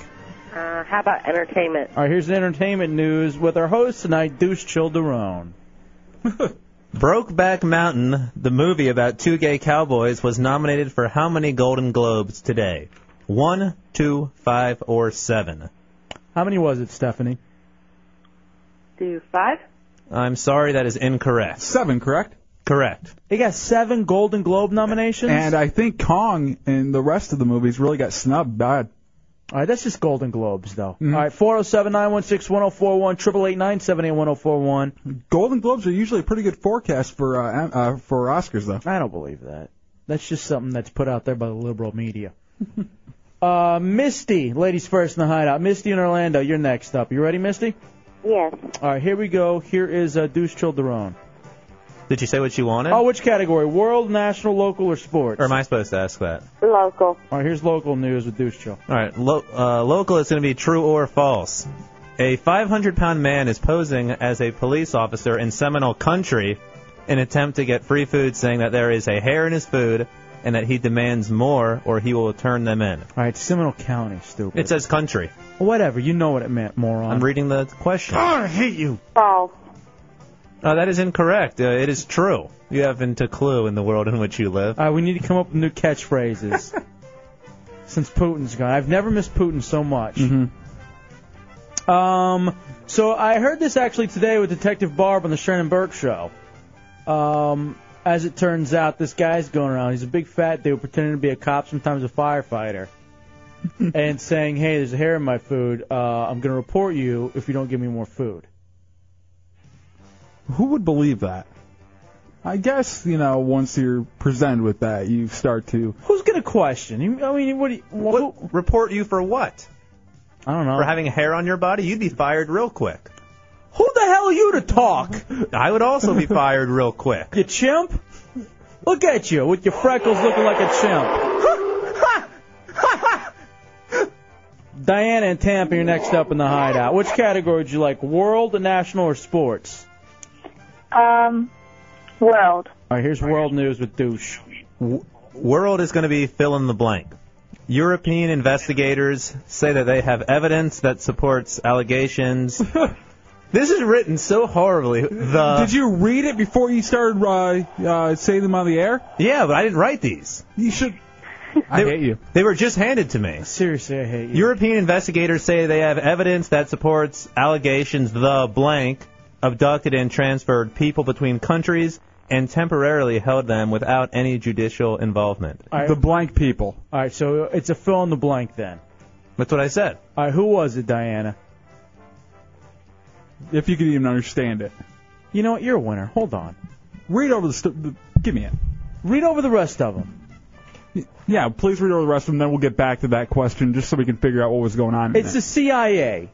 [SPEAKER 21] Uh, how about entertainment?
[SPEAKER 2] All right, here's the entertainment news with our host tonight, Deuce Childerone.
[SPEAKER 6] Brokeback Mountain, the movie about two gay cowboys, was nominated for how many Golden Globes today? One, two, five, or seven?
[SPEAKER 2] How many was it, Stephanie?
[SPEAKER 21] Do five?
[SPEAKER 6] I'm sorry, that is incorrect.
[SPEAKER 3] Seven, correct?
[SPEAKER 6] Correct.
[SPEAKER 2] They got seven Golden Globe nominations.
[SPEAKER 3] And I think Kong and the rest of the movies really got snubbed bad.
[SPEAKER 2] All right, that's just Golden Globes, though. All right, 407 916 1041, 888 978 1041.
[SPEAKER 3] Golden Globes are usually a pretty good forecast for uh, an- uh, for Oscars, though.
[SPEAKER 2] I don't believe that. That's just something that's put out there by the liberal media. uh, Misty, ladies first in the hideout. Misty in Orlando, you're next up. You ready, Misty?
[SPEAKER 21] Yes.
[SPEAKER 2] All right, here we go. Here is uh, Deuce Childerone.
[SPEAKER 6] Did you say what you wanted?
[SPEAKER 2] Oh, which category? World, national, local, or sports?
[SPEAKER 6] Or am I supposed to ask that?
[SPEAKER 21] Local.
[SPEAKER 2] All right, here's local news with Deuce Chill.
[SPEAKER 6] All right, lo- uh, local is going to be true or false. A 500 pound man is posing as a police officer in Seminole Country in attempt to get free food, saying that there is a hair in his food and that he demands more or he will turn them in.
[SPEAKER 2] All right, Seminole County, stupid.
[SPEAKER 6] It says country.
[SPEAKER 2] Whatever, you know what it meant, moron.
[SPEAKER 6] I'm reading the question.
[SPEAKER 2] God, Oh, I hate you.
[SPEAKER 21] False.
[SPEAKER 6] Uh, that is incorrect. Uh, it is true. You haven't a clue in the world in which you live.
[SPEAKER 2] All right, Uh, we need to come up with new catchphrases. Since Putin's gone, I've never missed Putin so much. Um, so I heard this actually today with Detective Barb on the Shannon Burke show. Um, as it turns out, this guy's going around. He's a big fat dude pretending to be a cop, sometimes a firefighter, and saying, "Hey, there's a hair in my food. Uh, I'm going to report you if you don't give me more food."
[SPEAKER 3] Who would believe that? I guess you know once you're presented with that, you start to.
[SPEAKER 2] Who's gonna question? You- I mean, what? Do you, what
[SPEAKER 6] report you for what?
[SPEAKER 2] I don't know.
[SPEAKER 6] For having hair on your body, you'd be fired real quick.
[SPEAKER 2] Who the hell are you to talk?
[SPEAKER 6] I would also be fired real quick.
[SPEAKER 2] You chimp? Look at you with your freckles looking like a chimp. Diana and Tampa, you're next up in the hideout. Which category would you like? World, national, or sports?
[SPEAKER 4] Um, world.
[SPEAKER 2] All right, here's world news with douche.
[SPEAKER 6] World is going to be fill in the blank. European investigators say that they have evidence that supports allegations. this is written so horribly. The
[SPEAKER 2] uh,
[SPEAKER 3] Did you read it before you started uh, uh, saying them on the air?
[SPEAKER 6] Yeah, but I didn't write these.
[SPEAKER 3] You should.
[SPEAKER 6] I hate you. They were just handed to me.
[SPEAKER 2] Seriously, I hate you.
[SPEAKER 6] European investigators say they have evidence that supports allegations the blank abducted and transferred people between countries and temporarily held them without any judicial involvement.
[SPEAKER 3] The blank people.
[SPEAKER 2] All right, so it's a fill in the blank then.
[SPEAKER 6] That's what I said.
[SPEAKER 2] All right, who was it, Diana?
[SPEAKER 3] If you could even understand it.
[SPEAKER 2] You know what? You're a winner. Hold on.
[SPEAKER 3] Read over the. St- the give me it.
[SPEAKER 2] Read over the rest of them.
[SPEAKER 3] Yeah, please read over the rest of them. Then we'll get back to that question just so we can figure out what was going on. in
[SPEAKER 2] It's
[SPEAKER 3] there.
[SPEAKER 2] the CIA.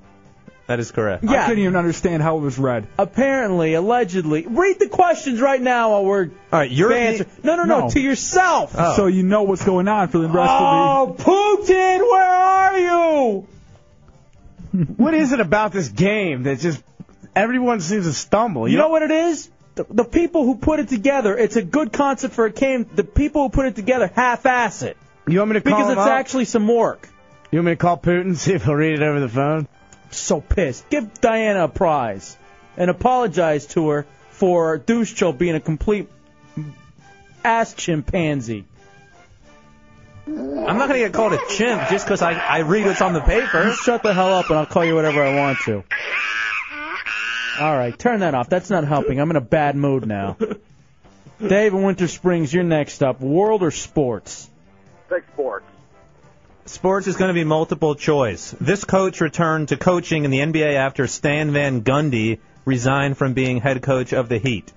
[SPEAKER 6] That is correct.
[SPEAKER 3] I
[SPEAKER 2] Yeah.
[SPEAKER 3] couldn't even understand how it was read.
[SPEAKER 2] Apparently, allegedly. Read the questions right now while we're. uh, All
[SPEAKER 6] right, you're-
[SPEAKER 2] No, no, no,
[SPEAKER 3] No. Oh.
[SPEAKER 2] to yourself.
[SPEAKER 3] So you know what's going on for the rest of
[SPEAKER 2] Oh, Putin, where are you?
[SPEAKER 13] what is it about this game that just everyone seems to stumble?
[SPEAKER 2] You know what it is? The, the people who put it together, it's a good concept for a game. The people who put it together half-ass it.
[SPEAKER 13] You want me to call
[SPEAKER 2] Because
[SPEAKER 13] him
[SPEAKER 2] it's
[SPEAKER 13] out?
[SPEAKER 2] actually some work.
[SPEAKER 13] You want me to call Putin see if he'll read it over the phone?
[SPEAKER 2] So pissed. Give Diana a prize and apologize to her for douche Chill being a complete ass chimpanzee.
[SPEAKER 6] I'm not going to get called a chimp just because I, I read what's on the paper.
[SPEAKER 2] You shut the hell up and I'll call you whatever I want to. All right, turn that off. That's not helping. I'm in a bad mood now. Dave in Winter Springs, you're next up. World or sports?
[SPEAKER 16] Big sports.
[SPEAKER 6] Sports is going to be multiple choice. This coach returned to coaching in the NBA after Stan Van Gundy resigned from being head coach of the Heat.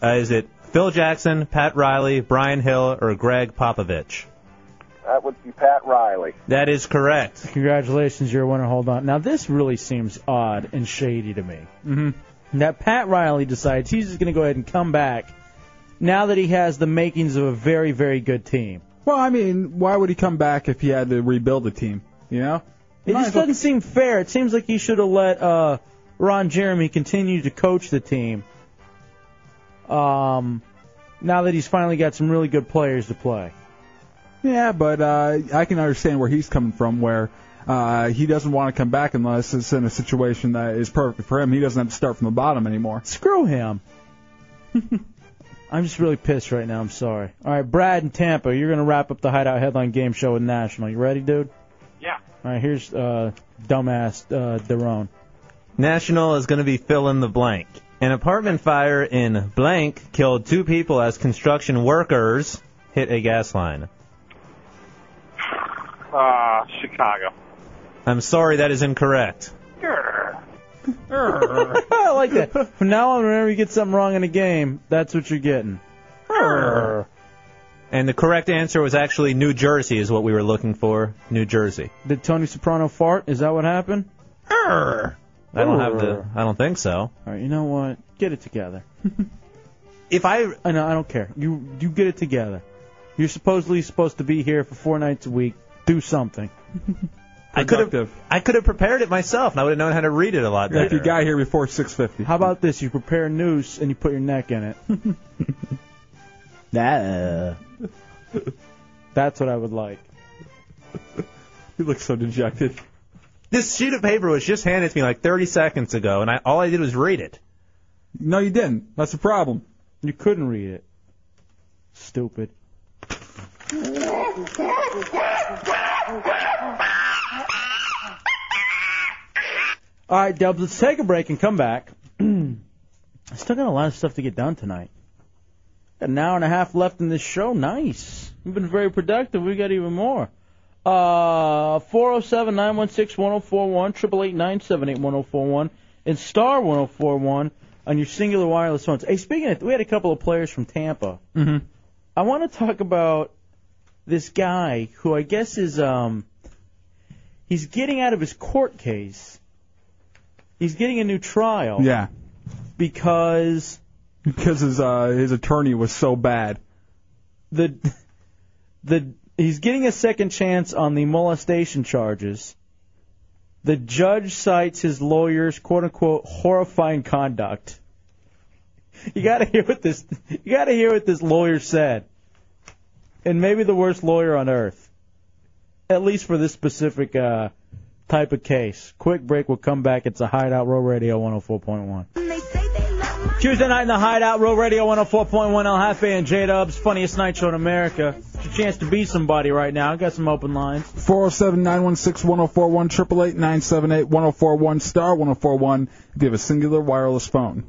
[SPEAKER 6] Uh, is it Phil Jackson, Pat Riley, Brian Hill, or Greg Popovich?
[SPEAKER 16] That would be Pat Riley.
[SPEAKER 6] That is correct.
[SPEAKER 2] Congratulations, you're a winner. Hold on. Now, this really seems odd and shady to me.
[SPEAKER 6] Mm-hmm.
[SPEAKER 3] Mhm.
[SPEAKER 2] That Pat Riley decides he's just going to go ahead and come back now that he has the makings of a very, very good team.
[SPEAKER 3] the. Well, I mean, why would he come back if he had to rebuild a team? You know?
[SPEAKER 2] It
[SPEAKER 3] Might
[SPEAKER 2] just
[SPEAKER 3] as well-
[SPEAKER 2] doesn't seem fair. It seems like he should have let uh, Ron Jeremy continue to coach the team. Um, now that he's finally got some really good players to play.
[SPEAKER 3] Yeah, but uh, I can understand where he's coming from, where uh, he doesn't want to come back unless it's in a situation that is perfect for him. He doesn't have to start from the bottom anymore.
[SPEAKER 2] Screw him. I'm just really pissed right now. I'm sorry. All right, Brad and Tampa, you're gonna wrap up the Hideout Headline Game Show with National. You ready, dude?
[SPEAKER 16] Yeah.
[SPEAKER 2] All right, here's uh, dumbass uh, Daron.
[SPEAKER 6] National is going to be fill in the blank. An apartment fire in blank killed two people as construction workers hit a gas line.
[SPEAKER 14] Uh, Chicago.
[SPEAKER 6] I'm sorry, that is incorrect.
[SPEAKER 2] I like that. From now on, whenever you get something wrong in a game, that's what you're getting.
[SPEAKER 6] And the correct answer was actually New Jersey, is what we were looking for. New Jersey.
[SPEAKER 2] Did Tony Soprano fart? Is that what happened?
[SPEAKER 6] I don't have the. I don't think so.
[SPEAKER 2] All right, you know what? Get it together.
[SPEAKER 6] if I,
[SPEAKER 2] I know I don't care. You you get it together. You're supposedly supposed to be here for four nights a week. Do something.
[SPEAKER 6] I could have. I could have prepared it myself, and I would have known how to read it a lot better.
[SPEAKER 3] If you got here before 6:50.
[SPEAKER 2] How about this? You prepare noose and you put your neck in it. that. That's what I would like.
[SPEAKER 3] You look so dejected.
[SPEAKER 6] This sheet of paper was just handed to me like 30 seconds ago, and I all I did was read it.
[SPEAKER 3] No, you didn't. That's the problem.
[SPEAKER 2] You couldn't read it. Stupid. All right, Dubs, let's take a break and come back. I still got a lot of stuff to get done tonight. Got an hour and a half left in this show. Nice. We've been very productive. We got even more. Uh, 407 916 1041, 888 978 1041, and star 1041. on your singular wireless phones. Hey, speaking of, we had a couple of players from Tampa.
[SPEAKER 3] Mm-hmm.
[SPEAKER 2] I want to talk about this guy who I guess is um he's getting out of his court case. He's getting a new trial
[SPEAKER 3] Yeah,
[SPEAKER 2] because
[SPEAKER 3] because his uh, his attorney was so bad.
[SPEAKER 2] the the he's getting a second chance on the molestation charges. The judge cites his lawyer's quote unquote horrifying conduct. You gotta hear what this you gotta hear what this lawyer said. And maybe the worst lawyer on earth. At least for this specific uh type of case. Quick break, we'll come back. It's a hideout row radio one oh four point one. Tuesday night in the Hideout, Real Radio 104.1 El Jefe and J Dubs, funniest night show in America. It's your chance to be somebody right now. I got some open lines.
[SPEAKER 3] 407 916 1041 888 978 1041 star 1041 if you have a singular wireless phone.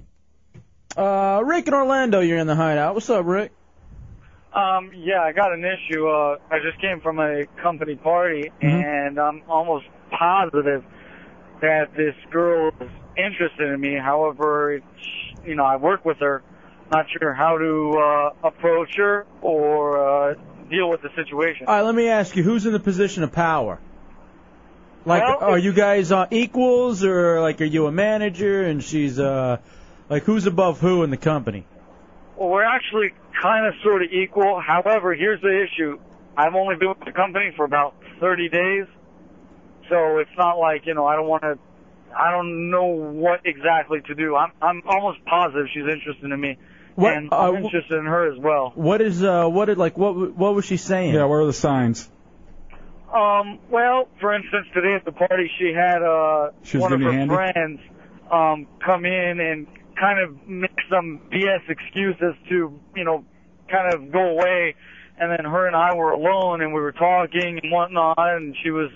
[SPEAKER 2] Uh, Rick in Orlando, you're in the Hideout. What's up, Rick?
[SPEAKER 7] Um, yeah, I got an issue. Uh, I just came from a company party, and I'm almost positive that this girl is interested in me. However, it's, you know, I work with her. Not sure how to uh, approach her or uh, deal with the situation.
[SPEAKER 2] All right, let me ask you, who's in the position of power? Like,
[SPEAKER 7] Well,
[SPEAKER 2] are you guys uh, equals, or like, are you a manager and she's uh, like, who's above who in the company?
[SPEAKER 7] Well, we're actually kind of sort of equal. However, here's the issue. I've only been with the company for about 30 days. So it's not like, you know, I don't want to, I don't know what exactly to do. I'm, I'm almost positive she's interested in me.
[SPEAKER 2] What-
[SPEAKER 7] and
[SPEAKER 2] uh,
[SPEAKER 7] I'm
[SPEAKER 2] wh-
[SPEAKER 7] interested in her as well.
[SPEAKER 2] What is uh, what did like what w- what was she saying?
[SPEAKER 3] Yeah, what are the signs?
[SPEAKER 7] Um, well, for instance, today at the party, she had uh,
[SPEAKER 3] She was
[SPEAKER 7] one of
[SPEAKER 3] giving
[SPEAKER 7] her
[SPEAKER 3] you handy?
[SPEAKER 7] friends um, come in and kind of make some BS excuses to, you know, kind of go away. And then her and I were alone, and we were talking and whatnot. And she was,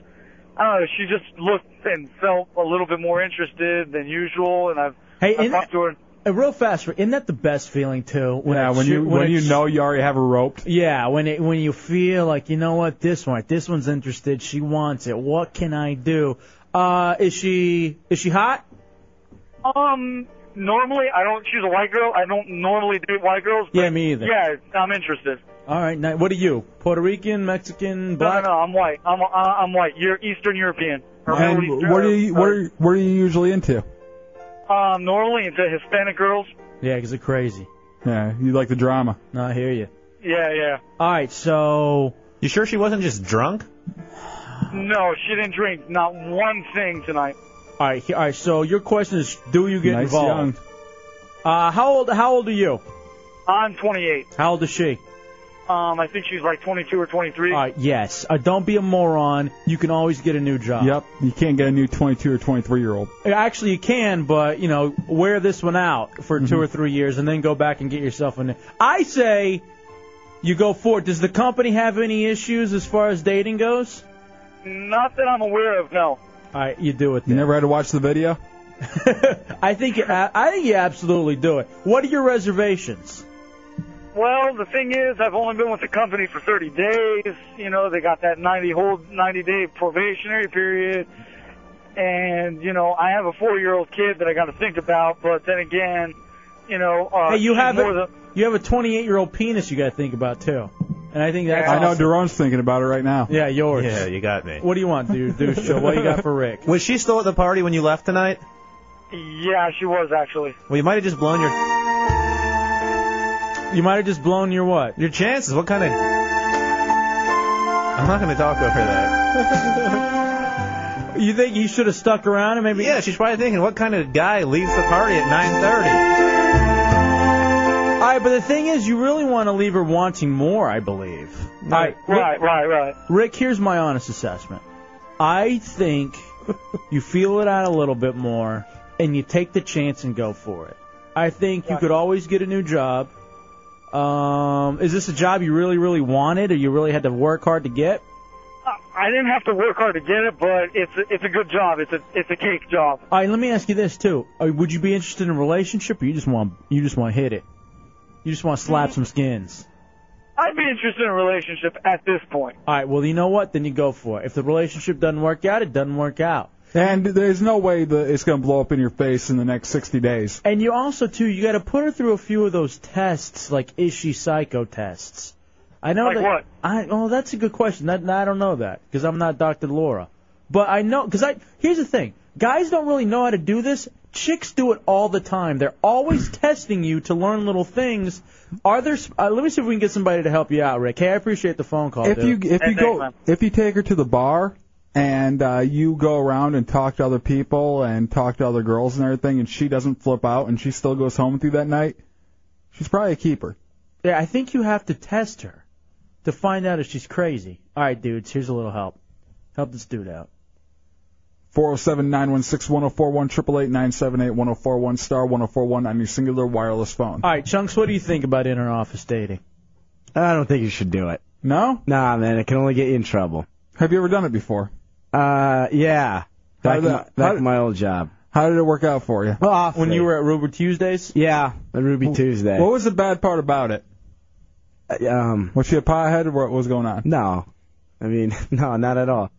[SPEAKER 7] I don't know, she just looked and felt a little bit more interested than usual. And I've,
[SPEAKER 2] Hey,
[SPEAKER 7] I've
[SPEAKER 2] in-
[SPEAKER 7] talked to her.
[SPEAKER 2] Uh, real fast, isn't that the best feeling too? When
[SPEAKER 3] yeah,
[SPEAKER 2] it
[SPEAKER 3] when
[SPEAKER 2] shoo-
[SPEAKER 3] you when,
[SPEAKER 2] it
[SPEAKER 3] you
[SPEAKER 2] sh-
[SPEAKER 3] know you already have her roped.
[SPEAKER 2] Yeah, when it when you feel like you know what this one this one's interested, she wants it. What can I do? Uh, is she is she hot?
[SPEAKER 7] Um, normally I don't. She's a white girl. I don't normally date white girls.
[SPEAKER 2] Yeah, me either.
[SPEAKER 7] Yeah, I'm interested.
[SPEAKER 2] All right, now, what are you? Puerto Rican, Mexican,
[SPEAKER 7] No, no,
[SPEAKER 2] black?
[SPEAKER 7] no. I'm white. I'm uh, I'm white. You're Eastern European. Or Middle
[SPEAKER 3] And
[SPEAKER 7] Eastern,
[SPEAKER 3] what are you
[SPEAKER 7] or-
[SPEAKER 3] what are, what are you usually into?
[SPEAKER 7] Um, normally into Hispanic girls.
[SPEAKER 2] Yeah, 'cause they're crazy.
[SPEAKER 3] Yeah, you like the drama.
[SPEAKER 2] No, I hear you.
[SPEAKER 7] Yeah, yeah.
[SPEAKER 2] All right, so
[SPEAKER 6] you sure she wasn't just drunk?
[SPEAKER 7] No, she didn't drink not one thing tonight.
[SPEAKER 2] All right, he- all right. So your question is, do you get
[SPEAKER 7] Nice
[SPEAKER 2] involved? Uh, how old how old are you?
[SPEAKER 7] I'm 28.
[SPEAKER 2] How old is she?
[SPEAKER 7] Um, I think she's like 22 or 23.
[SPEAKER 2] All right, yes. Uh, don't be a moron. You can always get a new job.
[SPEAKER 3] Yep, you can't get a new 22 or 23 year old.
[SPEAKER 2] Actually, you can, but you know, wear this one out for
[SPEAKER 3] Mm-hmm.
[SPEAKER 2] two or three years, and then go back and get yourself an. I say, you go for it. Does the company have any issues as far as dating goes?
[SPEAKER 7] Not that I'm aware of. No.
[SPEAKER 2] All right, you do it.
[SPEAKER 3] You never had to watch the video.
[SPEAKER 2] I think you, a- I think you absolutely do it. What are your reservations?
[SPEAKER 7] Well, the thing is, I've only been with the company for 30 days. You know, they got that 90 whole 90 day probationary period, and you know, I have a four year old kid that I got to think about. But then again, you know, uh,
[SPEAKER 2] hey, you
[SPEAKER 7] she's
[SPEAKER 2] have
[SPEAKER 7] more
[SPEAKER 2] a, you have a 28 year old penis you got to think about too, and I think that's
[SPEAKER 3] I know
[SPEAKER 2] awesome.
[SPEAKER 3] Daron's thinking about it right now.
[SPEAKER 2] Yeah, yours.
[SPEAKER 6] Yeah, you got me.
[SPEAKER 2] What do you want, dude? Dude, show what you got for Rick?
[SPEAKER 6] Was she still at the party when you left tonight?
[SPEAKER 7] than- yeah, she was actually.
[SPEAKER 6] Well, you might have just blown your.
[SPEAKER 2] You might have just blown your what?
[SPEAKER 6] Your chances. What kind of? I'm not going to talk over that.
[SPEAKER 2] You think you should have stuck around and maybe?
[SPEAKER 6] Yeah, she's probably thinking, what kind of guy leaves the party at 9:30?
[SPEAKER 2] All right, but the thing is, you really want to leave her wanting more, I believe. All right,
[SPEAKER 7] Right, right, right.
[SPEAKER 2] Rick, here's my honest assessment. I think you feel it out a little bit more and you take the chance and go for it. I think you could always get a new job. Um, is this a job you really, really wanted or you really had to work hard to get?
[SPEAKER 7] I didn't have to work hard to get it, but it's a, it's a good job. It's a it's a cake job.
[SPEAKER 2] All right, let me ask you this too. Uh, Would you be interested in a relationship or you just want you just want to hit it? You just want to slap some skins.
[SPEAKER 7] I'd be interested in a relationship at this point.
[SPEAKER 2] All right, well, you know what? Then you go for it. If the relationship doesn't work out, it doesn't work out.
[SPEAKER 3] And there's no way that it's going to blow up in your face in the next 60 days.
[SPEAKER 2] And you also too, you got to put her through a few of those tests, like is she psycho tests. I know
[SPEAKER 17] Like
[SPEAKER 2] that.
[SPEAKER 17] what?
[SPEAKER 2] I oh, that's a good question. That I don't know that because I'm not Dr. Laura. But I know because I here's the thing: guys don't really know how to do this. Chicks do it all the time. They're always testing you to learn little things. Are there? s- Uh, let me see if we can get somebody to help you out, Rick. Hey, I appreciate the phone call.
[SPEAKER 3] if you
[SPEAKER 2] dude.
[SPEAKER 3] if you go if you take her to the bar and uh, you go around and talk to other people and talk to other girls and everything, and she doesn't flip out and she still goes home with you that night, she's probably a keeper.
[SPEAKER 2] Yeah, I think you have to test her to find out if she's crazy. All right, dudes, here's a little help. Help this dude out.
[SPEAKER 3] Four zero seven nine one six one zero four one triple eight nine seven eight one zero four one star one zero four one on your singular wireless phone.
[SPEAKER 2] All right, Chunks, what do you think about inner office dating?
[SPEAKER 13] I don't think you should do it.
[SPEAKER 3] No?
[SPEAKER 13] Nah, man, it can only get you in trouble.
[SPEAKER 3] Have you ever done it before?
[SPEAKER 13] Uh, yeah.
[SPEAKER 3] How
[SPEAKER 13] Back,
[SPEAKER 3] did
[SPEAKER 13] in,
[SPEAKER 3] that-
[SPEAKER 13] back
[SPEAKER 3] how
[SPEAKER 13] in my old job.
[SPEAKER 3] How did it work out for you?
[SPEAKER 2] When you were at Ruber Tuesdays?
[SPEAKER 13] Yeah, at Ruby Tuesday.
[SPEAKER 3] What was the bad part about it?
[SPEAKER 13] Um,
[SPEAKER 3] was she a pothead or what was going on?
[SPEAKER 13] No, I mean, no, not at all.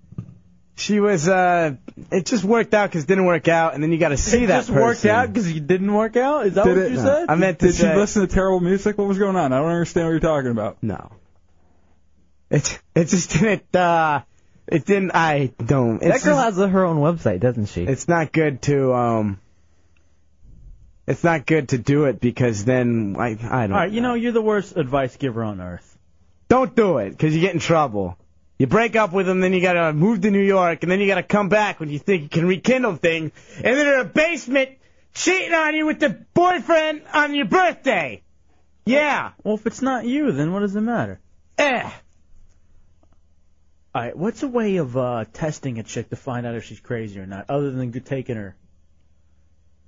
[SPEAKER 13] She was. uh It just worked out 'cause it didn't work out, and then you got to see
[SPEAKER 2] it
[SPEAKER 13] that
[SPEAKER 2] just worked
[SPEAKER 13] person.
[SPEAKER 2] out because you didn't work out? Is that
[SPEAKER 3] Did
[SPEAKER 2] what
[SPEAKER 3] it-
[SPEAKER 2] you said?
[SPEAKER 13] I meant to
[SPEAKER 3] Did
[SPEAKER 13] say-
[SPEAKER 3] she listen to terrible music? What was going on? I don't understand what you're talking about.
[SPEAKER 13] No. It it just didn't. uh It didn't. I don't.
[SPEAKER 8] That
[SPEAKER 13] it's
[SPEAKER 8] girl
[SPEAKER 13] just-
[SPEAKER 8] has her own website, doesn't she?
[SPEAKER 13] It's not good to. um It's not good to do it because then I I don't.
[SPEAKER 2] All right, you know, you're the worst advice giver on earth.
[SPEAKER 13] Don't do it 'cause you get in trouble. You break up with them, then you gotta move to New York, and then you gotta come back when you think you can rekindle things, and then in a basement cheating on you with the boyfriend on your birthday. Yeah.
[SPEAKER 2] Well, if it's not you, then what does it matter?
[SPEAKER 13] Eh.
[SPEAKER 2] All right, what's a way of uh testing a chick to find out if she's crazy or not, other than taking her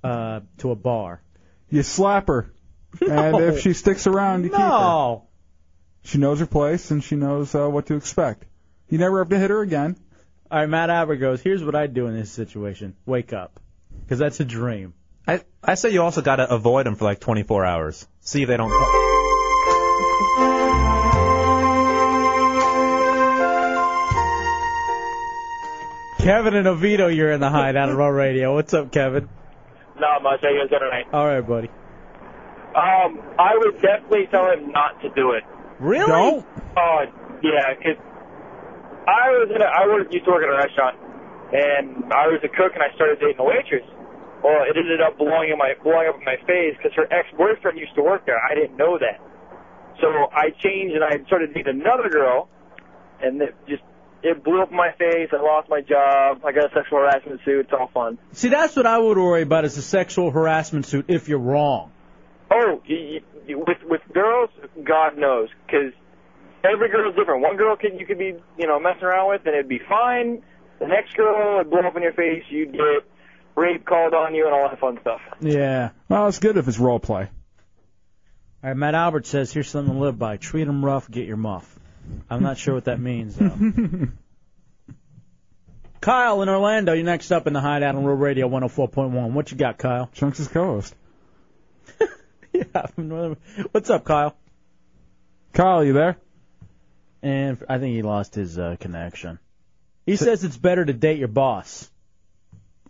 [SPEAKER 2] uh to a bar?
[SPEAKER 3] You slap her. And if she sticks around, you keep her.
[SPEAKER 2] No.
[SPEAKER 3] She knows her place and she knows uh, what to expect. You never have to hit her again.
[SPEAKER 2] All right, Matt Aber goes, here's what I do in this situation. Wake up. Because that's a dream.
[SPEAKER 6] I I say you also got to avoid them for like 24 hours. See if they don't.
[SPEAKER 2] Kevin and Oviedo, you're in the hideout on Raw Radio. What's up, Kevin?
[SPEAKER 1] Not much. I guess tonight.
[SPEAKER 2] All right, buddy.
[SPEAKER 1] Um, I would definitely tell him not to do it.
[SPEAKER 2] Really?
[SPEAKER 1] Oh, yeah, 'cause I was in a, I was used to work at a restaurant, and I was a cook, and I started dating a waitress. Well, it ended up blowing in my blowing up in my face because her ex boyfriend used to work there. I didn't know that, so I changed and I started dating another girl, and it just it blew up in my face. I lost my job. I got a sexual harassment suit. It's all fun.
[SPEAKER 2] See, that's what I would worry about is a sexual harassment suit if you're wrong.
[SPEAKER 1] Oh, y y with with girls, God knows, 'cause every girl's different. One girl could you could be you know messing around with and it'd be fine. The next girl would blow up in your face. You'd get rape called on you and all that fun stuff.
[SPEAKER 2] Yeah.
[SPEAKER 3] Well, it's good if it's role play.
[SPEAKER 2] All right, Matt Albert says, here's something to live by. Treat 'em rough, get your muff. I'm not sure what that means, though. Kyle in Orlando, you're next up in the hideout on Real Radio 104.1. What you got, Kyle?
[SPEAKER 3] Chunks is co-host.
[SPEAKER 2] yeah. from Northern- What's up, Kyle?
[SPEAKER 3] Kyle, you there?
[SPEAKER 2] And I think he lost his uh, connection. He says it's better to date your boss.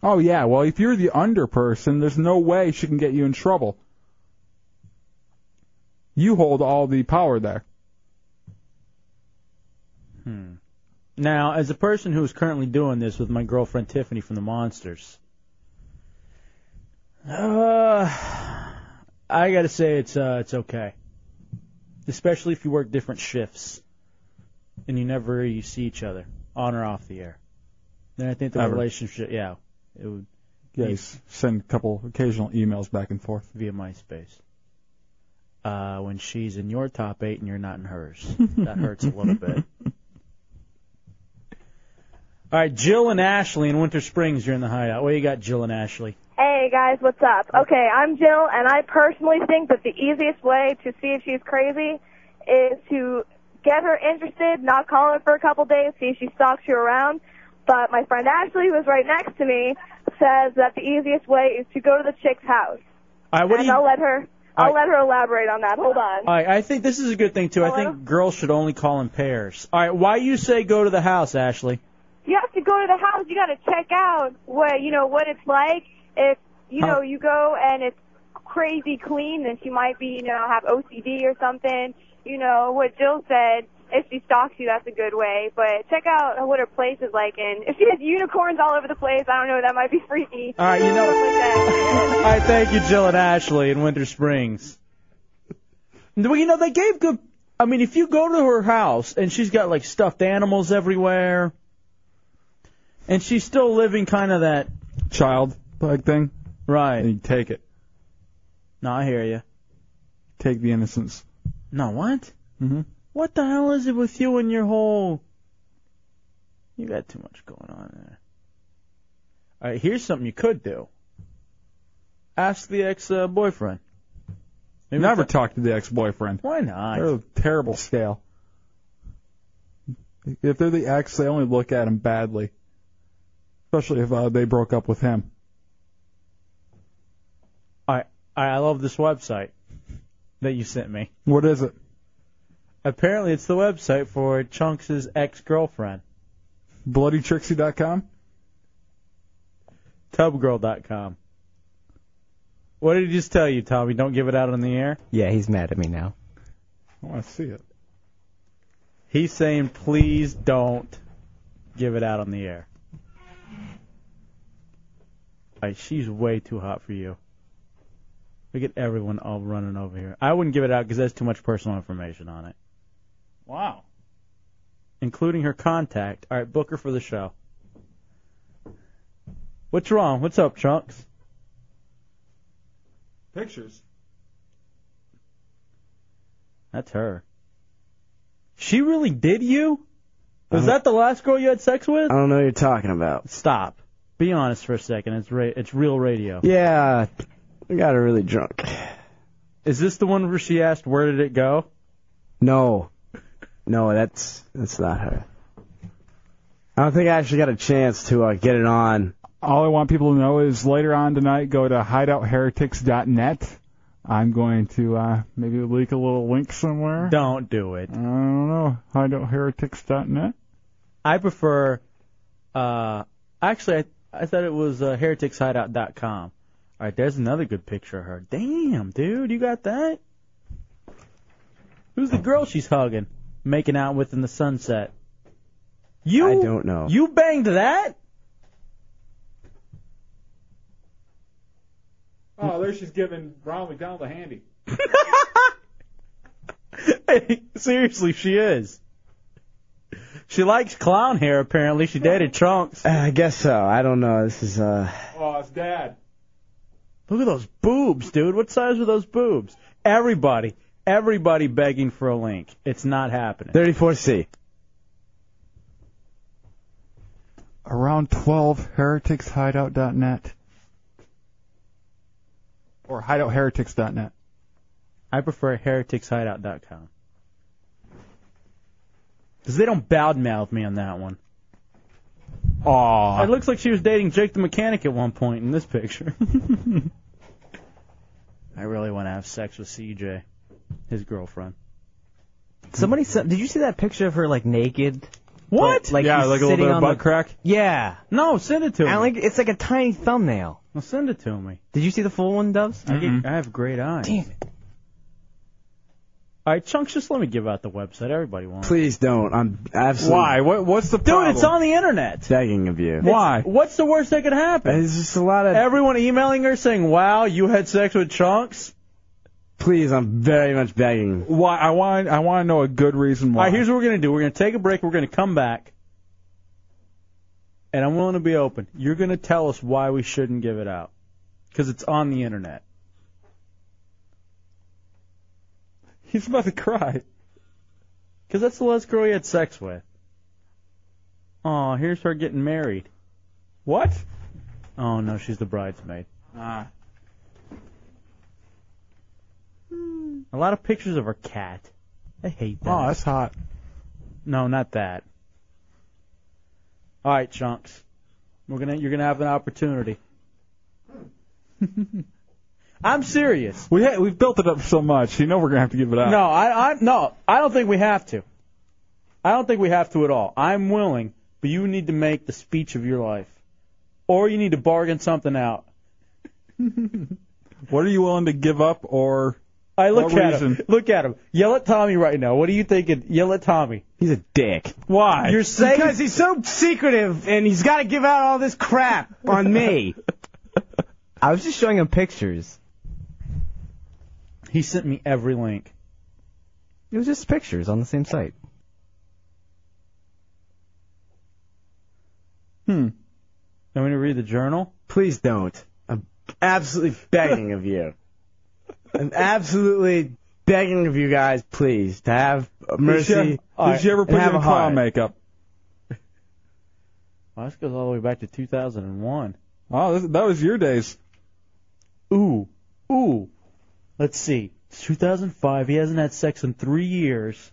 [SPEAKER 3] Oh yeah. Well, if you're the under person, there's no way she can get you in trouble. You hold all the power there.
[SPEAKER 2] Hmm. Now, as a person who is currently doing this with my girlfriend Tiffany from the Monsters, uh, I gotta say it's uh, it's okay. Especially if you work different shifts and you never you see each other on or off the air. Then I think the
[SPEAKER 3] Ever.
[SPEAKER 2] relationship, yeah, it would
[SPEAKER 3] Yeah, you s- send a couple occasional emails back and forth.
[SPEAKER 2] via MySpace. Uh, when she's in your top eight and you're not in hers, that hurts a little bit. All right, Jill and Ashley in Winter Springs, you're in the hideout. What you got, Jill and Ashley?
[SPEAKER 18] Hey guys, what's up?
[SPEAKER 2] Oh.
[SPEAKER 18] Okay, I'm Jill, and I personally think that the easiest way to see if she's crazy is to get her interested, not call her for a couple days, see if she stalks you around. But my friend Ashley, who's right next to me, says that the easiest way is to go to the chick's house.
[SPEAKER 2] All right, what do
[SPEAKER 18] and
[SPEAKER 2] you?
[SPEAKER 18] I'll
[SPEAKER 2] All
[SPEAKER 18] let her. I'll
[SPEAKER 2] Alright.
[SPEAKER 18] let her elaborate on that. Hold on.
[SPEAKER 2] right, I think this is a good thing too. I think girls should only call in pairs. All right, why you say go to the house, Ashley?
[SPEAKER 18] you have to go to the house. You got to check out what you know what it's like. If you know you go and it's crazy clean, then she might be you know have OCD or something. You know what Jill said. If she stalks you, that's a good way. But check out what her place is like, and if she has unicorns all over the place, I don't know. That might be freaky.
[SPEAKER 2] All right, you know-
[SPEAKER 18] Stuff like that.
[SPEAKER 2] All right, thank you, Jill and Ashley in Winter Springs. Well, you know, they gave good. I mean, if you go to her house and she's got like stuffed animals everywhere, and she's still living kind of that
[SPEAKER 3] child like thing.
[SPEAKER 2] Right.
[SPEAKER 3] And you take it.
[SPEAKER 2] No, I hear you.
[SPEAKER 3] Take the innocence.
[SPEAKER 2] No, what?
[SPEAKER 3] Mm-hmm.
[SPEAKER 2] What the hell is it with you and your whole? You got too much going on there. All right, here's something you could do. Ask the ex-boyfriend.
[SPEAKER 3] Never talk to the ex-boyfriend.
[SPEAKER 2] Why not?
[SPEAKER 3] They're a terrible scale. If they're the ex, they only look at him badly. Especially if uh, they broke up with him.
[SPEAKER 2] I I love this website that you sent me.
[SPEAKER 3] What is it?
[SPEAKER 2] Apparently, it's the website for Chunks' ex-girlfriend.
[SPEAKER 3] BloodyTrixie.com?
[SPEAKER 2] Tubgirl.com. What did he just tell you, Tommy? Don't give it out on the air?
[SPEAKER 8] Yeah, he's mad at me now.
[SPEAKER 3] I want to see it.
[SPEAKER 2] He's saying, please don't give it out on the air. All right, she's way too hot for you. We get everyone all running over here. I wouldn't give it out because that's too much personal information on it, Wow. including her contact. All right, book her for the show. What's wrong? What's up, Chunks?
[SPEAKER 3] Pictures.
[SPEAKER 2] That's her. She really did you? Was that the last girl you had sex with?
[SPEAKER 13] I don't know what you're talking about.
[SPEAKER 2] Stop. Be honest for a second. It's ra- it's real radio.
[SPEAKER 13] Yeah, I got her really drunk.
[SPEAKER 2] Is this the one where she asked where did it go?
[SPEAKER 13] No, no, that's that's not her. I don't think I actually got a chance to uh, get it on.
[SPEAKER 3] All I want people to know is later on tonight, go to hideoutheretics.net. I'm going to uh, maybe leak a little link somewhere.
[SPEAKER 2] Don't do it.
[SPEAKER 3] I don't know. Hideoutheretics.net.
[SPEAKER 2] I prefer. Uh, actually, I I thought it was uh, hereticshideout.com. All right, there's another good picture of her. Damn, dude, you got that? Who's the girl she's hugging, making out with in the sunset? You? I don't
[SPEAKER 13] know.
[SPEAKER 2] You banged that?
[SPEAKER 3] Oh, there she's giving Ron McDonald a handy.
[SPEAKER 2] Seriously, she is. She likes clown hair, apparently. She dated Trunks.
[SPEAKER 13] Uh, I guess so. I don't know. This is uh.
[SPEAKER 3] Oh, it's Dad.
[SPEAKER 2] Look at those boobs, dude. What size were those boobs? Everybody, everybody begging for a link. It's not happening.
[SPEAKER 13] 34C.
[SPEAKER 3] Around 12, hereticshideout.net. Or hideoutheretics.net.
[SPEAKER 2] I prefer hereticshideout.com. Because they don't badmouth me on that one.
[SPEAKER 3] Aw.
[SPEAKER 2] It looks like she was dating Jake the Mechanic at one point in this picture. I really want to have sex with CJ, his girlfriend.
[SPEAKER 8] Somebody sent. Did you see that picture of her like naked?
[SPEAKER 2] What?
[SPEAKER 8] Like,
[SPEAKER 2] Yeah,
[SPEAKER 8] she's
[SPEAKER 2] like a little
[SPEAKER 8] sitting
[SPEAKER 2] bit of
[SPEAKER 8] on
[SPEAKER 2] butt
[SPEAKER 8] the...
[SPEAKER 2] crack?
[SPEAKER 8] Yeah.
[SPEAKER 2] No, send it to
[SPEAKER 8] and
[SPEAKER 2] me.
[SPEAKER 8] Like, it's like a tiny thumbnail.
[SPEAKER 2] Well, send it to me.
[SPEAKER 8] Did you see the full one, Dubs?
[SPEAKER 2] I, get, I have great eyes. Damn it. All right, Chunks, just let me give out the website. Everybody wants.
[SPEAKER 13] Please don't. I'm absolutely.
[SPEAKER 2] Why?
[SPEAKER 3] What? What's the
[SPEAKER 2] Dude, it's on the internet.
[SPEAKER 13] Begging of you.
[SPEAKER 2] Why? What's the worst that could happen?
[SPEAKER 13] It's just a lot of
[SPEAKER 2] everyone emailing her saying, "Wow, you had sex with Chunks."
[SPEAKER 13] Please, I'm very much begging.
[SPEAKER 3] Why? I want. I want to know a good reason why.
[SPEAKER 2] All right, here's what we're gonna do. We're gonna take a break. We're gonna come back, and I'm willing to be open. You're gonna tell us why we shouldn't give it out because it's on the internet.
[SPEAKER 3] He's about to cry.
[SPEAKER 2] Because that's the last girl he had sex with. Oh, here's her getting married.
[SPEAKER 3] What?
[SPEAKER 2] Oh no, she's the bridesmaid.
[SPEAKER 3] Ah.
[SPEAKER 2] A lot of pictures of her cat. I hate that.
[SPEAKER 3] Oh, that's hot.
[SPEAKER 2] No, not that. All right, chunks. We're gonna you're gonna have an opportunity. I'm serious.
[SPEAKER 3] We ha- we've built it up so much. You know we're gonna have to give it up.
[SPEAKER 2] No, I, I no, I don't think we have to. I don't think we have to at all. I'm willing but you need to make the speech of your life, or you need to bargain something out.
[SPEAKER 3] What are you willing to give up, or
[SPEAKER 2] I look
[SPEAKER 3] what
[SPEAKER 2] at
[SPEAKER 3] reason?
[SPEAKER 2] him. Look at him. Yell at Tommy right now. What are you thinking? Yell at Tommy.
[SPEAKER 13] He's a dick.
[SPEAKER 2] Why? You're saying
[SPEAKER 13] because he's so secretive and he's got to give out all this crap on me.
[SPEAKER 8] I was just showing him pictures.
[SPEAKER 2] He sent me every link.
[SPEAKER 8] It was just pictures on the same site.
[SPEAKER 2] Hmm. You want me to read the journal?
[SPEAKER 13] Please don't. I'm absolutely begging of you. I'm absolutely begging of you guys, please, to have mercy.
[SPEAKER 3] Did you, did you ever
[SPEAKER 13] and
[SPEAKER 3] put
[SPEAKER 13] have
[SPEAKER 3] your
[SPEAKER 13] a heart.
[SPEAKER 3] clown makeup?
[SPEAKER 2] Well, this goes all the way back to 2001.
[SPEAKER 3] Oh, this, that was your days.
[SPEAKER 2] Ooh, ooh. Let's see. It's 2005. He hasn't had sex in three years.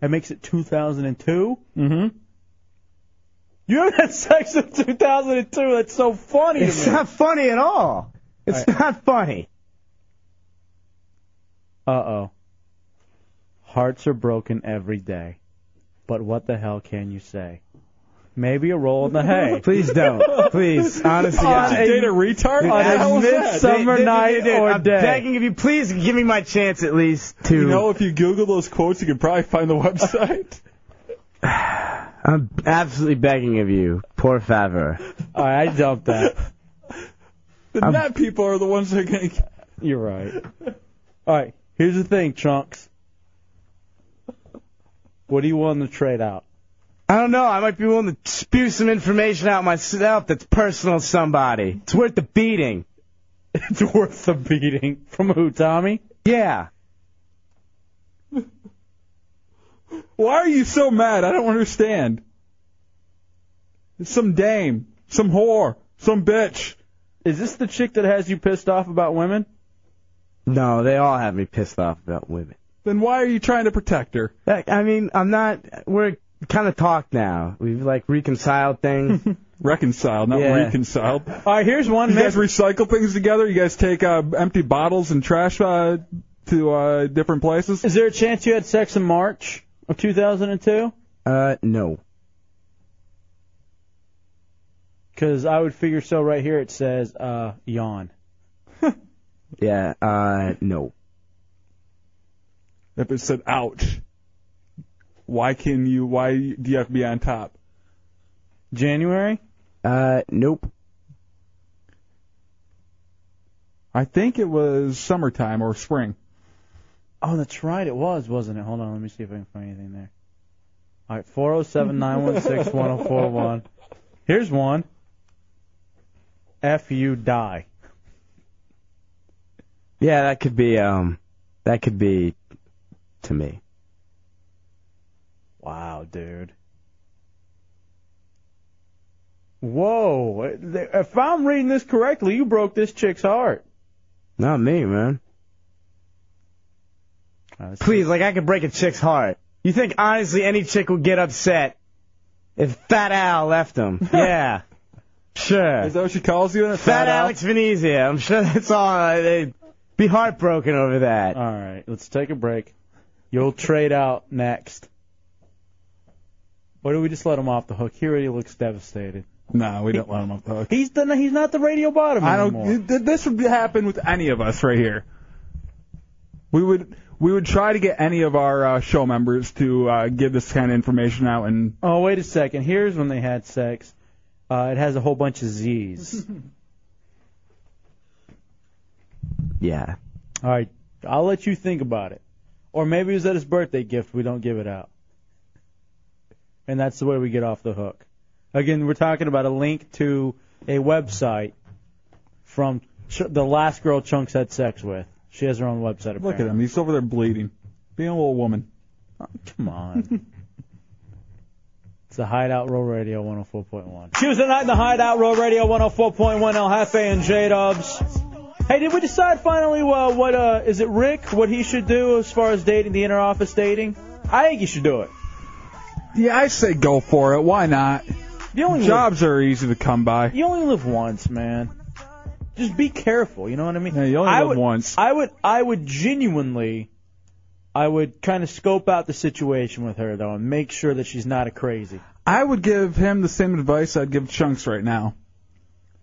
[SPEAKER 2] That makes it 2002.
[SPEAKER 3] Mm-hmm.
[SPEAKER 2] You haven't had sex in 2002. That's so funny.
[SPEAKER 13] It's
[SPEAKER 2] to me.
[SPEAKER 13] not funny at all. It's not funny.
[SPEAKER 2] Uh oh. Hearts are broken every day. But what the hell can you say? Maybe a roll in the hay.
[SPEAKER 13] Please don't. Please. Honestly,
[SPEAKER 2] On
[SPEAKER 13] God.
[SPEAKER 2] a- Date a
[SPEAKER 3] retard?
[SPEAKER 2] on a midsummer night or
[SPEAKER 13] I'm
[SPEAKER 2] day.
[SPEAKER 13] begging of you, please give me my chance at least to.
[SPEAKER 3] You know, if you Google those quotes, you can probably find the website.
[SPEAKER 13] I'm absolutely begging of you, poor Favre.
[SPEAKER 2] All right, I dumped that.
[SPEAKER 3] The nut people are the ones that are going to.
[SPEAKER 2] You're right. All right, here's the thing, Chunks. What do you want to trade out?
[SPEAKER 13] I don't know. I might be willing to spew some information out myself that's personal to somebody. It's worth the beating.
[SPEAKER 2] It's worth the beating. From who, Tommy?
[SPEAKER 13] Yeah.
[SPEAKER 3] Why are you so mad? I don't understand. Some dame, some whore, some bitch.
[SPEAKER 2] Is this the chick that has you pissed off about women?
[SPEAKER 13] No, they all have me pissed off about women.
[SPEAKER 3] Then why are you trying to protect her?
[SPEAKER 13] Like, I mean, I'm not. We're kind of talked now. We've like reconciled things.
[SPEAKER 3] Reconciled, not
[SPEAKER 13] Yeah.
[SPEAKER 3] reconciled.
[SPEAKER 2] All right, here's one.
[SPEAKER 3] You
[SPEAKER 2] man.
[SPEAKER 3] guys recycle things together. You guys take uh, empty bottles and trash uh, to uh, different places.
[SPEAKER 2] Is there a chance you had sex in March of 2002?
[SPEAKER 13] uh, no.
[SPEAKER 2] Because I would figure so right here it says, uh, yawn.
[SPEAKER 13] Yeah. Uh, no.
[SPEAKER 3] If it said ouch, why can you? Why do you have to be on top?
[SPEAKER 2] January?
[SPEAKER 13] Uh, nope.
[SPEAKER 3] I think it was summertime or spring.
[SPEAKER 2] Oh, that's right, it was, wasn't it? Hold on, let me see if I can find anything there. All right, 407 916 1041. Here's one. F you die.
[SPEAKER 13] Yeah, that could be. Um, that could be to me.
[SPEAKER 2] Wow, dude. Whoa. If I'm reading this correctly, you broke this chick's heart.
[SPEAKER 13] Not me, man. Please, like I could break a chick's heart. You think honestly any chick would get upset if Fat Al left him? Yeah, sure.
[SPEAKER 3] Is that what she calls you? Fat,
[SPEAKER 13] Fat Alex Venezia. I'm sure that's all. uh, They'd be heartbroken over that.
[SPEAKER 2] All right, let's take a break. You'll trade out next. Or do we just let him off the hook? He already looks devastated.
[SPEAKER 3] No, we don't let him off the hook.
[SPEAKER 2] He's the he's not the radio bottom
[SPEAKER 3] I don't.
[SPEAKER 2] anymore.
[SPEAKER 3] th- This would happen with any of us right here. We would we would try to get any of our uh, show members to uh, give this kind of information out, and
[SPEAKER 2] Oh wait a second. Here's when they had sex. Uh, it has a whole bunch of Z's.
[SPEAKER 13] Yeah.
[SPEAKER 2] All right, I'll let you think about it. Or maybe it was at his birthday gift. We don't give it out. And that's the way we get off the hook. Again, we're talking about a link to a website from ch- the last girl Chunks had sex with. She has her own website. Apparently.
[SPEAKER 3] look at him. He's over there bleeding, being a little woman. Oh,
[SPEAKER 2] Come on. it's the Hideout Roll Radio 104.1. Tuesday night in the Hideout Roll Radio 104.1 El Jefe and J Dubs. Hey, did we decide finally uh, what uh is it Rick what he should do as far as dating the inner office dating? I think you should do it.
[SPEAKER 3] Yeah, I say go for it. Why not?
[SPEAKER 2] You only
[SPEAKER 3] Jobs are easy to come by.
[SPEAKER 2] live, you only live once, man. Just be careful, you know what I mean?
[SPEAKER 3] Yeah, you only
[SPEAKER 2] I
[SPEAKER 3] live
[SPEAKER 2] would,
[SPEAKER 3] once.
[SPEAKER 2] I would I would genuinely I would kind of scope out the situation with her though and make sure that she's not a crazy.
[SPEAKER 3] I would give him the same advice I'd give Chunks right now.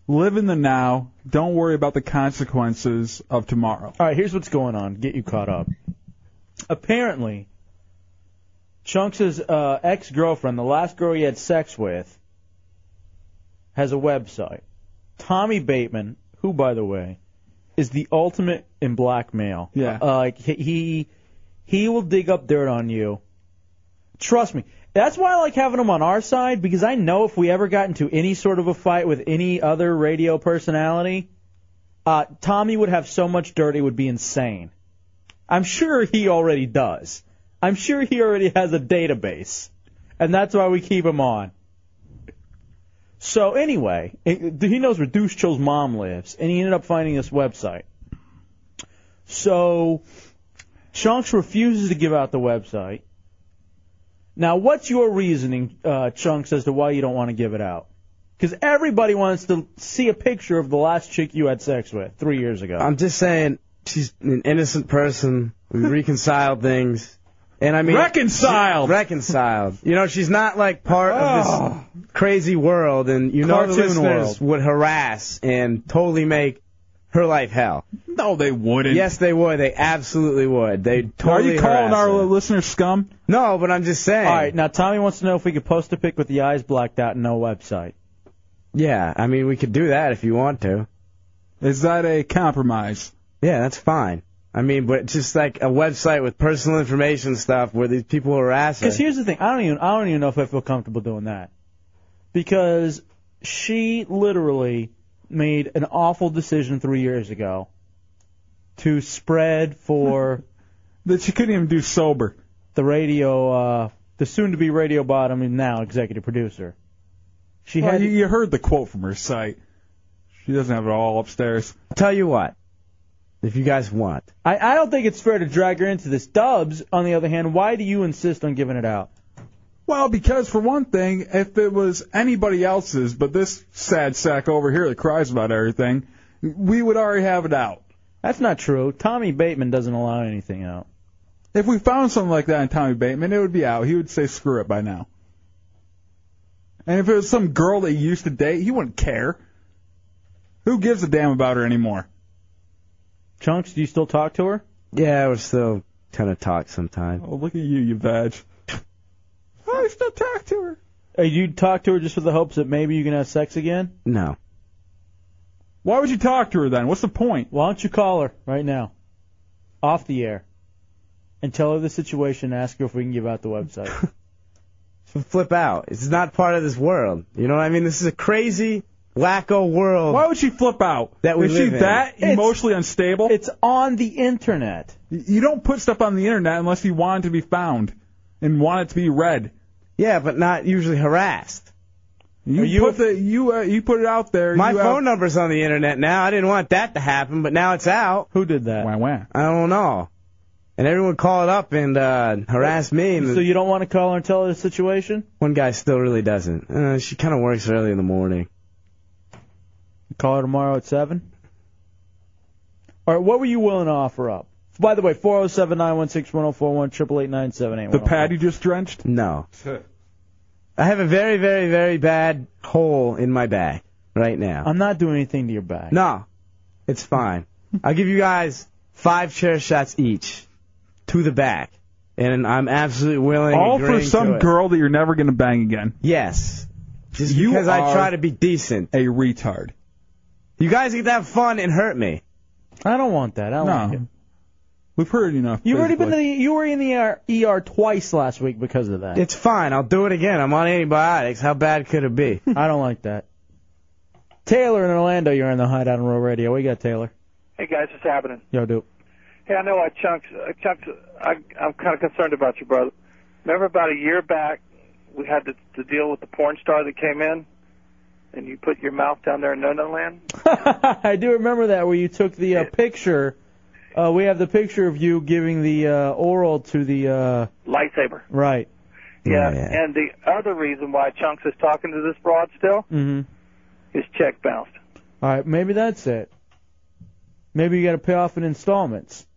[SPEAKER 3] Live in the now. Don't worry about the consequences of tomorrow.
[SPEAKER 2] All right, here's what's going on. Get you caught up. Apparently, Chunks' uh, ex girlfriend, the last girl he had sex with, has a website. Tommy Bateman, who, by the way, is the ultimate in blackmail. Yeah. Uh, like, he- he, he will dig up dirt on you. Trust me. That's why I like having him on our side because I know if we ever got into any sort of a fight with any other radio personality, uh, Tommy would have so much dirt it would be insane. I'm sure he already does. I'm sure he already has a database, and that's why we keep him on. So anyway, it- he knows where Deuce Chill's mom lives, and he ended up finding this website. So Chunks refuses to give out the website. Now, what's your reasoning, uh, Chunks, as to why you don't want to give it out? Because everybody wants to see a picture of the last chick you had sex with three years ago.
[SPEAKER 13] I'm just saying she's an innocent person. We reconciled things. And I mean
[SPEAKER 3] Reconciled.
[SPEAKER 13] reconciled. You know, she's not like part of this crazy world and you know the
[SPEAKER 3] Cartoon
[SPEAKER 13] listeners
[SPEAKER 3] world.
[SPEAKER 13] would harass and totally make her life hell.
[SPEAKER 3] No, they wouldn't.
[SPEAKER 13] Yes, they would. They absolutely would. They totally
[SPEAKER 2] Are you calling
[SPEAKER 13] harass
[SPEAKER 2] our
[SPEAKER 13] her.
[SPEAKER 3] listeners scum?
[SPEAKER 13] No, but I'm just saying.
[SPEAKER 2] All right, now Tommy wants to know if we could post a pic with the eyes blacked out and no website.
[SPEAKER 13] Yeah, I mean, we could do that if you want to.
[SPEAKER 3] Is that a compromise?
[SPEAKER 13] Yeah, that's fine. I mean, but just like a website with personal information stuff where these people harass
[SPEAKER 2] Because
[SPEAKER 13] us.
[SPEAKER 2] here's the thing, I don't even I don't even know if I feel comfortable doing that, because she literally made an awful decision three years ago to spread for
[SPEAKER 3] that she couldn't even do sober.
[SPEAKER 2] The radio, uh, the soon-to-be radio bottom and now executive producer. She
[SPEAKER 3] Well,
[SPEAKER 2] had
[SPEAKER 3] you, you heard the quote from her site. She doesn't have it all upstairs.
[SPEAKER 13] Tell you what, if you guys want,
[SPEAKER 2] I, I don't think it's fair to drag her into this. Dubs, on the other hand, why do you insist on giving it out?
[SPEAKER 3] Well, because for one thing, if it was anybody else's, but this sad sack over here that cries about everything, we would already have it out.
[SPEAKER 2] That's not true. Tommy Bateman doesn't allow anything out.
[SPEAKER 3] If we found something like that in Tommy Bateman, it would be out. He would say screw it by now. And if it was some girl that he used to date, he wouldn't care. Who gives a damn about her anymore?
[SPEAKER 2] Chunks, do you still talk to her?
[SPEAKER 13] Yeah, we're still kind of talk sometime.
[SPEAKER 3] Oh, look at you, you badge. I still talk to her.
[SPEAKER 2] Uh, you talk to her just with the hopes that maybe you can have sex again?
[SPEAKER 13] No.
[SPEAKER 3] Why would you talk to her then? What's the point?
[SPEAKER 2] Why don't you call her right now, off the air, and tell her the situation and ask her if we can give out the website?
[SPEAKER 13] Flip out. It's not part of this world. You know what I mean? This is a crazy, wacko world.
[SPEAKER 3] Why would she flip out?
[SPEAKER 13] That we
[SPEAKER 3] Is
[SPEAKER 13] live
[SPEAKER 3] she
[SPEAKER 13] in.
[SPEAKER 3] that emotionally unstable?
[SPEAKER 2] It's on the internet.
[SPEAKER 3] You don't put stuff on the internet unless you want it to be found and want it to be read.
[SPEAKER 13] Yeah, but not usually harassed.
[SPEAKER 3] You,
[SPEAKER 13] Are you
[SPEAKER 3] put the you uh, you put it out there.
[SPEAKER 13] My
[SPEAKER 3] you have-
[SPEAKER 13] phone number's on the internet now. I didn't want that to happen, but now it's out.
[SPEAKER 2] Who did that?
[SPEAKER 3] Why, why?
[SPEAKER 13] I don't know. And everyone called up and uh, harassed me. And
[SPEAKER 2] So you don't want to call her and tell her the situation?
[SPEAKER 13] One guy still really doesn't. Uh, she kind of works early in the morning.
[SPEAKER 2] Call her tomorrow at seven. All right, what were you willing to offer up? By the way, four zero seven nine one six one zero four one triple eight nine seven eight one.
[SPEAKER 3] The pad you just drenched.
[SPEAKER 13] No. I have a very, very, very bad hole in my back right now.
[SPEAKER 2] I'm not doing anything to your back.
[SPEAKER 13] No, it's fine. I'll give you guys five chair shots each to the back, and I'm absolutely willing.
[SPEAKER 3] All for
[SPEAKER 13] agreeing to
[SPEAKER 3] some
[SPEAKER 13] it.
[SPEAKER 3] girl that you're never gonna bang again.
[SPEAKER 13] Yes. Just
[SPEAKER 3] You
[SPEAKER 13] because I
[SPEAKER 3] are
[SPEAKER 13] try to be decent.
[SPEAKER 3] A retard.
[SPEAKER 13] You guys get to have fun and hurt me.
[SPEAKER 2] I don't want that. I don't
[SPEAKER 3] No.
[SPEAKER 2] like it.
[SPEAKER 3] We've heard enough.
[SPEAKER 2] You've already been to
[SPEAKER 3] basically.
[SPEAKER 2] the, you were in the ER, ER twice last week because of that.
[SPEAKER 13] It's fine. I'll do it again. I'm on antibiotics. How bad could it be?
[SPEAKER 2] I don't like that. Taylor in Orlando, you're in the hideout on Row Radio. What you got, Taylor?
[SPEAKER 5] Hey guys, what's happening?
[SPEAKER 2] Yo, dude.
[SPEAKER 5] Hey, I know I chunks. Uh, chunks. I, I'm kind of concerned about you, brother. Remember about a year back, we had the, the deal with the porn star that came in, and you put your mouth down there in no-no land.
[SPEAKER 2] I do remember that where you took the uh, picture. Uh, we have the picture of you giving the uh, oral to the uh,
[SPEAKER 5] Lightsaber.
[SPEAKER 2] right.
[SPEAKER 5] Yeah. And the other reason why chunks is talking to this broad still
[SPEAKER 2] hmm
[SPEAKER 5] is check bounced.
[SPEAKER 2] All right, maybe that's it. Maybe you got to pay off in installments.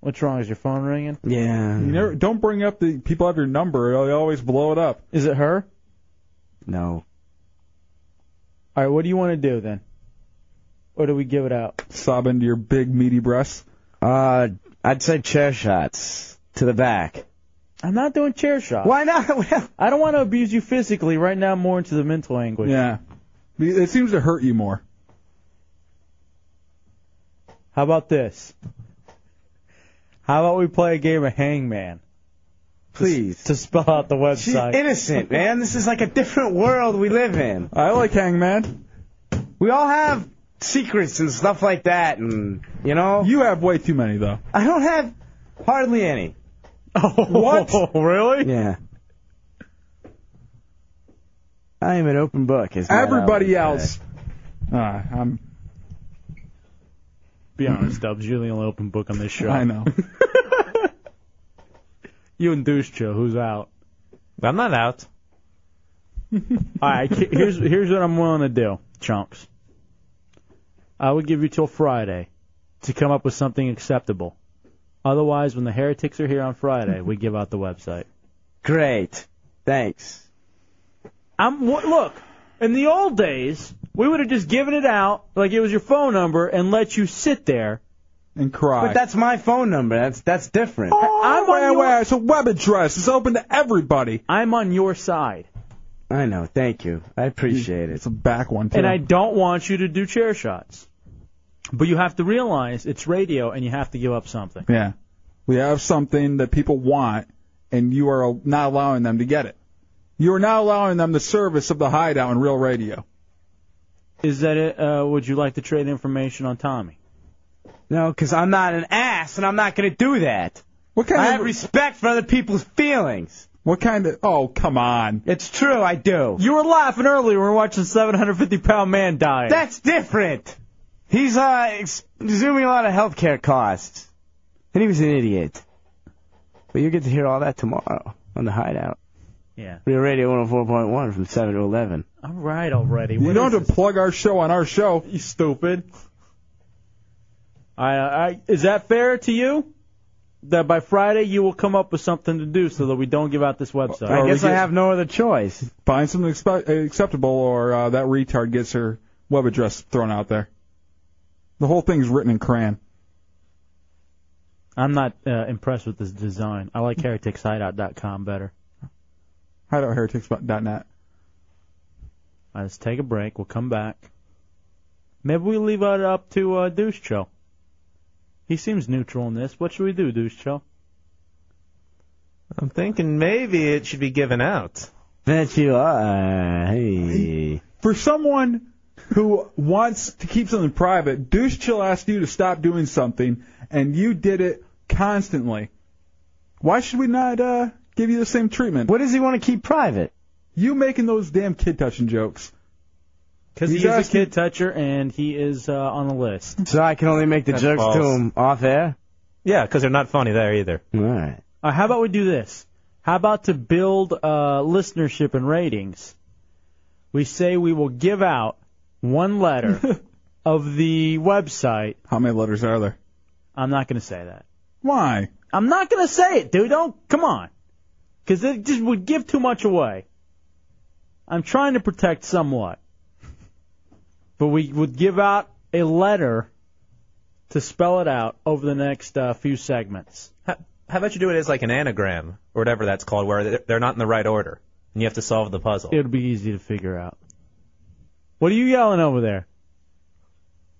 [SPEAKER 2] What's wrong? Is your phone ringing?
[SPEAKER 13] Yeah.
[SPEAKER 3] You never, don't bring up the people have your number. They always blow it up.
[SPEAKER 2] Is it her?
[SPEAKER 13] No.
[SPEAKER 2] All right, what do you want to do then? Or do we give it out?
[SPEAKER 3] Sob into your big meaty breasts.
[SPEAKER 13] Uh, I'd say chair shots to the back.
[SPEAKER 2] I'm not doing chair shots.
[SPEAKER 13] Why not?
[SPEAKER 2] I don't want to abuse you physically right now. More into the mental anguish.
[SPEAKER 3] Yeah. It seems to hurt you more.
[SPEAKER 2] How about this? How about we play a game of Hangman?
[SPEAKER 13] Please.
[SPEAKER 2] To, spell out the
[SPEAKER 13] She's
[SPEAKER 2] website.
[SPEAKER 13] innocent, man. This is like a different world we live in.
[SPEAKER 3] I like Hangman.
[SPEAKER 13] We all have secrets and stuff like that, and you know.
[SPEAKER 3] You have way too many though.
[SPEAKER 13] I don't have hardly any.
[SPEAKER 2] Oh,
[SPEAKER 13] what?
[SPEAKER 2] really?
[SPEAKER 13] Yeah. I am an open book. Is
[SPEAKER 3] Everybody else. Uh, I'm.
[SPEAKER 2] Be honest, Dubs. You're the only open book on this show.
[SPEAKER 3] I know.
[SPEAKER 2] you and Deuce Joe, who's out?
[SPEAKER 6] I'm not out.
[SPEAKER 2] All right. ki- Here's here's what I'm willing to do, chunks. I would give you till Friday to come up with something acceptable. Otherwise, when the heretics are here on Friday, we give out the website.
[SPEAKER 13] Great. Thanks.
[SPEAKER 2] I'm wh- look. In the old days, we would have just given it out like it was your phone number and let you sit there
[SPEAKER 3] and cry.
[SPEAKER 13] But that's my phone number. That's that's different.
[SPEAKER 2] Oh,
[SPEAKER 3] I'm wait, wait, It's a web address. It's open to everybody.
[SPEAKER 2] I'm on your side.
[SPEAKER 13] I know. Thank you. I appreciate it. It's
[SPEAKER 3] a back one
[SPEAKER 2] And I don't want you to do chair shots. But you have to realize it's radio and you have to give up something.
[SPEAKER 3] Yeah. We have something that people want, and you are not allowing them to get it. You are not allowing them the service of the hideout and real radio.
[SPEAKER 2] Is that it? Uh, would you like to trade information on Tommy?
[SPEAKER 13] No, because I'm not an ass, and I'm not going to do that.
[SPEAKER 3] What kind
[SPEAKER 13] I
[SPEAKER 3] of-
[SPEAKER 13] have respect for other people's feelings.
[SPEAKER 3] What kind of? Oh, come on.
[SPEAKER 13] It's true, I do.
[SPEAKER 2] You were laughing earlier. when We are watching 750 pound man die.
[SPEAKER 13] That's different. He's uh ex- assuming a lot of health care costs, and he was an idiot. But you get to hear all that tomorrow on the Hideout.
[SPEAKER 2] Yeah.
[SPEAKER 13] Real Radio 104.1 from 7 to 11.
[SPEAKER 2] All right already.
[SPEAKER 3] you don't have to plug our show on our show.
[SPEAKER 2] You stupid. I, I, is that fair to you? That by Friday you will come up with something to do so that we don't give out this website.
[SPEAKER 13] I guess I have no other choice.
[SPEAKER 3] Find something expe- acceptable, or uh, that retard gets her web address thrown out there. The whole thing's written in crayon.
[SPEAKER 2] I'm not uh, impressed with this design. I like hereticshideout.com better.
[SPEAKER 3] Hideoutheretics.net.
[SPEAKER 2] All right, Uh, let's take a break. We'll come back. Maybe we leave it up to uh, Deuce Cho. He seems neutral in this. What should we do, Deuce Cho?
[SPEAKER 6] I'm thinking maybe it should be given out.
[SPEAKER 13] That you are. Hey.
[SPEAKER 3] For someone who wants to keep something private, Douche Chill asked you to stop doing something, and you did it constantly. Why should we not uh, give you the same treatment?
[SPEAKER 13] What does he want to keep private?
[SPEAKER 3] You making those damn kid touching jokes.
[SPEAKER 2] Because he
[SPEAKER 3] He's
[SPEAKER 2] is a
[SPEAKER 3] asking-
[SPEAKER 2] kid toucher and he is uh, on a list.
[SPEAKER 13] So I can only make the
[SPEAKER 6] That's
[SPEAKER 13] jokes to
[SPEAKER 6] false.
[SPEAKER 13] him off air?
[SPEAKER 6] Yeah, 'cause they're not funny there either.
[SPEAKER 13] All right.
[SPEAKER 2] All right, Uh, how about we do this? How about to build uh, listenership and ratings? We say we will give out one letter of the website.
[SPEAKER 3] How many letters are there?
[SPEAKER 2] I'm not going to say that.
[SPEAKER 3] Why?
[SPEAKER 2] I'm not going to say it, dude. Don't come on. 'Cause it just would give too much away. I'm trying to protect somewhat, but we would give out a letter to spell it out over the next uh, few segments.
[SPEAKER 6] How, how about you do it as like an anagram or whatever that's called, where they're- they're not in the right order, and you have to solve the puzzle.
[SPEAKER 2] It would be easy to figure out. What are you yelling over there?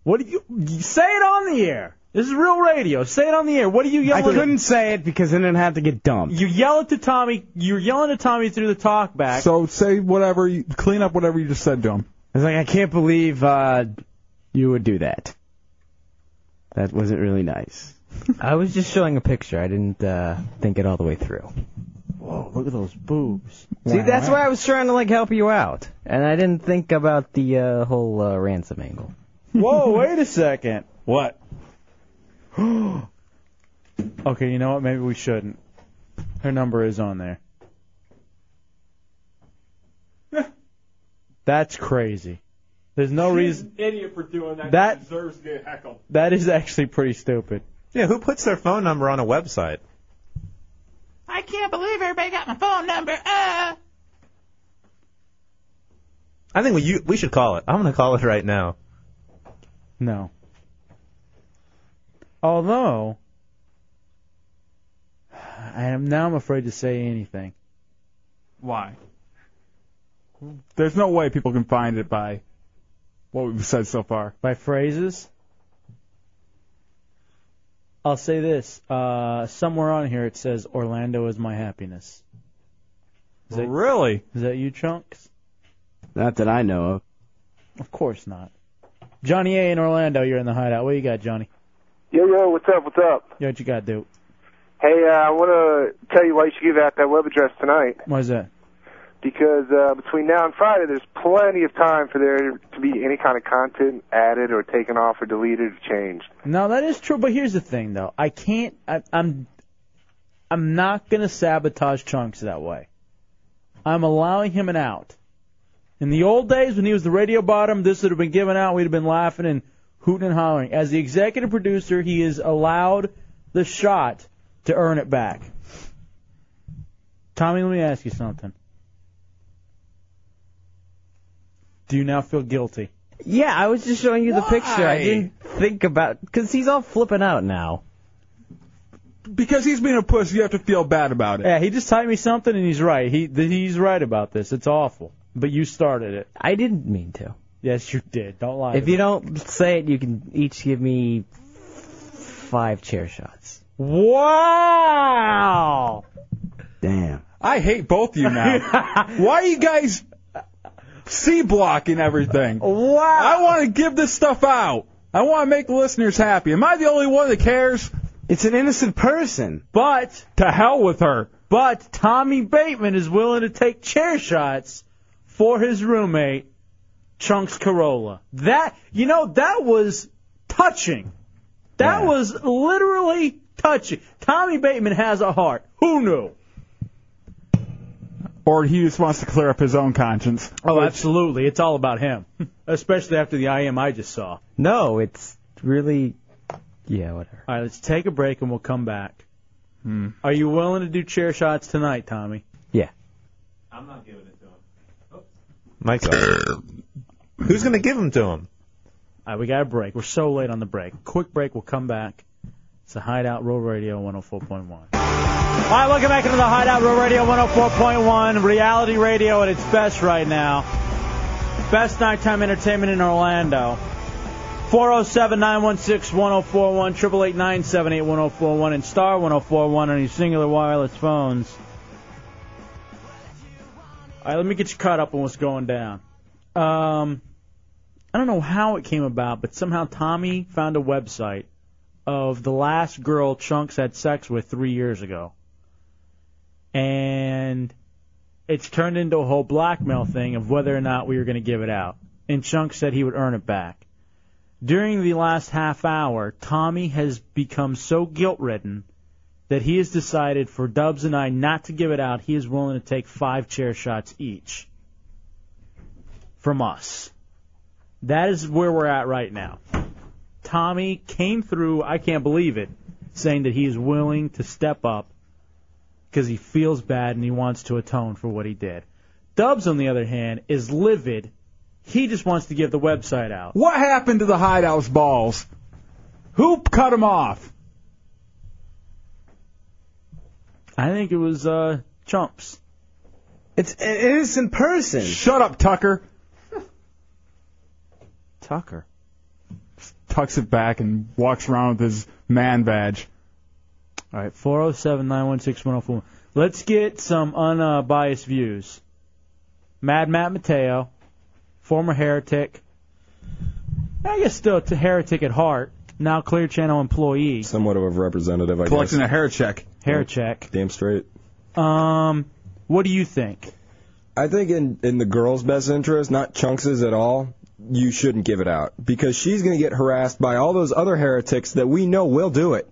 [SPEAKER 2] What are you? you Say it on the air. This is real radio. Say it on the air. What are you
[SPEAKER 13] I
[SPEAKER 2] yelling?
[SPEAKER 13] couldn't say it because then I'd have to get dumped.
[SPEAKER 2] You yell it to Tommy. You're yelling to Tommy through the talk back.
[SPEAKER 3] So say whatever, you, clean up whatever you just said to him.
[SPEAKER 13] I was like, I can't believe uh, you would do that. That wasn't really nice.
[SPEAKER 8] I was just showing a picture. I didn't uh, think it all the way through.
[SPEAKER 2] Whoa, look at those boobs.
[SPEAKER 8] See, that's why I was trying to like help you out, and I didn't think about the uh, whole uh, ransom angle.
[SPEAKER 2] Whoa, wait a second.
[SPEAKER 3] What?
[SPEAKER 2] okay, you know what? Maybe we shouldn't. Her number is on there. That's crazy. There's no reason.
[SPEAKER 3] idiot for doing
[SPEAKER 2] That-
[SPEAKER 3] deserves to get heckled.
[SPEAKER 2] That is actually pretty stupid.
[SPEAKER 6] Yeah, who puts their phone number on a website?
[SPEAKER 27] I can't believe everybody got my phone number. Uh.
[SPEAKER 6] I think we you, we should call it. I'm gonna call it right now.
[SPEAKER 2] No. Although, I am now I'm afraid to say anything.
[SPEAKER 3] Why? There's no way people can find it by what we've said so far.
[SPEAKER 2] By phrases? I'll say this: uh, somewhere on here it says Orlando is my happiness. Is that,
[SPEAKER 3] really?
[SPEAKER 2] Is that you, Chunks?
[SPEAKER 13] Not that I know of.
[SPEAKER 2] Of course not. Johnny A in Orlando, you're in the hideout. What you got, Johnny?
[SPEAKER 19] Yo, yo, what's up? What's up?
[SPEAKER 2] Yo, what you got, dude?
[SPEAKER 19] Hey, uh, I want to tell you why you should give out that web address tonight.
[SPEAKER 2] What is that?
[SPEAKER 19] Because uh, between now and Friday, there's plenty of time for there to be any kind of content added or taken off or deleted or changed.
[SPEAKER 2] No, that is true. But here's the thing, though. I can't. I, I'm. I'm not gonna sabotage chunks that way. I'm allowing him an out. In the old days when he was the radio bottom, this would have been given out. We'd have been laughing and hooting and hollering. As the executive producer, he is allowed the shot to earn it back. Tommy, let me ask you something. Do you now feel guilty?
[SPEAKER 8] Yeah, I was just showing you the picture. I
[SPEAKER 2] Why?
[SPEAKER 8] didn't think about because he's all flipping out now.
[SPEAKER 3] Because he's being a puss, you have to feel bad about it.
[SPEAKER 2] Yeah, he just typed me something and he's right. He th- he's right about this. It's awful. But you started it.
[SPEAKER 8] I didn't mean to.
[SPEAKER 2] Yes, you did. Don't lie.
[SPEAKER 8] If you don't say it, you can each give me five chair shots.
[SPEAKER 2] Wow.
[SPEAKER 13] Damn.
[SPEAKER 3] I hate both of you now. Why are you guys C blocking everything?
[SPEAKER 2] Wow. I
[SPEAKER 3] want to give this stuff out. I want to make the listeners happy. Am I the only one that cares?
[SPEAKER 13] It's an innocent person.
[SPEAKER 2] But
[SPEAKER 3] to hell with her.
[SPEAKER 2] But Tommy Bateman is willing to take chair shots for his roommate Chunks Corolla. That you know that was touching. That was literally touching. Tommy Bateman has a heart. Who knew?
[SPEAKER 3] Or he just wants to clear up his own conscience.
[SPEAKER 2] Oh, absolutely. It's all about him, especially after the IM I just saw.
[SPEAKER 8] No, it's really yeah, whatever.
[SPEAKER 2] All right, let's take a break and we'll come back. Are you willing to do chair shots tonight, Tommy?
[SPEAKER 8] Yeah.
[SPEAKER 6] I'm not giving it to him. Oh. Mike's Who's gonna give them to him?
[SPEAKER 2] All right, we got a break. We're so late on the break. Quick break. We'll come back. It's the Hideout Roll Radio 104.1. All right, welcome back into the Hideout Row Radio 104.1, reality radio at its best right now. Best nighttime entertainment in Orlando. 407-916-1041, 888 oh and star 1041 on your singular wireless phones. All right, let me get you caught up on what's going down. Um, I don't know how it came about, but somehow Tommy found a website of the last girl Chunks had sex with three years ago. And it's turned into a whole blackmail thing of whether or not we were going to give it out. And Chunks said he would earn it back. During the last half hour, Tommy has become so guilt ridden that he has decided for Dubs and I not to give it out. He is willing to take five chair shots each from us. That is where we're at right now. Tommy came through, I can't believe it, saying that he is willing to step up because he feels bad and he wants to atone for what he did. Dubs, on the other hand, is livid. He just wants to give the website out.
[SPEAKER 3] What happened to the hideout's balls? Who cut him off?
[SPEAKER 2] I think it was uh, Chumps.
[SPEAKER 13] It's an innocent person.
[SPEAKER 3] Shut up, Tucker.
[SPEAKER 8] Tucker.
[SPEAKER 3] Tucks it back and walks around with his man badge.
[SPEAKER 2] All right, 407 916 1041. Let's get some unbiased views. Mad Matt Mateo, former heretic. I guess still a heretic at heart, now Clear Channel employee.
[SPEAKER 11] Somewhat of a representative, I
[SPEAKER 3] Collecting a
[SPEAKER 11] guess.
[SPEAKER 3] hair check.
[SPEAKER 2] Hair check.
[SPEAKER 11] Damn straight.
[SPEAKER 2] Um, what do you think?
[SPEAKER 11] I think in in the girl's best interest, not Chunks's at all, you shouldn't give it out because she's going to get harassed by all those other heretics that we know will do it.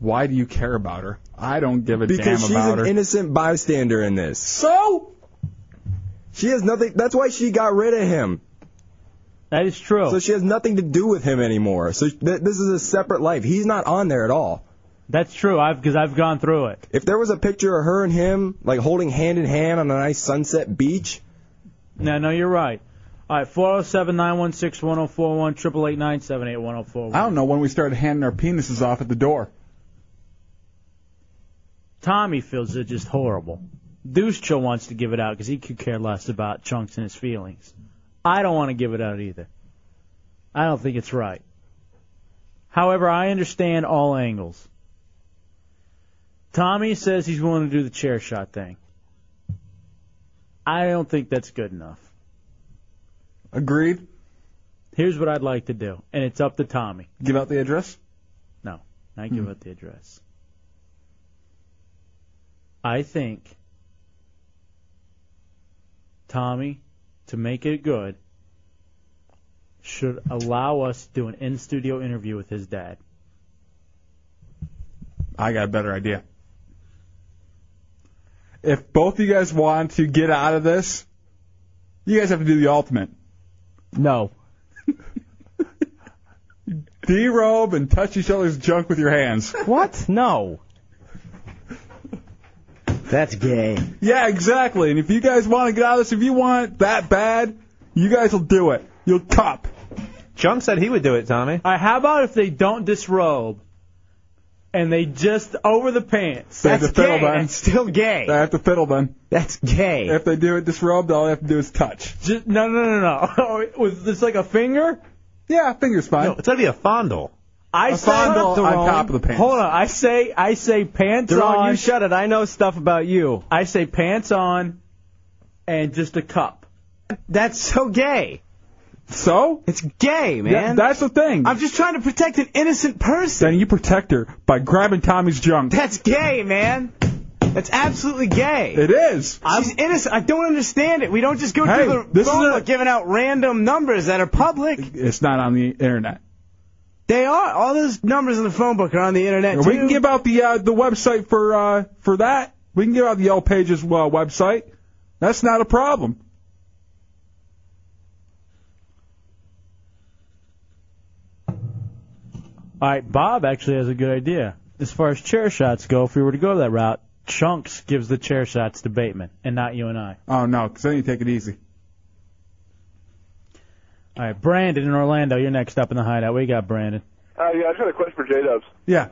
[SPEAKER 3] Why do you care about her? I don't give a
[SPEAKER 11] because
[SPEAKER 3] damn
[SPEAKER 11] she's
[SPEAKER 3] about
[SPEAKER 11] an
[SPEAKER 3] her.
[SPEAKER 11] innocent bystander in this.
[SPEAKER 3] So
[SPEAKER 11] She has nothing. That's why she got rid of him. That is true. So she has nothing to do with him anymore. So th- this is a separate life. He's not on there at all.
[SPEAKER 10] That's true. I've because I've gone through it.
[SPEAKER 11] If there was a picture of her and him like holding hand in hand on a nice sunset beach,
[SPEAKER 2] No, no, you're right. All right, 407 916 1041, 888 978
[SPEAKER 3] I don't know when we started handing our penises off at the door.
[SPEAKER 2] Tommy feels it just horrible. Deuce Chill wants to give it out because he could care less about Chunks and his feelings. I don't want to give it out either. I don't think it's right. However, I understand all angles. Tommy says he's willing to do the chair shot thing. I don't think that's good enough.
[SPEAKER 3] Agreed.
[SPEAKER 2] Here's what I'd like to do, and it's up to Tommy.
[SPEAKER 3] Give out the address?
[SPEAKER 2] No, not give out the address. I think Tommy, to make it good, should allow us to do an in studio interview with his dad.
[SPEAKER 3] I got a better idea. If both of you guys want to get out of this, you guys have to do the ultimate.
[SPEAKER 13] No.
[SPEAKER 3] Derobe and touch each other's junk with your hands.
[SPEAKER 13] What? No. That's gay.
[SPEAKER 3] Yeah, exactly. And if you guys want to get out of this, if you want it that bad, you guys will do it. You'll cop.
[SPEAKER 6] Junk said he would do it, Tommy.
[SPEAKER 2] All right, how about if they don't disrobe and they just over the pants?
[SPEAKER 3] They have to fiddle then.
[SPEAKER 13] still gay.
[SPEAKER 3] They have to fiddle then.
[SPEAKER 13] That's gay.
[SPEAKER 3] If they do it disrobed, all they have to do is touch.
[SPEAKER 2] Just, no, no, no, no. Oh, Was this like a finger?
[SPEAKER 3] Yeah, finger's fine.
[SPEAKER 6] it's gotta be a fondle.
[SPEAKER 2] I
[SPEAKER 3] A
[SPEAKER 2] say
[SPEAKER 3] fondle on top of the pants.
[SPEAKER 2] Hold on, I say I say pants
[SPEAKER 3] Jerome,
[SPEAKER 2] on.
[SPEAKER 3] you
[SPEAKER 2] shut it. I know stuff about you. I say pants on, and just a cup.
[SPEAKER 13] That's so gay.
[SPEAKER 3] So?
[SPEAKER 13] It's gay, man.
[SPEAKER 3] Yeah, that's the thing.
[SPEAKER 13] I'm just trying to protect an innocent person.
[SPEAKER 3] Then you protect her by grabbing Tommy's junk.
[SPEAKER 13] That's gay, man. That's absolutely gay.
[SPEAKER 3] It is.
[SPEAKER 13] She's innocent. I don't understand it. We don't just go
[SPEAKER 3] Hey,
[SPEAKER 13] through the
[SPEAKER 3] this is
[SPEAKER 13] phone
[SPEAKER 3] a-
[SPEAKER 13] book giving out random numbers that are public.
[SPEAKER 3] It's not on the internet.
[SPEAKER 13] They are. All those numbers in the phone book are on the internet
[SPEAKER 3] we can
[SPEAKER 13] too.
[SPEAKER 3] give out the uh, the website for uh, for that. We can give out the Yellow Pages uh, website. That's not a problem.
[SPEAKER 2] All right, Bob actually has a good idea. As far as chair shots go, if we were to go that route, Chunks gives the chair shots to Bateman, and not you and I.
[SPEAKER 3] Oh no, 'cause then you take it easy.
[SPEAKER 2] All right, Brandon in Orlando, you're next up in the hideout. We got Brandon.
[SPEAKER 7] Uh, yeah, I just got a question for J Dubs.
[SPEAKER 3] Yeah.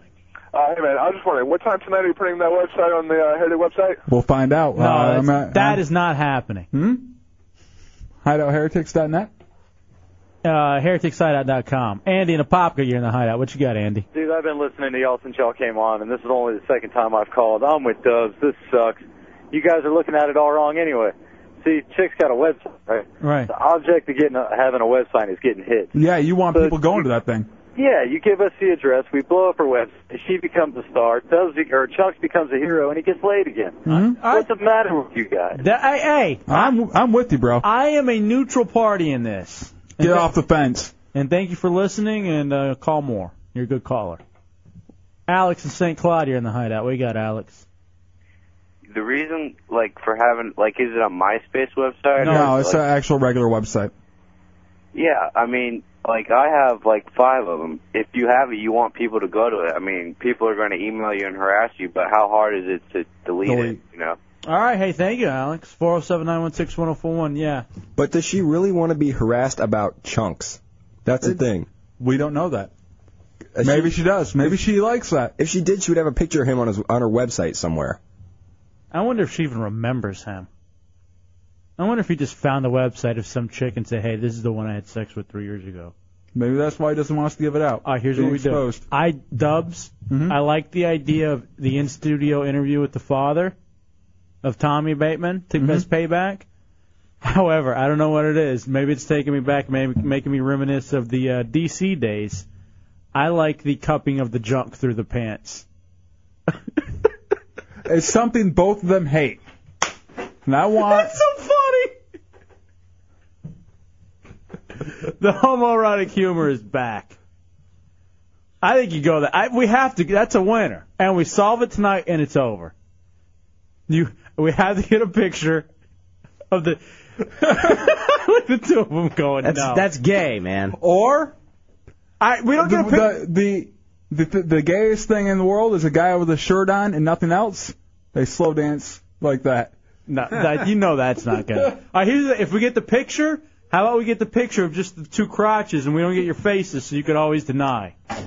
[SPEAKER 7] Uh, hey man, I was just wondering, what time tonight are you putting that website on the uh, Heritage website?
[SPEAKER 3] We'll find out.
[SPEAKER 2] No,
[SPEAKER 3] uh,
[SPEAKER 2] that's,
[SPEAKER 3] I'm at,
[SPEAKER 2] that
[SPEAKER 3] I'm-
[SPEAKER 2] is not happening.
[SPEAKER 3] Hmm? hideoutheretics.net.
[SPEAKER 2] Uh, hereticsiteout.com. Andy and Apopka, you're in the hideout. What you got, Andy?
[SPEAKER 22] Dude, I've been listening to y'all since y'all came on, and this is only the second time I've called. I'm with Dubs. This sucks. You guys are looking at it all wrong anyway. See, Chick's got a website, right?
[SPEAKER 3] Right.
[SPEAKER 22] The object of getting a, having a website is getting hit.
[SPEAKER 3] Yeah, you want people going to that thing.
[SPEAKER 22] Yeah, you give us the address, we blow up her website, she becomes a star, Dubs be- or Chucks becomes a hero, and he gets laid again. What's the matter with you guys?
[SPEAKER 2] That, hey, hey,
[SPEAKER 3] Hmm? I'm I'm with you, bro.
[SPEAKER 2] I am a neutral party in this. Get
[SPEAKER 3] off the fence.
[SPEAKER 2] And thank you for listening. And uh, call more. You're a good caller. Alex in St. Cloud, you're in the hideout. We got Alex.
[SPEAKER 23] The reason, like, for having, like, is it a MySpace website?
[SPEAKER 3] No,
[SPEAKER 23] or,
[SPEAKER 3] it's
[SPEAKER 23] like,
[SPEAKER 3] an actual regular website.
[SPEAKER 23] Yeah, I mean, like, I have, like, five of them. If you have it, you want people to go to it. I mean, people are going to email you and harass you, but how hard is it to delete, it,
[SPEAKER 3] Delete.
[SPEAKER 23] you know?
[SPEAKER 2] All right. Hey, thank you, Alex. Four zero seven nine one six one zero four one. Yeah.
[SPEAKER 11] but does she really want to be harassed about chunks? That's the thing.
[SPEAKER 3] We don't know that. Maybe she does. Maybe she likes that.
[SPEAKER 11] If she did, she would have a picture of him on his on her website somewhere.
[SPEAKER 2] I wonder if she even remembers him. I wonder if he just found the website of some chick and said, "Hey, this is the one I had sex with three years ago."
[SPEAKER 3] Maybe that's why he doesn't want us to give it out.
[SPEAKER 2] All right, here's
[SPEAKER 3] Being
[SPEAKER 2] what we
[SPEAKER 3] exposed.
[SPEAKER 2] do. I dubs. I like the idea of the in studio interview with the father of Tommy Bateman to best payback. However, I don't know what it is. Maybe it's taking me back, maybe making me reminisce of the uh, DC days. I like the cupping of the junk through the pants.
[SPEAKER 3] It's something both of them hate. And I want.
[SPEAKER 2] That's so funny. the homoerotic humor is back. I think you go that. I, we have to. That's a winner, and we solve it tonight, and it's over. You, we have to get a picture of the. Look at the two of them going
[SPEAKER 13] That's
[SPEAKER 2] nuts.
[SPEAKER 13] that's gay, man.
[SPEAKER 2] Or I we don't
[SPEAKER 3] the, the, the the the gayest thing in the world is a guy with a shirt on and nothing else. They slow dance like that.
[SPEAKER 2] No, that, you know that's not good. All right, here's the, if we get the picture, how about we get the picture of just the two crotches and we don't get your faces so you could always deny.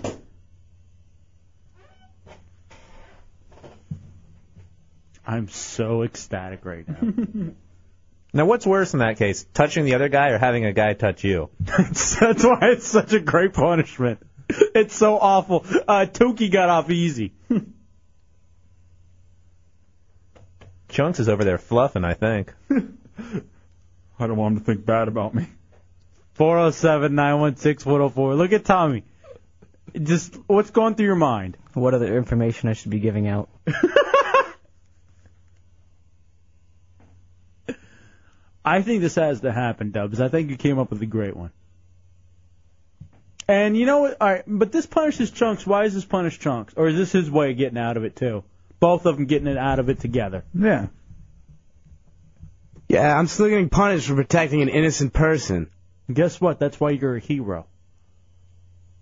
[SPEAKER 2] I'm so ecstatic right now.
[SPEAKER 6] Now, what's worse in that case, touching the other guy or having a guy touch you?
[SPEAKER 2] That's why it's such a great punishment. It's so awful. Uh, Tookie got off easy.
[SPEAKER 6] Chunks is over there fluffing, I think.
[SPEAKER 3] I don't want him to think bad about me.
[SPEAKER 2] 407 916 104. Look at Tommy. Just what's going through your mind?
[SPEAKER 8] What other information I should be giving out?
[SPEAKER 2] I think this has to happen, Dubs. I think you came up with a great one. And you know what? All right, but this punishes Chunks. Why is this punish Chunks? Or is this his way of getting out of it too? Both of them getting it out of it together.
[SPEAKER 3] Yeah.
[SPEAKER 13] Yeah, I'm still getting punished for protecting an innocent person.
[SPEAKER 2] Guess what? That's why you're a hero.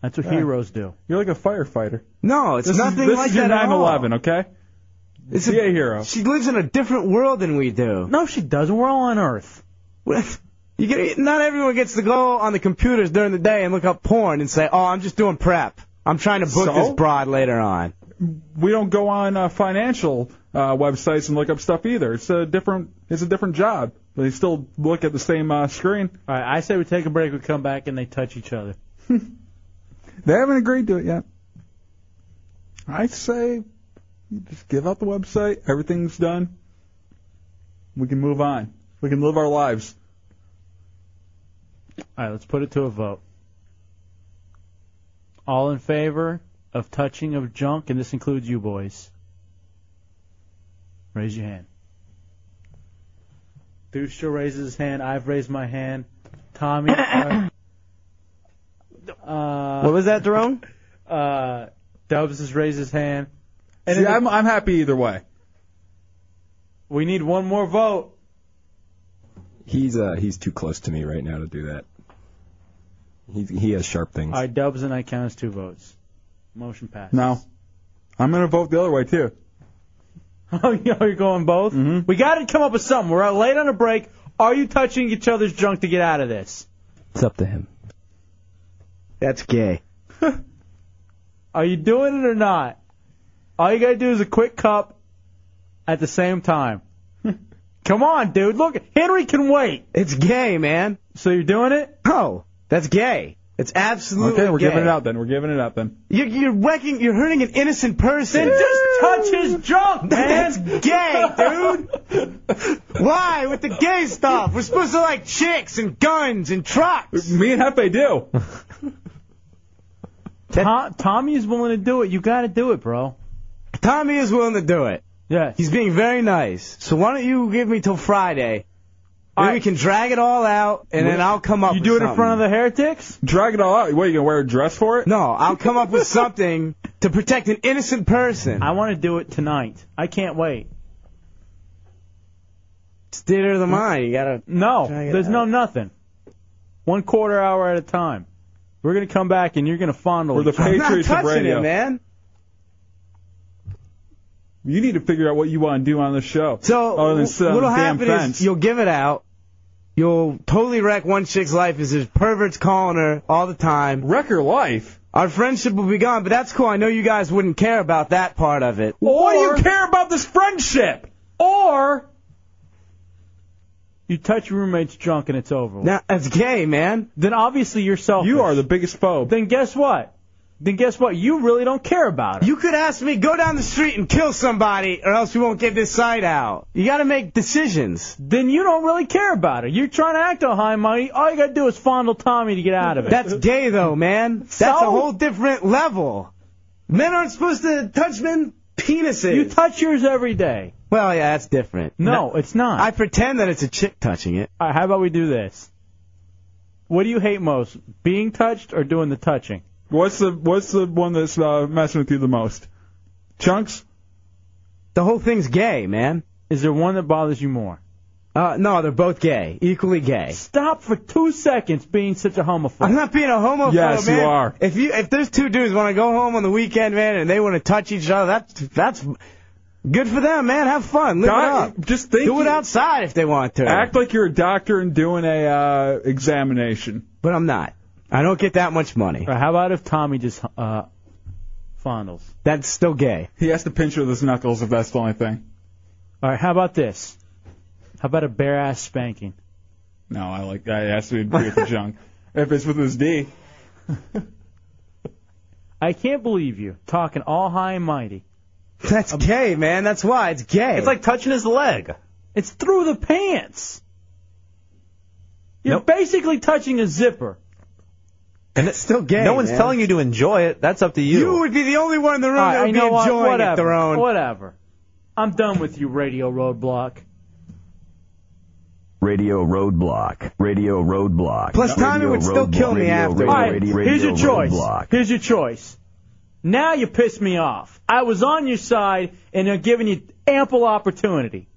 [SPEAKER 2] That's what
[SPEAKER 3] Yeah.
[SPEAKER 2] heroes do.
[SPEAKER 3] You're like a firefighter.
[SPEAKER 13] No, it's
[SPEAKER 3] This is-
[SPEAKER 13] nothing
[SPEAKER 3] this
[SPEAKER 13] like
[SPEAKER 3] is your
[SPEAKER 13] that at all.
[SPEAKER 3] 9/11, okay?
[SPEAKER 13] It's
[SPEAKER 3] Be a hero.
[SPEAKER 13] She lives in a different world than we do.
[SPEAKER 2] No, she doesn't. We're all on Earth.
[SPEAKER 13] You get, not everyone gets to go on the computers during the day and look up porn and say, "Oh, I'm just doing prep. I'm trying to book
[SPEAKER 3] So?
[SPEAKER 13] this broad later on."
[SPEAKER 3] We don't go on uh, financial uh, websites and look up stuff either. It's a different it's a different job. They still look at the same uh, screen.
[SPEAKER 2] All right, I say we take a break. We come back and they touch each other.
[SPEAKER 3] They haven't agreed to it yet. I say you just give up the website. Everything's done. We can move on. We can live our lives.
[SPEAKER 2] All right, let's put it to a vote. All in favor of touching of junk, and this includes you boys. Raise your hand. Deuce still raises his hand. I've raised my hand. Tommy. uh, uh,
[SPEAKER 13] what was that, Jerome?
[SPEAKER 2] Uh, Dubs has raised his hand.
[SPEAKER 3] And See, I'm I'm happy either way.
[SPEAKER 2] We need one more vote.
[SPEAKER 11] He's uh he's too close to me right now to do that. He he has sharp
[SPEAKER 2] All
[SPEAKER 11] things.
[SPEAKER 2] right, Dubs and I count as two votes. Motion passed.
[SPEAKER 3] No, I'm gonna vote the other way too.
[SPEAKER 2] Oh, you are going both? Mm-hmm. We got to come up with something. We're out late on a break. Are you touching each other's junk to get out of this?
[SPEAKER 8] It's up to him.
[SPEAKER 13] That's gay.
[SPEAKER 2] Are you doing it or not? All you got to do is a quick cup at the same time. come on, dude. Look, Henry can wait.
[SPEAKER 13] It's gay, man.
[SPEAKER 2] So you're doing it?
[SPEAKER 13] Oh, that's gay. It's absolutely
[SPEAKER 3] Okay, we're
[SPEAKER 13] gay.
[SPEAKER 3] giving it out then. We're giving it up then.
[SPEAKER 13] You're, you're wrecking. You're hurting an innocent person.
[SPEAKER 2] Then just touch his junk,
[SPEAKER 13] That's
[SPEAKER 2] man.
[SPEAKER 13] gay, dude. Why with the gay stuff? We're supposed to like chicks and guns and trucks.
[SPEAKER 3] Me and Hefe do.
[SPEAKER 2] Tom, Tommy is willing to do it. You got to do it, bro.
[SPEAKER 13] Tommy is willing to do it.
[SPEAKER 2] Yeah.
[SPEAKER 13] He's being very nice. So why don't you give me till Friday? Maybe we can drag it all out, and then I'll come up.
[SPEAKER 2] You do it in front of the heretics?
[SPEAKER 3] Drag it all out. What, you gonna wear a dress for it?
[SPEAKER 13] No, I'll come up with something to protect an innocent person.
[SPEAKER 2] I want to do it tonight. I can't wait.
[SPEAKER 13] It's theater of the mind. You gotta.
[SPEAKER 2] No,
[SPEAKER 13] Try it
[SPEAKER 2] there's
[SPEAKER 13] out.
[SPEAKER 2] no nothing. One quarter hour at a time. We're gonna come back and you're gonna fondle.
[SPEAKER 3] We're the
[SPEAKER 2] each other.
[SPEAKER 13] I'm not
[SPEAKER 3] Patriots of
[SPEAKER 13] touching
[SPEAKER 3] radio.
[SPEAKER 13] it, man.
[SPEAKER 3] You need to figure out what you want to do on this show.
[SPEAKER 13] So
[SPEAKER 3] other than sit on
[SPEAKER 13] what'll
[SPEAKER 3] the damn
[SPEAKER 13] happen
[SPEAKER 3] fence.
[SPEAKER 13] is you'll give it out. You'll totally wreck one chick's life as there's perverts calling her all the time.
[SPEAKER 3] wreck her life.
[SPEAKER 13] Our friendship will be gone, but that's cool. I know you guys wouldn't care about that part of it.
[SPEAKER 3] Well, why do you care about this friendship? Or
[SPEAKER 2] You touch your roommate's junk and it's over. with.
[SPEAKER 13] Now, that's gay, man.
[SPEAKER 2] Then obviously you're selfish.
[SPEAKER 3] you are the biggest phobe.
[SPEAKER 2] Then guess what? Then guess what? You really don't care about it.
[SPEAKER 13] You could ask me, go down the street and kill somebody, or else we won't get this site out. You gotta make decisions.
[SPEAKER 2] then you don't really care about it. You're trying to act all high and mighty. All you gotta do is fondle Tommy to get out of it.
[SPEAKER 13] That's gay, though, man. That's
[SPEAKER 2] So?
[SPEAKER 13] a whole different level. Men aren't supposed to touch men's penises.
[SPEAKER 2] you touch yours every day.
[SPEAKER 13] well, yeah, that's different.
[SPEAKER 2] No, it's not.
[SPEAKER 13] I pretend that it's a chick touching it.
[SPEAKER 2] All right, how about we do this? What do you hate most, being touched or doing the touching?
[SPEAKER 3] What's the what's the one that's uh, messing with you the most? Chunks?
[SPEAKER 13] The whole thing's gay, man.
[SPEAKER 2] Is there one that bothers you more?
[SPEAKER 13] Uh, no, they're both gay, equally gay.
[SPEAKER 2] Stop for two seconds being such a homophobe.
[SPEAKER 13] I'm not being a homophobe,
[SPEAKER 2] Yes, you
[SPEAKER 13] man.
[SPEAKER 2] are.
[SPEAKER 13] If you, if those two dudes want to go home on the weekend, man, and they want to touch each other, that's that's good for them, man. Have fun, live
[SPEAKER 3] God,
[SPEAKER 13] it up.
[SPEAKER 3] just think
[SPEAKER 13] do it
[SPEAKER 3] you-
[SPEAKER 13] outside if they want to.
[SPEAKER 3] Act like you're a doctor and doing a uh, examination.
[SPEAKER 13] But I'm not. I don't get that much money.
[SPEAKER 2] How about if Tommy just uh, fondles?
[SPEAKER 13] That's still gay.
[SPEAKER 3] He has to pinch with his knuckles if that's the only thing.
[SPEAKER 2] All right, how about this? How about a bare ass spanking?
[SPEAKER 3] No, I like I has to be with the junk. If it's with his D.
[SPEAKER 2] I can't believe you talking all high and mighty. Um,
[SPEAKER 13] That's gay, man. That's why it's gay.
[SPEAKER 2] It's like touching his leg. It's through the pants. You're basically touching a zipper.
[SPEAKER 6] And
[SPEAKER 13] it's still gay.
[SPEAKER 6] No one's
[SPEAKER 2] man.
[SPEAKER 6] telling you to enjoy it. That's up to you.
[SPEAKER 13] You would be the only one in the room
[SPEAKER 2] All right,
[SPEAKER 13] that
[SPEAKER 2] you
[SPEAKER 13] would be
[SPEAKER 2] know what?
[SPEAKER 13] enjoying
[SPEAKER 2] whatever,
[SPEAKER 13] it their own.
[SPEAKER 2] Whatever. I'm done with you, Radio Roadblock.
[SPEAKER 9] Radio Roadblock. Radio Roadblock.
[SPEAKER 2] Plus, Tommy would still kill me
[SPEAKER 9] after.
[SPEAKER 2] All right, here's your choice. Here's your choice. Now you piss me off. I was on your side, and they're giving you ample opportunity.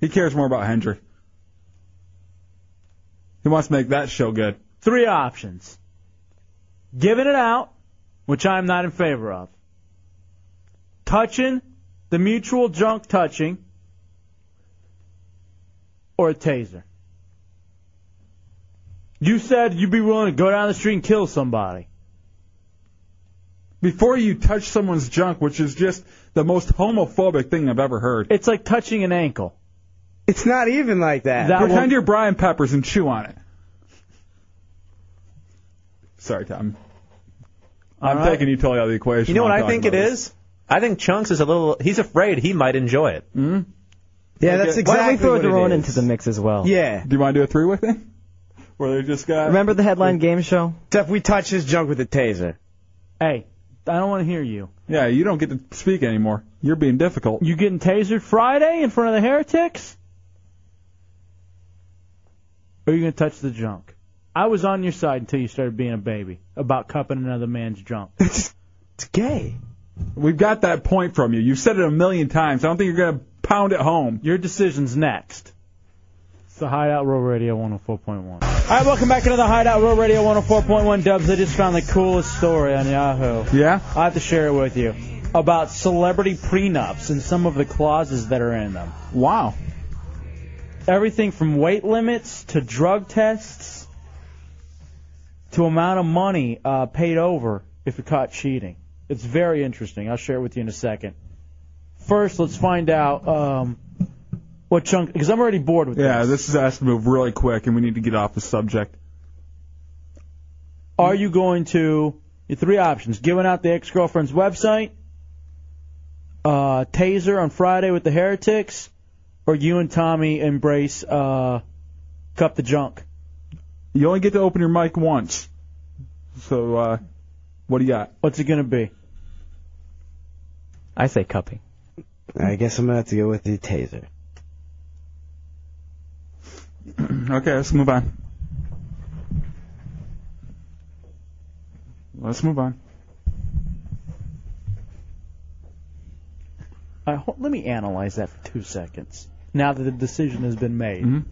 [SPEAKER 3] He cares more about Hendry. He wants to make that show good.
[SPEAKER 2] Three options. Giving it out, which I'm not in favor of. Touching, the mutual junk touching, or a taser. You said you'd be willing to go down the street and kill somebody.
[SPEAKER 3] Before you touch someone's junk, which is just the most homophobic thing I've ever heard.
[SPEAKER 2] It's like touching an ankle.
[SPEAKER 13] It's not even like that.
[SPEAKER 2] That
[SPEAKER 3] Pretend
[SPEAKER 2] will-
[SPEAKER 3] you're Brian Peppers and chew on it. Sorry, Tom. I'm
[SPEAKER 6] All right.
[SPEAKER 3] taking you totally out of the equation.
[SPEAKER 6] You know
[SPEAKER 3] while
[SPEAKER 6] what
[SPEAKER 3] I'm
[SPEAKER 6] I
[SPEAKER 3] talking
[SPEAKER 6] think it
[SPEAKER 3] about this.
[SPEAKER 6] is? I think Chunks is a little. He's afraid he might enjoy it.
[SPEAKER 3] Mm-hmm.
[SPEAKER 6] Yeah, that's
[SPEAKER 8] Why don't we
[SPEAKER 6] exactly
[SPEAKER 8] throw
[SPEAKER 6] what it
[SPEAKER 8] Daron
[SPEAKER 6] is.
[SPEAKER 8] into the mix as well?
[SPEAKER 13] Yeah.
[SPEAKER 3] Do you want to do a three-way thing? Where they just got.
[SPEAKER 8] Remember the headline game show?
[SPEAKER 13] Except we touch his junk with a taser.
[SPEAKER 2] Hey, I don't want to hear you.
[SPEAKER 3] Yeah, you don't get to speak anymore. You're being difficult.
[SPEAKER 2] You getting tasered Friday in front of the heretics? Or are you going to touch the junk? I was on your side until you started being a baby about cupping another man's junk.
[SPEAKER 13] It's gay.
[SPEAKER 3] We've got that point from you. You've said it a million times. I don't think you're going to pound it home.
[SPEAKER 2] Your decision's next. It's the Hideout Row Radio 104.1. All right, welcome back into the Hideout Row Radio 104.1 Dubs. I just found the coolest story on Yahoo.
[SPEAKER 3] Yeah?
[SPEAKER 2] I have to share it with you about celebrity prenups and some of the clauses that are in them.
[SPEAKER 3] Wow.
[SPEAKER 2] Everything from weight limits to drug tests to amount of money uh, paid over if you're caught cheating. It's very interesting. I'll share it with you in a second. First, let's find out um, what chunk, because I'm already bored with
[SPEAKER 3] Yeah, this is asked to move really quick, and we need to get off the subject.
[SPEAKER 2] Are you going to your three options? Giving out the ex-girlfriend's website, uh, taser on Friday with the heretics, or you and Tommy embrace uh, cup the junk.
[SPEAKER 3] You only get to open your mic once. So, uh, what do you got?
[SPEAKER 2] What's it gonna be?
[SPEAKER 8] I say cupping.
[SPEAKER 13] I guess I'm gonna have to go with the taser.
[SPEAKER 3] okay, let's move on. Let's move on.
[SPEAKER 2] I Uh, ho- let me analyze that for two seconds. Now that the decision has been made.
[SPEAKER 3] Mm-hmm.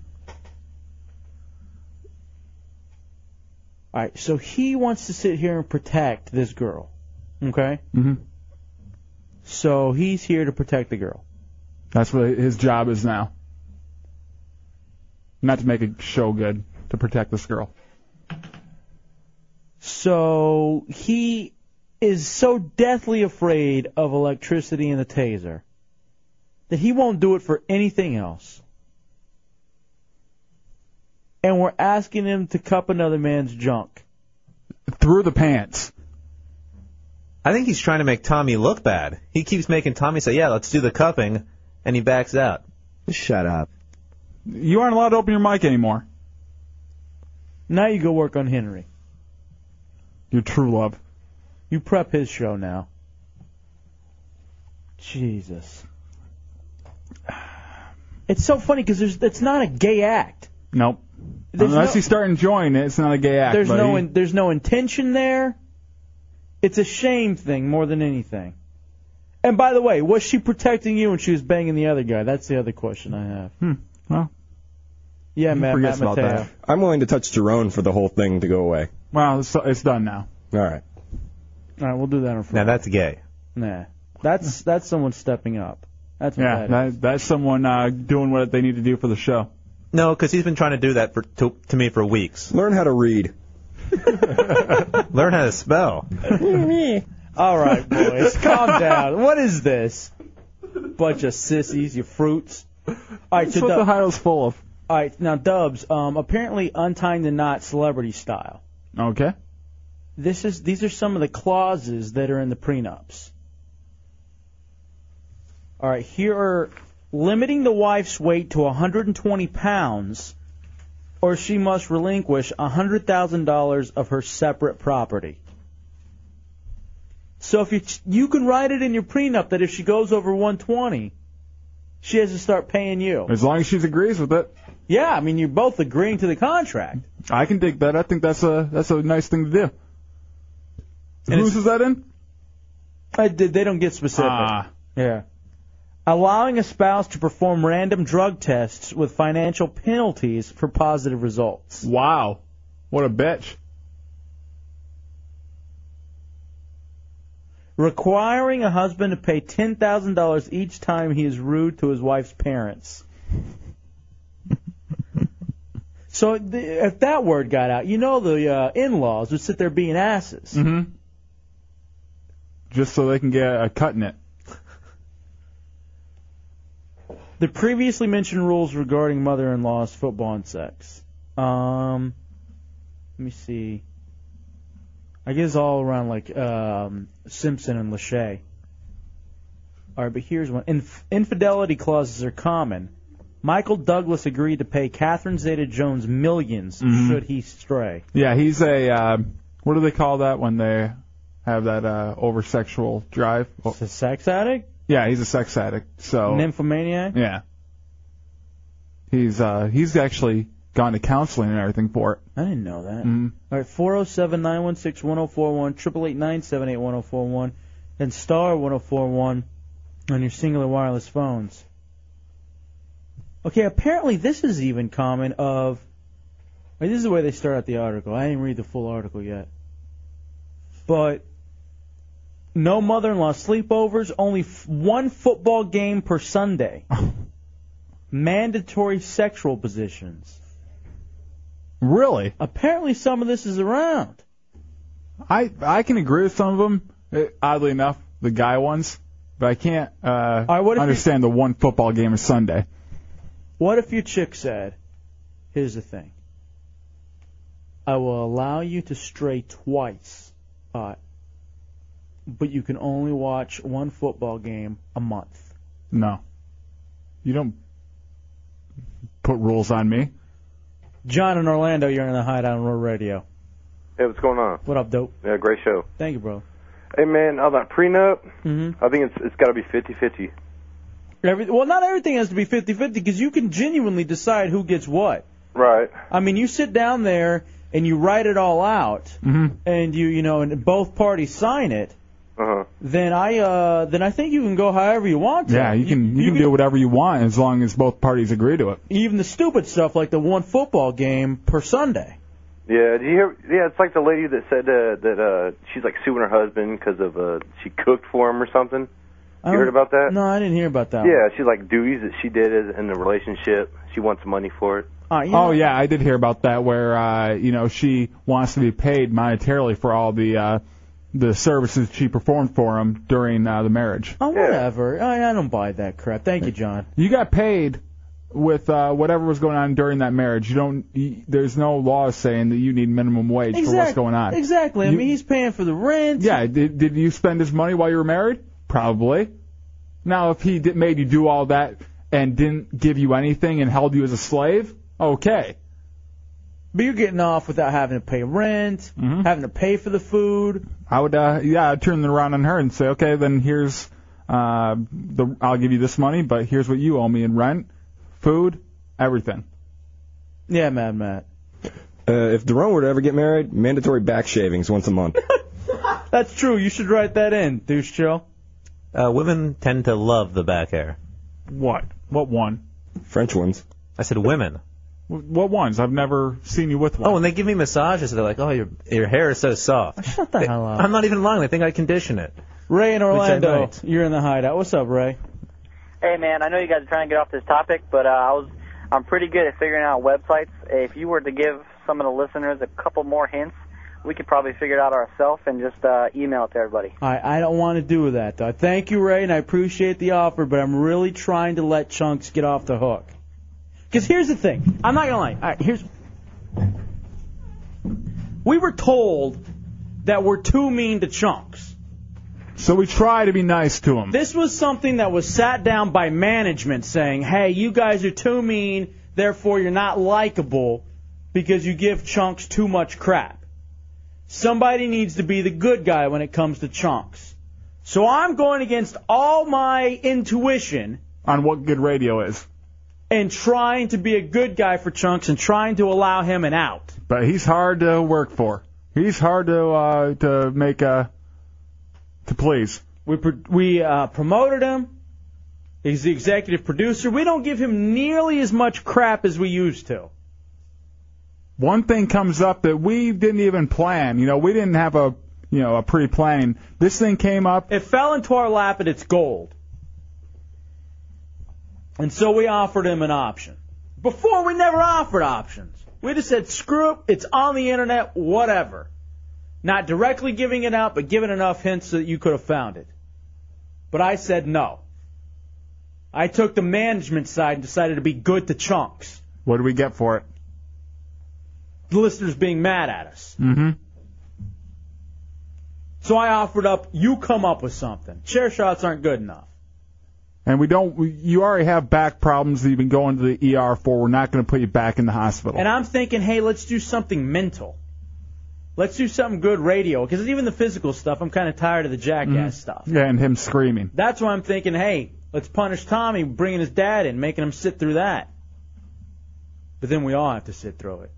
[SPEAKER 2] All right, so he wants to sit here and protect this girl. Okay?
[SPEAKER 3] Mm-hmm.
[SPEAKER 2] So he's here to protect the girl.
[SPEAKER 3] That's what his job is now. Not to make a show good, to protect this girl.
[SPEAKER 2] So he is so deathly afraid of electricity and the taser that he won't do it for anything else. And we're asking him to cup another man's junk.
[SPEAKER 3] Through the pants.
[SPEAKER 6] I think he's trying to make Tommy look bad. He keeps making Tommy say, "Yeah, let's do the cupping," and he backs out.
[SPEAKER 13] Shut up.
[SPEAKER 3] You aren't allowed to open your mic anymore.
[SPEAKER 2] Now you go work on Henry.
[SPEAKER 3] Your true love.
[SPEAKER 2] You prep his show now. Jesus. It's so funny because it's not a gay act.
[SPEAKER 3] Nope.
[SPEAKER 2] There's
[SPEAKER 3] Unless
[SPEAKER 2] no-
[SPEAKER 3] you start enjoying it, it's not a gay act.
[SPEAKER 2] there's
[SPEAKER 3] buddy.
[SPEAKER 2] no in, there's no intention there. It's a shame thing more than anything. And by the way, was she protecting you when she was banging the other guy? That's the other question I have.
[SPEAKER 3] Hmm. Well.
[SPEAKER 2] Yeah,
[SPEAKER 11] Who
[SPEAKER 2] Matt, Matt
[SPEAKER 11] forgets about
[SPEAKER 2] Mateo.
[SPEAKER 11] that. I'm willing to touch Jerome for the whole thing to go away.
[SPEAKER 3] Well, it's, it's done now.
[SPEAKER 11] All right.
[SPEAKER 2] All right, we'll do that in front.
[SPEAKER 6] Now that's gay.
[SPEAKER 2] Nah, that's that's someone stepping up. That's what
[SPEAKER 3] Hmm. Yeah,
[SPEAKER 2] that is.
[SPEAKER 3] that, that's someone uh, doing what they need to do for the show.
[SPEAKER 6] No, because he's been trying to do that for, to, to me for weeks.
[SPEAKER 11] Learn how to read.
[SPEAKER 6] Learn how to spell.
[SPEAKER 2] All right, boys, calm down. What is this? Bunch of sissies, you fruits. All right,
[SPEAKER 3] That's
[SPEAKER 2] so
[SPEAKER 3] what
[SPEAKER 2] Dub-
[SPEAKER 3] the highlights full of.
[SPEAKER 2] All right, now Dubs. Um, apparently untying the knot, celebrity style.
[SPEAKER 3] Okay.
[SPEAKER 2] This is these are some of the clauses that are in the prenups. All right, here are limiting the wife's weight to 120 pounds, or she must relinquish $100,000 of her separate property. So if you you can write it in your prenup that if she goes over 120, she has to start paying you.
[SPEAKER 3] As long as she agrees with it.
[SPEAKER 2] Yeah, I mean you're both agreeing to the contract.
[SPEAKER 3] I can dig that. I think that's a that's a nice thing to do. Whose is that in?
[SPEAKER 2] I did, Uh, they don't get specific.
[SPEAKER 3] Ah.
[SPEAKER 2] Yeah. Allowing a spouse to perform random drug tests with financial penalties for positive results.
[SPEAKER 3] Wow. What a bitch.
[SPEAKER 2] Requiring a husband to pay $10,000 each time he is rude to his wife's parents. so th- if that word got out, you know the uh, in-laws would sit there being asses.
[SPEAKER 3] hmm Just so they can get a cut in it.
[SPEAKER 2] The previously mentioned rules regarding mother-in-law's football and sex. Um, let me see. I guess all around like um, Simpson and Lachey. All right, but here's one. Inf- infidelity clauses are common. Michael Douglas agreed to pay Catherine Zeta-Jones 1000000s
[SPEAKER 3] Mhm.
[SPEAKER 2] should he stray.
[SPEAKER 3] Yeah, he's a uh, what do they call that when they have that uh, over sexual drive?
[SPEAKER 2] a sex addict.
[SPEAKER 3] Yeah, he's a sex addict. So
[SPEAKER 2] Nymphomaniac.
[SPEAKER 3] yeah, he's uh, he's actually gone to counseling and everything for it.
[SPEAKER 2] I didn't know that.
[SPEAKER 3] Mhm.
[SPEAKER 2] All right, 407 916 1041, 888 978 1041, and star 1041 on your singular wireless phones. Okay, apparently this is even common of. wait, This is the way they start out the article. I didn't read the full article yet. But no mother in law sleepovers, only f- one football game per Sunday. Mandatory sexual positions.
[SPEAKER 3] Really?
[SPEAKER 2] Apparently, some of this is around.
[SPEAKER 3] I I can agree with some of them. eh, Oddly enough, the guy ones, but I can't uh,
[SPEAKER 2] what if you-
[SPEAKER 3] understand the one football game is Sunday.
[SPEAKER 2] What if your chick said, here's the thing. I will allow you to stray twice, uh, but you can only watch one football game a month.
[SPEAKER 3] No, you don't put rules on me.
[SPEAKER 2] John in Orlando, you're in the Hideout on Road Radio.
[SPEAKER 21] Hey, what's going on?
[SPEAKER 2] What up, dope?
[SPEAKER 21] Yeah, great show.
[SPEAKER 2] Thank you, bro.
[SPEAKER 21] Hey, man, on that prenup,
[SPEAKER 2] Mhm.
[SPEAKER 21] I think it's it's got to be fifty-fifty.
[SPEAKER 2] Every, well, not everything has to be 50-50 because you can genuinely decide who gets what.
[SPEAKER 21] Right.
[SPEAKER 2] I mean, you sit down there and you write it all out,
[SPEAKER 6] Mm-hmm.
[SPEAKER 2] and you you know, and both parties sign it.
[SPEAKER 21] Uh-huh.
[SPEAKER 2] Then I uh, then I think you can go however you want to.
[SPEAKER 3] Yeah, you can you, can do whatever you want as long as both parties agree to it.
[SPEAKER 2] even the stupid stuff like the one football game per Sunday.
[SPEAKER 21] Yeah, do you hear? Yeah, it's like the lady that said uh, that uh, she's like suing her husband because of uh, she cooked for him or something.
[SPEAKER 2] I
[SPEAKER 21] You heard
[SPEAKER 2] don't-
[SPEAKER 21] about that?
[SPEAKER 2] Um, No, I didn't hear about that.
[SPEAKER 21] Yeah, she's like duties that she did as- in the relationship. She wants money for it.
[SPEAKER 2] One.
[SPEAKER 3] Oh yeah, I did hear about that where uh, you know she wants to be paid monetarily for all the uh, the services she performed for him during uh, the marriage.
[SPEAKER 2] Oh, whatever. I, I don't buy that crap. Thank you, John.
[SPEAKER 3] You got paid with uh, whatever was going on during that marriage. You don't. You, there's no law saying that you need minimum wage for what's
[SPEAKER 2] Exact-
[SPEAKER 3] going on.
[SPEAKER 2] Exactly. I
[SPEAKER 3] You-
[SPEAKER 2] mean, he's paying for the rent.
[SPEAKER 3] Yeah. Did, did you spend his money while you were married? Probably. Now, if he did, made you do all that and didn't give you anything and held you as a slave, okay.
[SPEAKER 2] But you're getting off without having to pay rent, having to pay for the food.
[SPEAKER 3] Mm-hmm. I would, uh, yeah, I'd turn it around on her and say, okay, then here's, uh, the, I'll give you this money, but here's what you owe me in rent, food, everything.
[SPEAKER 2] Yeah, Mad Matt.
[SPEAKER 11] Uh, if Jerome were to ever get married, mandatory back shavings once a month.
[SPEAKER 2] That's true. You should write that in, douche chill.
[SPEAKER 6] Uh, women tend to love the back hair.
[SPEAKER 3] What? What one?
[SPEAKER 11] French ones.
[SPEAKER 6] I said women.
[SPEAKER 3] W- What ones? I've never seen you with one.
[SPEAKER 6] Oh, and they give me massages. They're like, "Oh, your your hair is so soft." Shut the hell up. I'm not even lying. They think I condition it.
[SPEAKER 2] Ray in
[SPEAKER 6] Which I
[SPEAKER 2] Orlando,
[SPEAKER 6] don't.
[SPEAKER 2] you're in the hideout. What's up, Ray?
[SPEAKER 4] Hey man, I know you guys are trying to get off this topic, but uh, I was I'm pretty good at figuring out websites. If you were to give some of the listeners a couple more hints, we could probably figure it out ourselves and just uh, email it to everybody.
[SPEAKER 2] I, I don't want to do that. though. Thank you, Ray, and I appreciate the offer, but I'm really trying to let Chunks get off the hook. Because here's the thing. I'm not going to lie. All right, here's. We were told that we're too mean to Chunks.
[SPEAKER 3] So we try to be nice to them.
[SPEAKER 2] This was something that was sat down by management saying, hey, you guys are too mean, therefore you're not likable because you give Chunks too much crap. Somebody needs to be the good guy when it comes to chunks. So I'm going against all my intuition
[SPEAKER 3] on what good radio is
[SPEAKER 2] and trying to be a good guy for chunks and trying to allow him an out.
[SPEAKER 3] But he's hard to work for. He's hard to uh, to make uh, to please.
[SPEAKER 2] We pro- we uh, promoted him. He's the executive producer. We don't give him nearly as much crap as we used to.
[SPEAKER 3] One thing comes up that we didn't even plan. You know, we didn't have a you know a pre-planning. This thing came up.
[SPEAKER 2] It fell into our lap and it's gold. And so we offered him an option. Before we never offered options. We just said, screw it, it's on the internet, whatever. Not directly giving it out, but giving enough hints so that you could have found it. But I said no. I took the management side and decided to be good to chunks.
[SPEAKER 3] What do we get for it?
[SPEAKER 2] The listeners being mad at us.
[SPEAKER 3] Mm-hmm.
[SPEAKER 2] So I offered up, you come up with something. Chair shots aren't good enough.
[SPEAKER 3] And we don't. We, you already have back problems that you've been going to the ER for. We're not going to put you back in the hospital.
[SPEAKER 2] And I'm thinking, hey, let's do something mental. Let's do something good radio. Because even the physical stuff, I'm kind of tired of the jackass
[SPEAKER 3] Mhm.
[SPEAKER 2] stuff.
[SPEAKER 3] Yeah, and him screaming.
[SPEAKER 2] That's why I'm thinking, hey, let's punish Tommy bringing his dad in, making him sit through that. But then we all have to sit through it.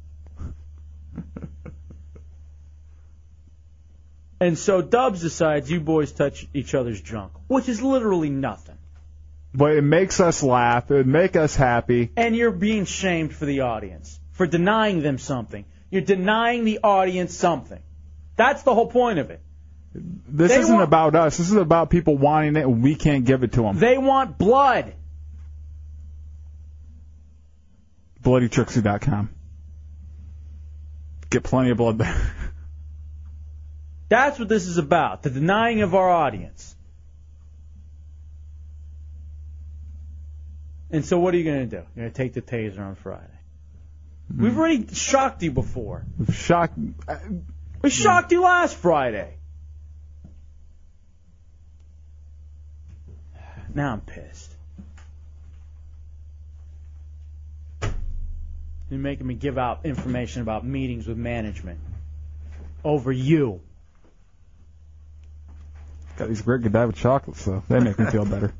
[SPEAKER 2] and so Dubs decides you boys touch each other's junk, which is literally nothing.
[SPEAKER 3] But it makes us laugh. It would make us happy.
[SPEAKER 2] And you're being shamed for the audience, for denying them something. You're denying the audience something. That's the whole point of it.
[SPEAKER 3] This
[SPEAKER 2] They
[SPEAKER 3] isn't
[SPEAKER 2] want-
[SPEAKER 3] about us. This is about people wanting it, and we can't give it to them.
[SPEAKER 2] They want blood.
[SPEAKER 3] BloodyTrixie.com. Get plenty of blood there.
[SPEAKER 2] That's what this is about, the denying of our audience. And so what are you going to do? You're going to take the taser on Friday. We've already shocked you before.
[SPEAKER 3] Shock.
[SPEAKER 2] We shocked you last Friday. Now I'm pissed. You're making me give out information about meetings with management over you.
[SPEAKER 3] Got these great Godiva chocolates, so they make me feel better.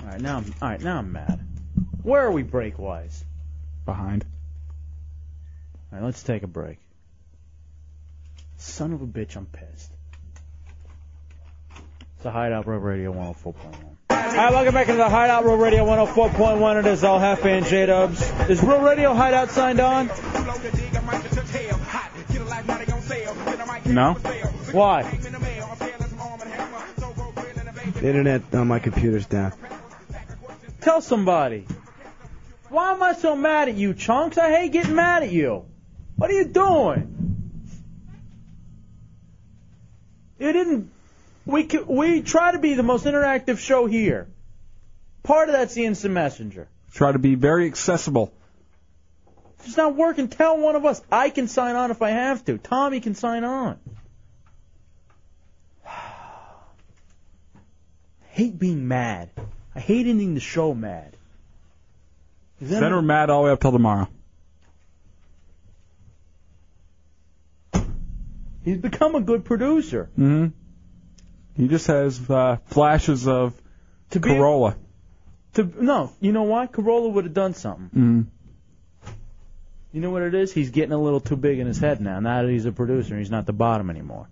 [SPEAKER 2] All right, now I'm all right. Now I'm mad. Where are we break wise?
[SPEAKER 3] Behind.
[SPEAKER 2] All right, let's take a break. Son of a bitch, I'm pissed. It's a Hideout Road Radio 104.1. All right, welcome back into the Hideout Real Radio 104.1. It is all half and J Dubs. Is Real Radio Hideout signed on?
[SPEAKER 3] No.
[SPEAKER 2] Why?
[SPEAKER 13] The internet on my computer's down.
[SPEAKER 2] Tell somebody. Why am I so mad at you, Chunks? I hate getting mad at you. What are you doing? It didn't. We c we try to be the most interactive show here. Part of that's the instant messenger.
[SPEAKER 3] Try to be very accessible.
[SPEAKER 2] If it's not working, tell one of us. I can sign on if I have to. Tommy can sign on. hate being mad. I hate ending the show mad. Is that
[SPEAKER 3] Then we're mad all the way up till tomorrow.
[SPEAKER 2] He's become a good producer.
[SPEAKER 3] hmm He just has uh, flashes of
[SPEAKER 2] be-
[SPEAKER 3] Corolla.
[SPEAKER 2] To no, you know why? Corolla would have done something.
[SPEAKER 3] Mhm.
[SPEAKER 2] You know what it is? He's getting a little too big in his head now. Now that he's a producer, he's not the bottom anymore.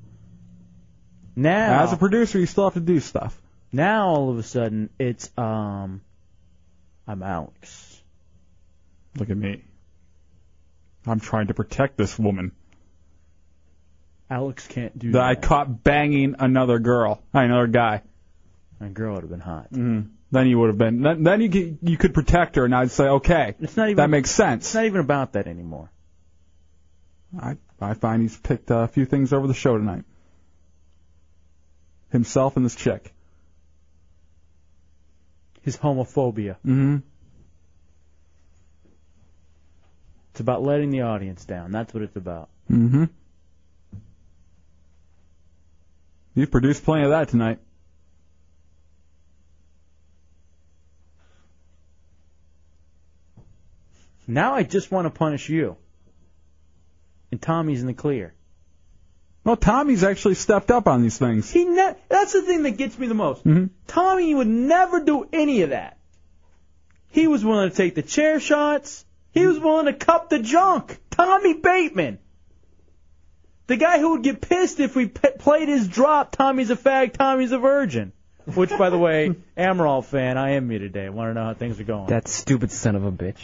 [SPEAKER 2] Now,
[SPEAKER 3] As a producer, you still have to do stuff.
[SPEAKER 2] now all of a sudden it's um, I'm Alex.
[SPEAKER 3] Look at me. I'm trying to protect this woman.
[SPEAKER 2] Alex can't do
[SPEAKER 3] That I caught banging another girl, I mean, another guy.
[SPEAKER 2] A girl would have been hot.
[SPEAKER 3] Mm. Then you would have been. Then, then you could, you could protect her, and I'd say, okay,
[SPEAKER 2] it's not even,
[SPEAKER 3] that makes sense. It's
[SPEAKER 2] not even about that anymore.
[SPEAKER 3] I I find he's picked uh, a few things over the show tonight. Himself and this chick.
[SPEAKER 2] His homophobia.
[SPEAKER 3] Mm-hmm.
[SPEAKER 2] It's about letting the audience down. That's what it's about.
[SPEAKER 3] Mm-hmm. You've produced plenty of that tonight.
[SPEAKER 2] Now I just want to punish you. And Tommy's in the clear.
[SPEAKER 3] Well, Tommy's actually stepped up on these things.
[SPEAKER 2] He ne- that's the thing that gets me the most.
[SPEAKER 3] Mhm.
[SPEAKER 2] Tommy would never do any of that. He was willing to take the chair shots. He was willing to cup the junk. Tommy Bateman. The guy who would get pissed if we p- played his drop, Tommy's a fag, Tommy's a virgin. Which, by the way, Amaral fan, I am you today. want to know how things are going.
[SPEAKER 8] That stupid son of a bitch.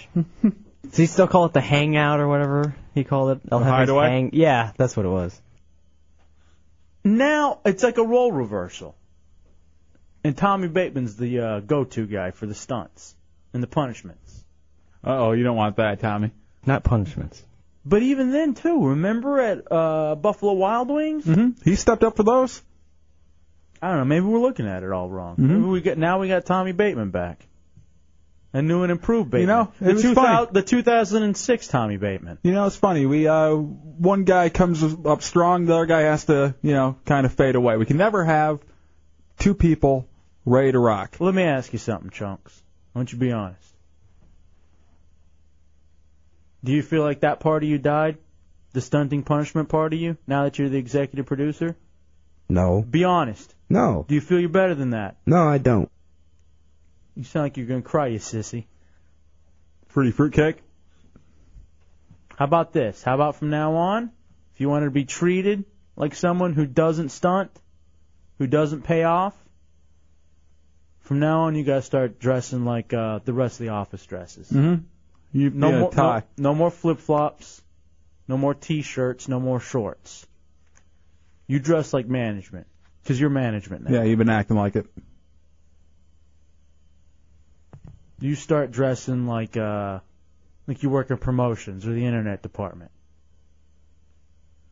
[SPEAKER 8] Does he still call it the hangout or whatever he called it? El
[SPEAKER 2] The
[SPEAKER 8] Jefe's
[SPEAKER 2] hideaway?
[SPEAKER 8] hang- Yeah, that's what it was.
[SPEAKER 2] Now it's like a role reversal. And Tommy Bateman's the uh, go-to guy for the stunts and the punishments.
[SPEAKER 3] Uh-oh, you don't want that, Tommy.
[SPEAKER 8] Not punishments.
[SPEAKER 2] But even then, too, remember at uh, Buffalo Wild Wings?
[SPEAKER 3] Mm-hmm. He stepped up for those.
[SPEAKER 2] I don't know. Maybe we're looking at it all wrong.
[SPEAKER 8] Mm-hmm.
[SPEAKER 2] Maybe we got now we got Tommy Bateman back, a new and improved Bateman.
[SPEAKER 3] know, it
[SPEAKER 2] the,
[SPEAKER 3] was
[SPEAKER 2] 2000
[SPEAKER 3] funny.
[SPEAKER 2] the 2006 Tommy Bateman.
[SPEAKER 3] You know, it's funny. We uh, one guy comes up strong, the other guy has to, you know, kind of fade away. We can never have two people ready to rock.
[SPEAKER 2] Let me ask you something, Chunks. Why don't you be honest? Do you feel like that part of you died? The stunting punishment part of you? Now that you're the executive producer?
[SPEAKER 13] No.
[SPEAKER 2] Be honest.
[SPEAKER 13] No.
[SPEAKER 2] Do you feel you're better than that?
[SPEAKER 13] No, I don't.
[SPEAKER 2] You sound like you're going to cry, you sissy.
[SPEAKER 3] Pretty fruitcake.
[SPEAKER 2] How about this? How about from now on, if you want to be treated like someone who doesn't stunt, who doesn't pay off, from now on you got to start dressing like uh, the rest of the office dresses.
[SPEAKER 3] Mm-hmm. You
[SPEAKER 2] No
[SPEAKER 3] yeah,
[SPEAKER 2] more
[SPEAKER 3] tie.
[SPEAKER 2] No, no more flip flops, no more t-shirts, no more shorts. You dress like management, 'cause you're management now.
[SPEAKER 3] Yeah, you've been acting like it.
[SPEAKER 2] You start dressing like uh, like you work in promotions or the internet department.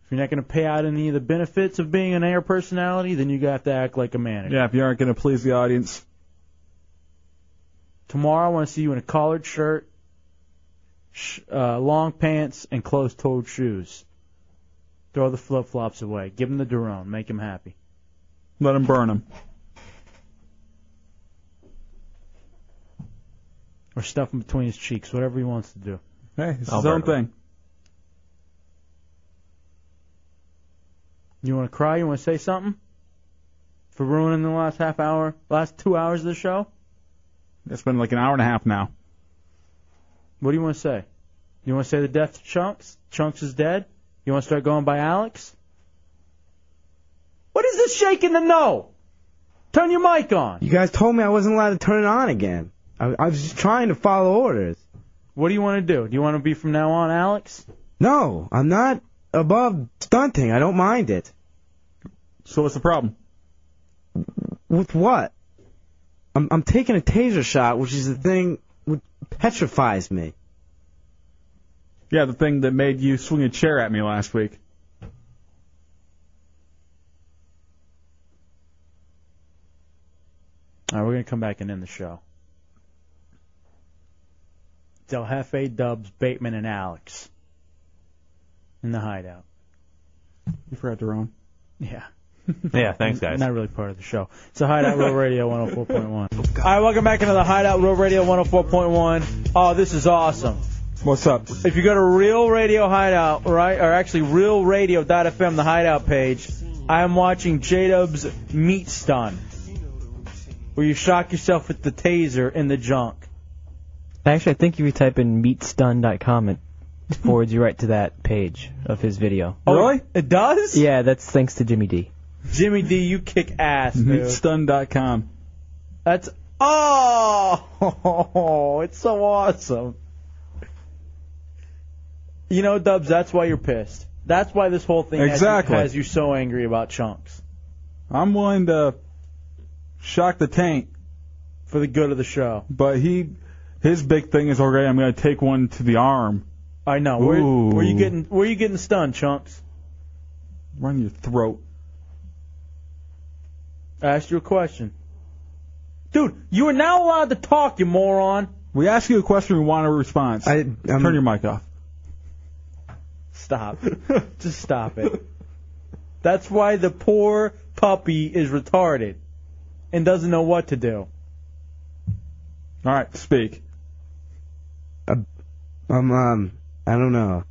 [SPEAKER 2] If you're not going to pay out any of the benefits of being an air personality, then you got to act like a manager.
[SPEAKER 3] Yeah, if you aren't going to please the audience.
[SPEAKER 2] Tomorrow, I want to see you in a collared shirt, sh- uh, long pants, and closed-toed shoes. Throw the flip-flops away. Give him the Durone. Make him happy.
[SPEAKER 3] Let them burn them.
[SPEAKER 2] or stuff in between his cheeks, whatever he wants to do.
[SPEAKER 3] Hey, it's
[SPEAKER 2] I'll
[SPEAKER 3] his own
[SPEAKER 2] burn
[SPEAKER 3] thing.
[SPEAKER 2] You want to cry? You want to say something for ruining the last half hour, last two hours of the show?
[SPEAKER 3] It's been like an hour and a half now.
[SPEAKER 2] What do you want to say? You want to say the death to Chunks? Chunks is dead. You want to start going by Alex? What is this shaking the no? Turn your mic on.
[SPEAKER 13] You guys told me I wasn't allowed to turn it on again. I, I was just trying to follow orders.
[SPEAKER 2] What do you want to do? Do you want to be from now on Alex?
[SPEAKER 13] No, I'm not above stunting. I don't mind it.
[SPEAKER 3] So what's the problem?
[SPEAKER 13] With what? I'm, I'm taking a taser shot, which is the thing which petrifies me.
[SPEAKER 3] Yeah, the thing that made you swing a chair at me last week.
[SPEAKER 2] All right, we're going to come back and end the show. Del Jefe, Dubs, Bateman, and Alex in the hideout.
[SPEAKER 3] You forgot to run.
[SPEAKER 2] Yeah.
[SPEAKER 6] Yeah, thanks, guys.
[SPEAKER 2] Not really part of the show. It's a Hideout Row Radio 104.1. All right, welcome back into the Hideout Row Radio 104.1. Oh, this is awesome.
[SPEAKER 3] What's up?
[SPEAKER 2] If you go to Real Radio Hideout, right, or actually RealRadio.fm, the Hideout page, I am watching J Dub's Meat Stun, where you shock yourself with the taser in the junk.
[SPEAKER 8] Actually, I think if you type in meatstun.com, it forwards you right to that page of his video.
[SPEAKER 2] Oh, really? It does?
[SPEAKER 8] Yeah, that's thanks to Jimmy D.
[SPEAKER 2] Jimmy D, you kick ass, dude.
[SPEAKER 3] Meatstun.com.
[SPEAKER 2] That's oh, it's so awesome. You know, Dubs, that's why you're pissed. That's why this whole thing has you-
[SPEAKER 3] Exactly.
[SPEAKER 2] has you so angry about chunks.
[SPEAKER 3] I'm willing to shock the tank
[SPEAKER 2] for the good of the show.
[SPEAKER 3] But he, his big thing is okay. I'm going to take one to the arm.
[SPEAKER 2] I know. Where,
[SPEAKER 3] Ooh.
[SPEAKER 2] where you getting? Where you getting stunned, chunks?
[SPEAKER 3] Run your throat.
[SPEAKER 2] I asked you a question, dude. You are now allowed to talk, you moron.
[SPEAKER 3] We ask you a question. We want a response. I, Turn your mic off.
[SPEAKER 2] Stop. Just stop it. That's why the poor puppy is retarded and doesn't know what to do.
[SPEAKER 3] All right, speak.
[SPEAKER 13] Uh, Um, um, I don't know.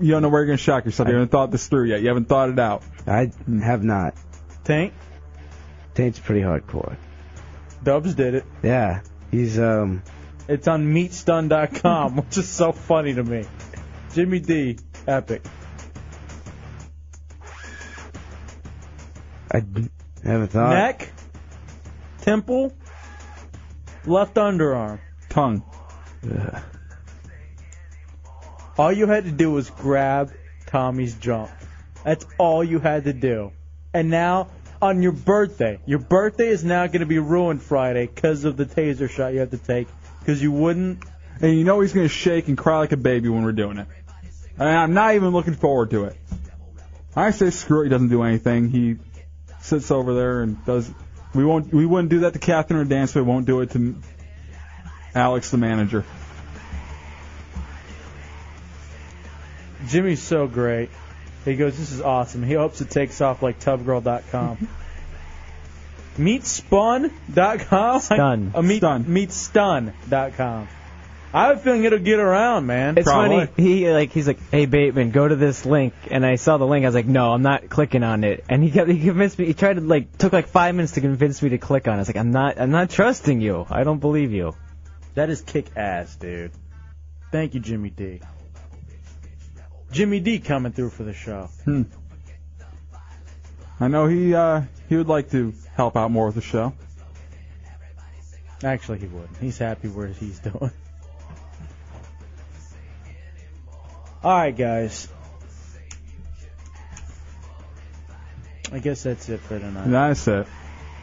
[SPEAKER 3] You don't know where you're going to shock yourself. you haven't thought this through yet. You haven't thought it out.
[SPEAKER 13] I have not.
[SPEAKER 2] Tank?
[SPEAKER 13] Tank's pretty hardcore.
[SPEAKER 2] Dubs did it.
[SPEAKER 13] Yeah, he's um.
[SPEAKER 2] It's on meatstun.com, which is so funny to me. Jimmy D, epic.
[SPEAKER 13] I haven't thought.
[SPEAKER 2] Neck, temple, left underarm,
[SPEAKER 3] tongue.
[SPEAKER 2] All you had to do was grab Tommy's junk. That's all you had to do. And now, on your birthday, your birthday is now going to be ruined Friday because of the taser shot you have to take because you wouldn't.
[SPEAKER 3] And you know he's going to shake and cry like a baby when we're doing it. And I'm not even looking forward to it. I say screw it. He doesn't do anything. He sits over there and does. We won't. We wouldn't do that to Catherine or Dan, so we won't do it to Alex, the manager.
[SPEAKER 2] Jimmy's so great. He goes, this is awesome. He hopes it takes off like tubgirl.com. Meatspun.com? Stun. Uh, meat, stun. Meatstun.com. I have a feeling it'll get around, man.
[SPEAKER 8] It's funny. He like he's like, hey Bateman, go to this link, and I saw the link. I was like, no, I'm not clicking on it. And he got he convinced me. He tried to like took like five minutes to convince me to click on. it. I was like, I'm not I'm not trusting you. I don't believe you.
[SPEAKER 2] That is kick ass, dude. Thank you, Jimmy D. Jimmy D coming through for the show.
[SPEAKER 3] Hmm. I know he uh, he would like to help out more with the show.
[SPEAKER 2] Actually, he wouldn't. He's happy where he's doing. All right, guys. I guess that's it for tonight.
[SPEAKER 3] That's it.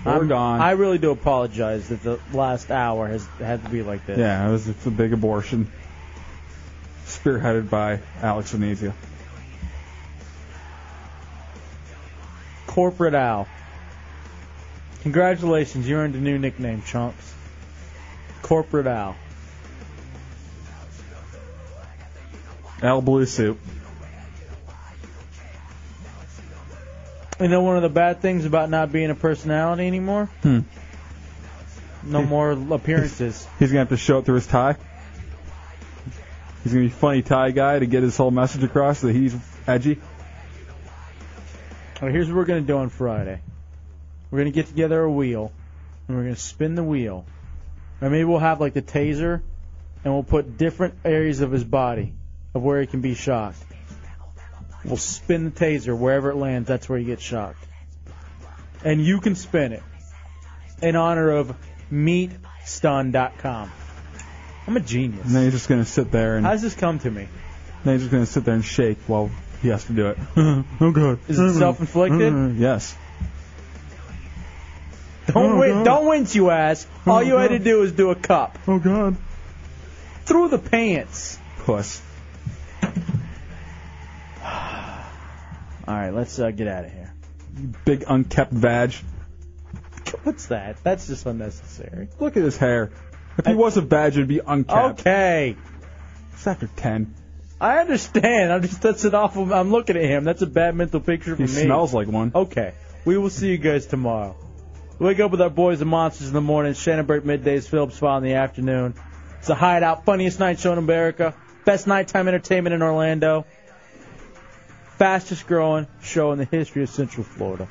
[SPEAKER 3] We're
[SPEAKER 2] I'm-
[SPEAKER 3] gone.
[SPEAKER 2] I really do apologize that the last hour has had to be like this.
[SPEAKER 3] Yeah, it was it's a big abortion, spearheaded by Alex Venezia.
[SPEAKER 2] Corporate Owl. Congratulations, you earned a new nickname, Chunks. Corporate Owl.
[SPEAKER 3] Al Blue Suit.
[SPEAKER 2] You know one of the bad things about not being a personality anymore?
[SPEAKER 3] Hmm.
[SPEAKER 2] No more appearances.
[SPEAKER 3] He's gonna have to show up through his tie. He's gonna be funny tie guy to get his whole message across that he's edgy.
[SPEAKER 2] All right, here's what we're going to do on Friday. We're going to get together a wheel, and we're going to spin the wheel. Or maybe we'll have like the taser, and we'll put different areas of his body of where he can be shocked. We'll spin the taser wherever it lands. That's where he gets shocked. And you can spin it in honor of meatstun.com. I'm a genius.
[SPEAKER 3] And then he's just gonna sit there and
[SPEAKER 2] How's this come to me?
[SPEAKER 3] then he's just gonna sit there and shake while he has to do it. oh god.
[SPEAKER 2] Is it self-inflicted?
[SPEAKER 3] Yes.
[SPEAKER 2] Don't
[SPEAKER 3] Oh,
[SPEAKER 2] win,
[SPEAKER 3] God.
[SPEAKER 2] don't wince, you ass. All
[SPEAKER 3] Oh,
[SPEAKER 2] you had to
[SPEAKER 3] God.
[SPEAKER 2] do is do a cup.
[SPEAKER 3] Oh God.
[SPEAKER 2] Through the pants.
[SPEAKER 3] Puss.
[SPEAKER 2] All right, let's uh, get out of here.
[SPEAKER 3] Big unkept vag.
[SPEAKER 2] What's that? That's just unnecessary.
[SPEAKER 3] Look at his hair. If he was a badge, it'd be unkept.
[SPEAKER 2] Okay.
[SPEAKER 3] It's after 10.
[SPEAKER 2] I understand. I'm just that's an awful. I'm looking at him. That's a bad mental picture for
[SPEAKER 3] He
[SPEAKER 2] me.
[SPEAKER 3] smells like one.
[SPEAKER 2] Okay. We will see you guys tomorrow. Wake up with our boys the monsters in the morning. Shannon Burke middays. Phillips File in the afternoon. It's a hideout. Funniest night show in America. Best nighttime entertainment in Orlando. Fastest growing show in the history of Central Florida.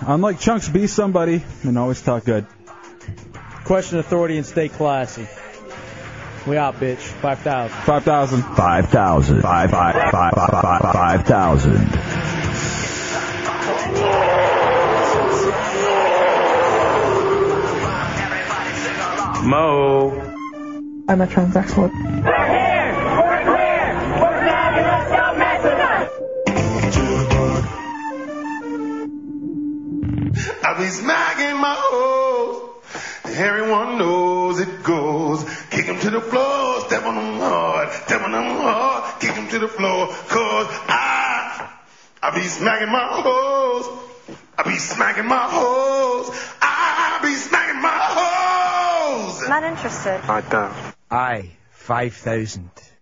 [SPEAKER 3] Unlike Chunks, be somebody and always talk good.
[SPEAKER 2] Question authority and stay classy. We out, bitch. 5,000.
[SPEAKER 3] 5,000.
[SPEAKER 9] 5,000. 5,000. 5,000.
[SPEAKER 30] Mo.
[SPEAKER 31] I'm a transsexual.
[SPEAKER 32] I be smacking my hoes. Everyone knows it goes. Kick 'em to the floor, step on 'em hard, step on 'em hard, kick 'em to the floor. Cause I, I be smacking my hoes. I be smacking my hoes. I be smacking my hoes.
[SPEAKER 1] Not interested.
[SPEAKER 2] I don't.
[SPEAKER 1] I, 5,000.